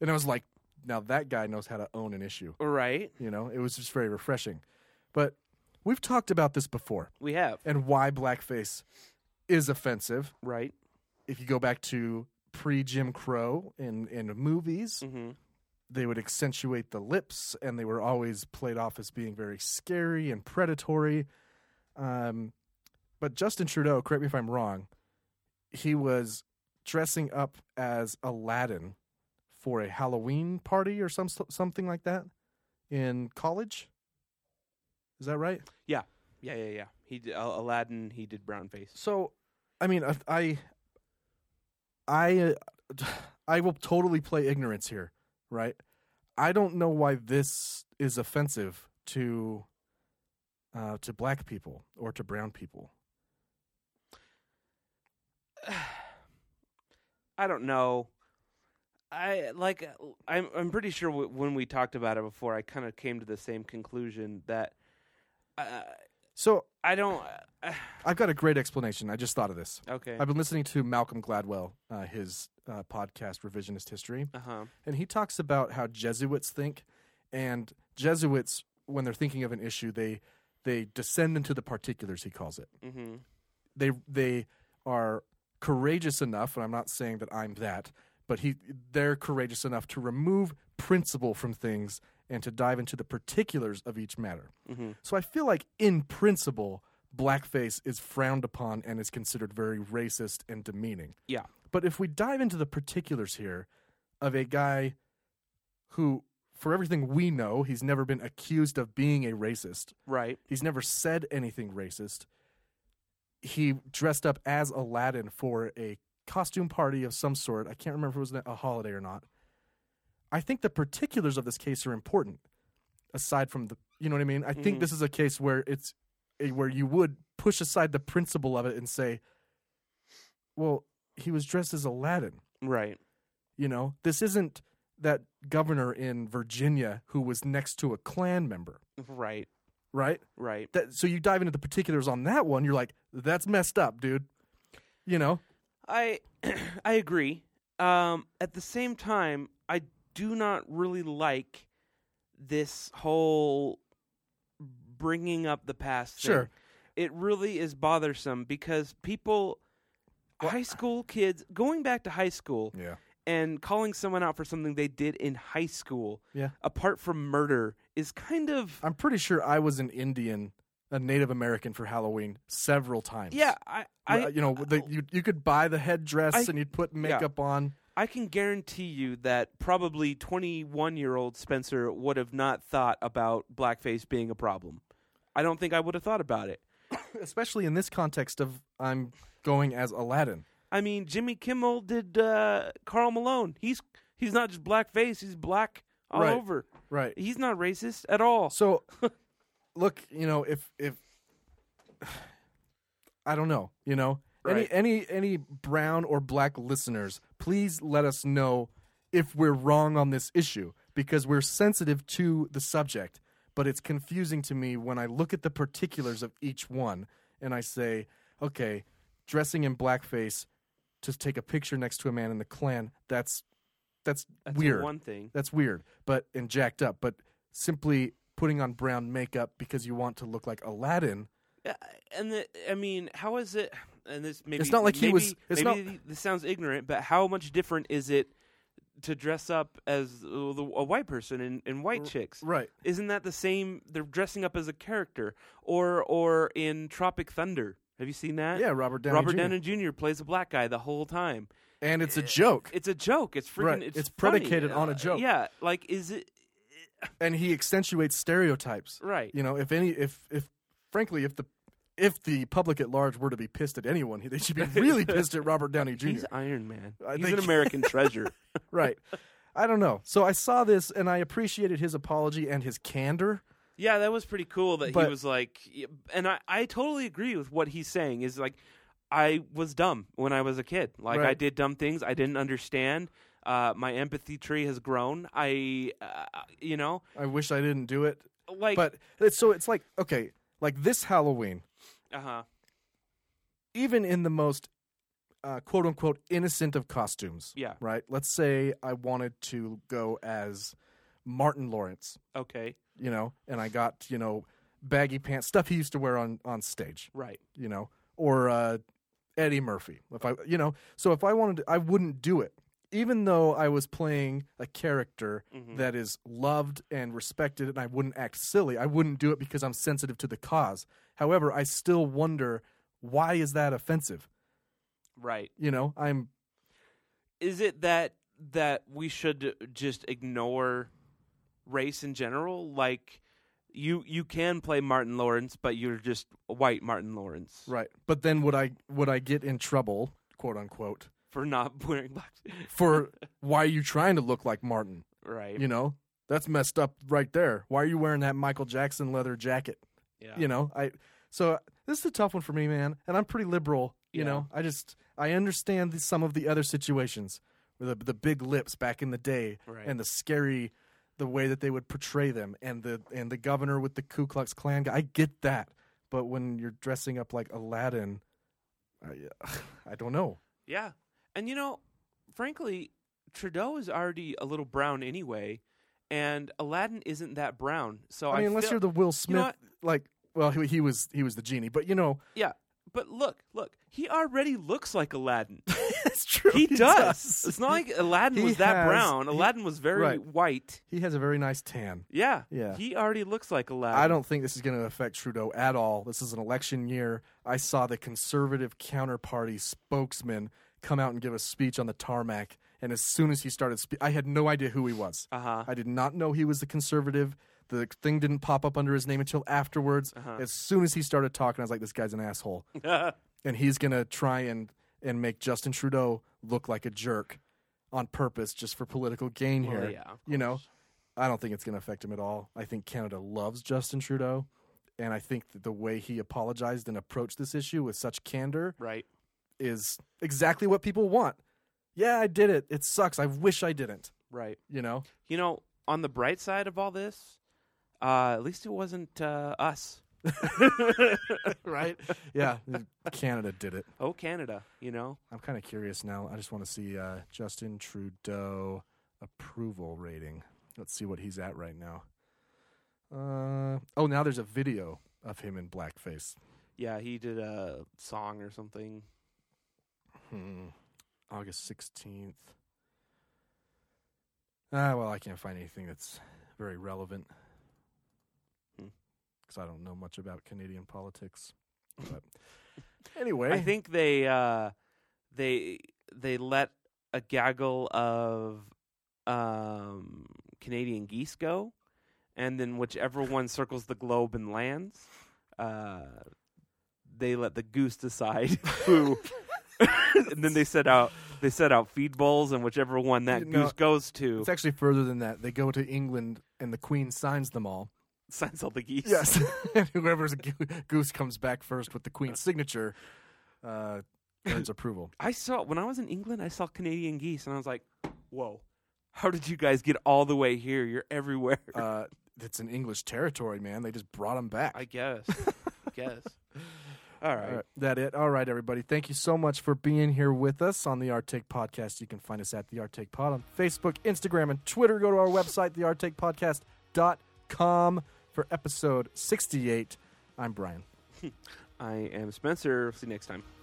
Speaker 6: And I was like, "Now that guy knows how to own an issue."
Speaker 8: Right.
Speaker 6: You know, it was just very refreshing. But we've talked about this before.
Speaker 8: We have.
Speaker 6: And why blackface is offensive.
Speaker 8: Right.
Speaker 6: If you go back to pre Jim Crow in, in movies, they would accentuate the lips and they were always played off as being very scary and predatory. Um, but Justin Trudeau, correct me if I'm wrong, he was dressing up as Aladdin for a Halloween party or some something like that in college. Is that right?
Speaker 8: Yeah. Yeah. Yeah. Yeah. He did, Al- Aladdin. He did brown face.
Speaker 6: So, I mean, I- I, I, uh, I will totally play ignorance here, right? I don't know why this is offensive to, uh, to black people or to brown people.
Speaker 8: I don't know. I like. I'm. I'm pretty sure w- when we talked about it before, I kind of came to the same conclusion that. Uh,
Speaker 6: So
Speaker 8: I don't. uh,
Speaker 6: I've got a great explanation. I just thought of this.
Speaker 8: Okay.
Speaker 6: I've been listening to Malcolm Gladwell, uh, his uh, podcast, Revisionist History.
Speaker 8: Uh-huh.
Speaker 6: And he talks about how Jesuits think. And Jesuits, when they're thinking of an issue, they they descend into the particulars, he calls it.
Speaker 8: Mm-hmm.
Speaker 6: They they are courageous enough, and I'm not saying that I'm that, but he they're courageous enough to remove principle from things and to dive into the particulars of each matter.
Speaker 8: Mm-hmm.
Speaker 6: So I feel like, in principle, blackface is frowned upon and is considered very racist and demeaning.
Speaker 8: Yeah.
Speaker 6: But if we dive into the particulars here of a guy who, for everything we know, he's never been accused of being a racist,
Speaker 8: Right.
Speaker 6: he's never said anything racist. He dressed up as Aladdin for a costume party of some sort. I can't remember if it was a holiday or not. I think the particulars of this case are important. Aside from the, you know what I mean. I think
Speaker 8: Mhm.
Speaker 6: this is a case where it's eh, where you would push aside the principle of it and say, "Well, he was dressed as Aladdin."
Speaker 8: Right.
Speaker 6: You know, this isn't that governor in Virginia who was next to a Klan member
Speaker 8: Right.
Speaker 6: right?
Speaker 8: Right.
Speaker 6: That, so you dive into the particulars on that one. You're like, that's messed up, dude. You know,
Speaker 8: I I agree. Um, at the same time, I do not really like this whole bringing up the past. thing.
Speaker 6: Sure.
Speaker 8: it really is bothersome because people, high school kids, going back to high school,
Speaker 6: yeah,
Speaker 8: and calling someone out for something they did in high school,
Speaker 6: Yeah.
Speaker 8: apart from murder, is kind of
Speaker 6: I'm pretty sure I was an Indian, a Native American for Halloween several times.
Speaker 8: yeah. I I Oh.
Speaker 6: Uh, you know, the, you you could buy the headdress
Speaker 8: I-
Speaker 6: and you'd put
Speaker 8: yeah.
Speaker 6: makeup on.
Speaker 8: I can guarantee you that probably 21 year old Spencer would have not thought about blackface being a problem. I don't think I would have thought about it.
Speaker 6: especially in this context of I'm going as Aladdin.
Speaker 8: I mean, Jimmy Kimmel did uh, Carl Malone. He's he's not just blackface; he's black all
Speaker 6: Right.
Speaker 8: over.
Speaker 6: Right.
Speaker 8: He's not racist at all.
Speaker 6: So, look, you know, if if I don't know, you know,
Speaker 8: Right.
Speaker 6: any any any brown or black listeners, please let us know if we're wrong on this issue because we're sensitive to the subject, but it's confusing to me when I look at the particulars of each one and I say, okay, dressing in blackface to take a picture next to a man in the Klan, that's that's,
Speaker 8: That's the
Speaker 6: weird.
Speaker 8: one thing.
Speaker 6: That's weird, but and jacked up, but simply putting on brown makeup because you want to look like Aladdin.
Speaker 8: Uh, and the, I mean, how is it? And this maybe
Speaker 6: not like he
Speaker 8: maybe-
Speaker 6: was- it's
Speaker 8: maybe
Speaker 6: not-
Speaker 8: this sounds ignorant, but how much different is it to dress up as uh, the- a white person and, and white chicks?
Speaker 6: right.
Speaker 8: Isn't that the same? They're dressing up as a character, or or in Tropic Thunder. Have you seen that?
Speaker 6: Yeah, Robert Downey
Speaker 8: Robert
Speaker 6: Jr..
Speaker 8: Downey Jr. plays a black guy the whole time.
Speaker 6: And it's a joke.
Speaker 8: It's a joke. It's freaking.
Speaker 6: Right.
Speaker 8: It's,
Speaker 6: It's
Speaker 8: funny.
Speaker 6: predicated on a
Speaker 8: Uh,
Speaker 6: joke.
Speaker 8: yeah. Like, is it?
Speaker 6: and he accentuates stereotypes.
Speaker 8: Right.
Speaker 6: You know, if any, if if frankly, if the if the public at large were to be pissed at anyone, they should be really pissed at Robert Downey Jr.
Speaker 8: He's Iron Man.
Speaker 6: I
Speaker 8: He's
Speaker 6: think-
Speaker 8: an American treasure.
Speaker 6: right. I don't know. So I saw this and I appreciated his apology and his candor.
Speaker 8: Yeah, that was pretty cool that
Speaker 6: But-
Speaker 8: he was like, y- and I, I totally agree with what he's saying. Is like, I was dumb when I was a kid. Like, I
Speaker 6: Right.
Speaker 8: did dumb things I didn't understand. Uh, Uh, my empathy tree has grown. I, uh, you know,
Speaker 6: I wish I didn't do it.
Speaker 8: Like-
Speaker 6: but it's, so it's like okay, like this Halloween,
Speaker 8: uh huh.
Speaker 6: even in the most uh, quote unquote innocent of costumes.
Speaker 8: Yeah.
Speaker 6: Right. Let's say I wanted to go as Martin Lawrence,
Speaker 8: Okay.
Speaker 6: you know, and I got you know baggy pants, stuff he used to wear on on stage.
Speaker 8: Right.
Speaker 6: You know, or uh, Eddie Murphy. If I, you know, so if I wanted, to, I wouldn't do it. Even though I was playing a character
Speaker 8: Mhm.
Speaker 6: that is loved and respected, and I wouldn't act silly, I wouldn't do it because I'm sensitive to the cause. However, I still wonder why is that offensive?
Speaker 8: Right.
Speaker 6: You know, I'm
Speaker 8: Is it that that we should just ignore race in general? Like you you can play Martin Lawrence, but you're just white Martin Lawrence
Speaker 6: right, but then would I would I get in trouble, quote unquote,
Speaker 8: for not wearing black.
Speaker 6: for why are you trying to look like Martin?
Speaker 8: Right.
Speaker 6: You know, that's messed up right there. Why are you wearing that Michael Jackson leather jacket?
Speaker 8: Yeah.
Speaker 6: You know, I so this is a tough one for me, man, and I'm pretty liberal, you
Speaker 8: Yeah.
Speaker 6: know. I just I understand the, some of the other situations with the the big lips back in the day
Speaker 8: Right.
Speaker 6: and the scary the way that they would portray them and the and the governor with the Ku Klux Klan guy. I get that. But when you're dressing up like Aladdin, I, I don't know.
Speaker 8: Yeah. And you know, frankly, Trudeau is already a little brown anyway, and Aladdin isn't that brown. So
Speaker 6: I
Speaker 8: I,
Speaker 6: mean, unless
Speaker 8: feel-
Speaker 6: you're the Will
Speaker 8: You
Speaker 6: Smith,
Speaker 8: know what?
Speaker 6: like, well, he, he was he was the genie, but you know,
Speaker 8: yeah. But look, look, he already looks like Aladdin.
Speaker 6: That's true. he
Speaker 8: He, does.
Speaker 6: does.
Speaker 8: It's not like Aladdin
Speaker 6: He
Speaker 8: was that
Speaker 6: has-
Speaker 8: brown.
Speaker 6: he-
Speaker 8: Aladdin was very
Speaker 6: right.
Speaker 8: white.
Speaker 6: he has a very nice tan.
Speaker 8: Yeah.
Speaker 6: Yeah.
Speaker 8: He already looks like Aladdin.
Speaker 6: I don't think this is going to affect Trudeau at all. This is an election year. I saw the conservative counterparty spokesman come out and give a speech on the tarmac, and as soon as he started, spe- I had no idea who he was.
Speaker 8: Uh-huh.
Speaker 6: I did not know he was the conservative. The thing didn't pop up under his name until afterwards.
Speaker 8: Uh-huh.
Speaker 6: As soon as he started talking, I was like, "This guy's an asshole." and he's gonna try and and make Justin Trudeau look like a jerk on purpose just for political gain
Speaker 8: Well,
Speaker 6: here.
Speaker 8: yeah, of
Speaker 6: you know, I don't think it's gonna affect him at all. I think Canada loves Justin Trudeau, and I think that the way he apologized and approached this issue with such candor,
Speaker 8: right,
Speaker 6: is exactly what people want. Yeah, I did it. It sucks. I wish I didn't.
Speaker 8: Right.
Speaker 6: You know.
Speaker 8: You know, on the bright side of all this, uh, at least it wasn't uh, us.
Speaker 6: right? Yeah, Canada did it.
Speaker 8: Oh, Canada, you know?
Speaker 6: I'm kind of curious now. I just want to see uh, Justin Trudeau approval rating. Let's see what he's at right now. Uh, oh, now there's a video of him in blackface.
Speaker 8: Yeah, he did a song or something.
Speaker 6: Hmm. August 16th. Ah, well, I can't find anything that's very relevant
Speaker 8: Hmm.
Speaker 6: because I don't know much about Canadian politics. But anyway,
Speaker 8: I think they uh, they they let a gaggle of um, Canadian geese go, and then whichever one circles the globe and lands, uh, they let the goose decide who. and then they set out they set out feed bowls, and whichever one that
Speaker 6: No,
Speaker 8: goose goes to
Speaker 6: It's actually further than that. They go to England, and the Queen signs them all.
Speaker 8: signs all the geese.
Speaker 6: Yes, and whoever's go- goose comes back first with the Queen's signature uh, earns approval.
Speaker 8: I saw when I was in England, I saw Canadian geese, and I was like, "Whoa, how did you guys get all the way here? You're everywhere."
Speaker 6: Uh, it's an English territory, man. They just brought them back.
Speaker 8: I guess. guess. All right.
Speaker 6: That it. All right, everybody. Thank you so much for being here with us on the Art Take Podcast. You can find us at the Art Take Pod on Facebook, Instagram, and Twitter. Go to our website, thearttakepodcast.com for episode 68. I'm Brian.
Speaker 8: I am Spencer. See you next time.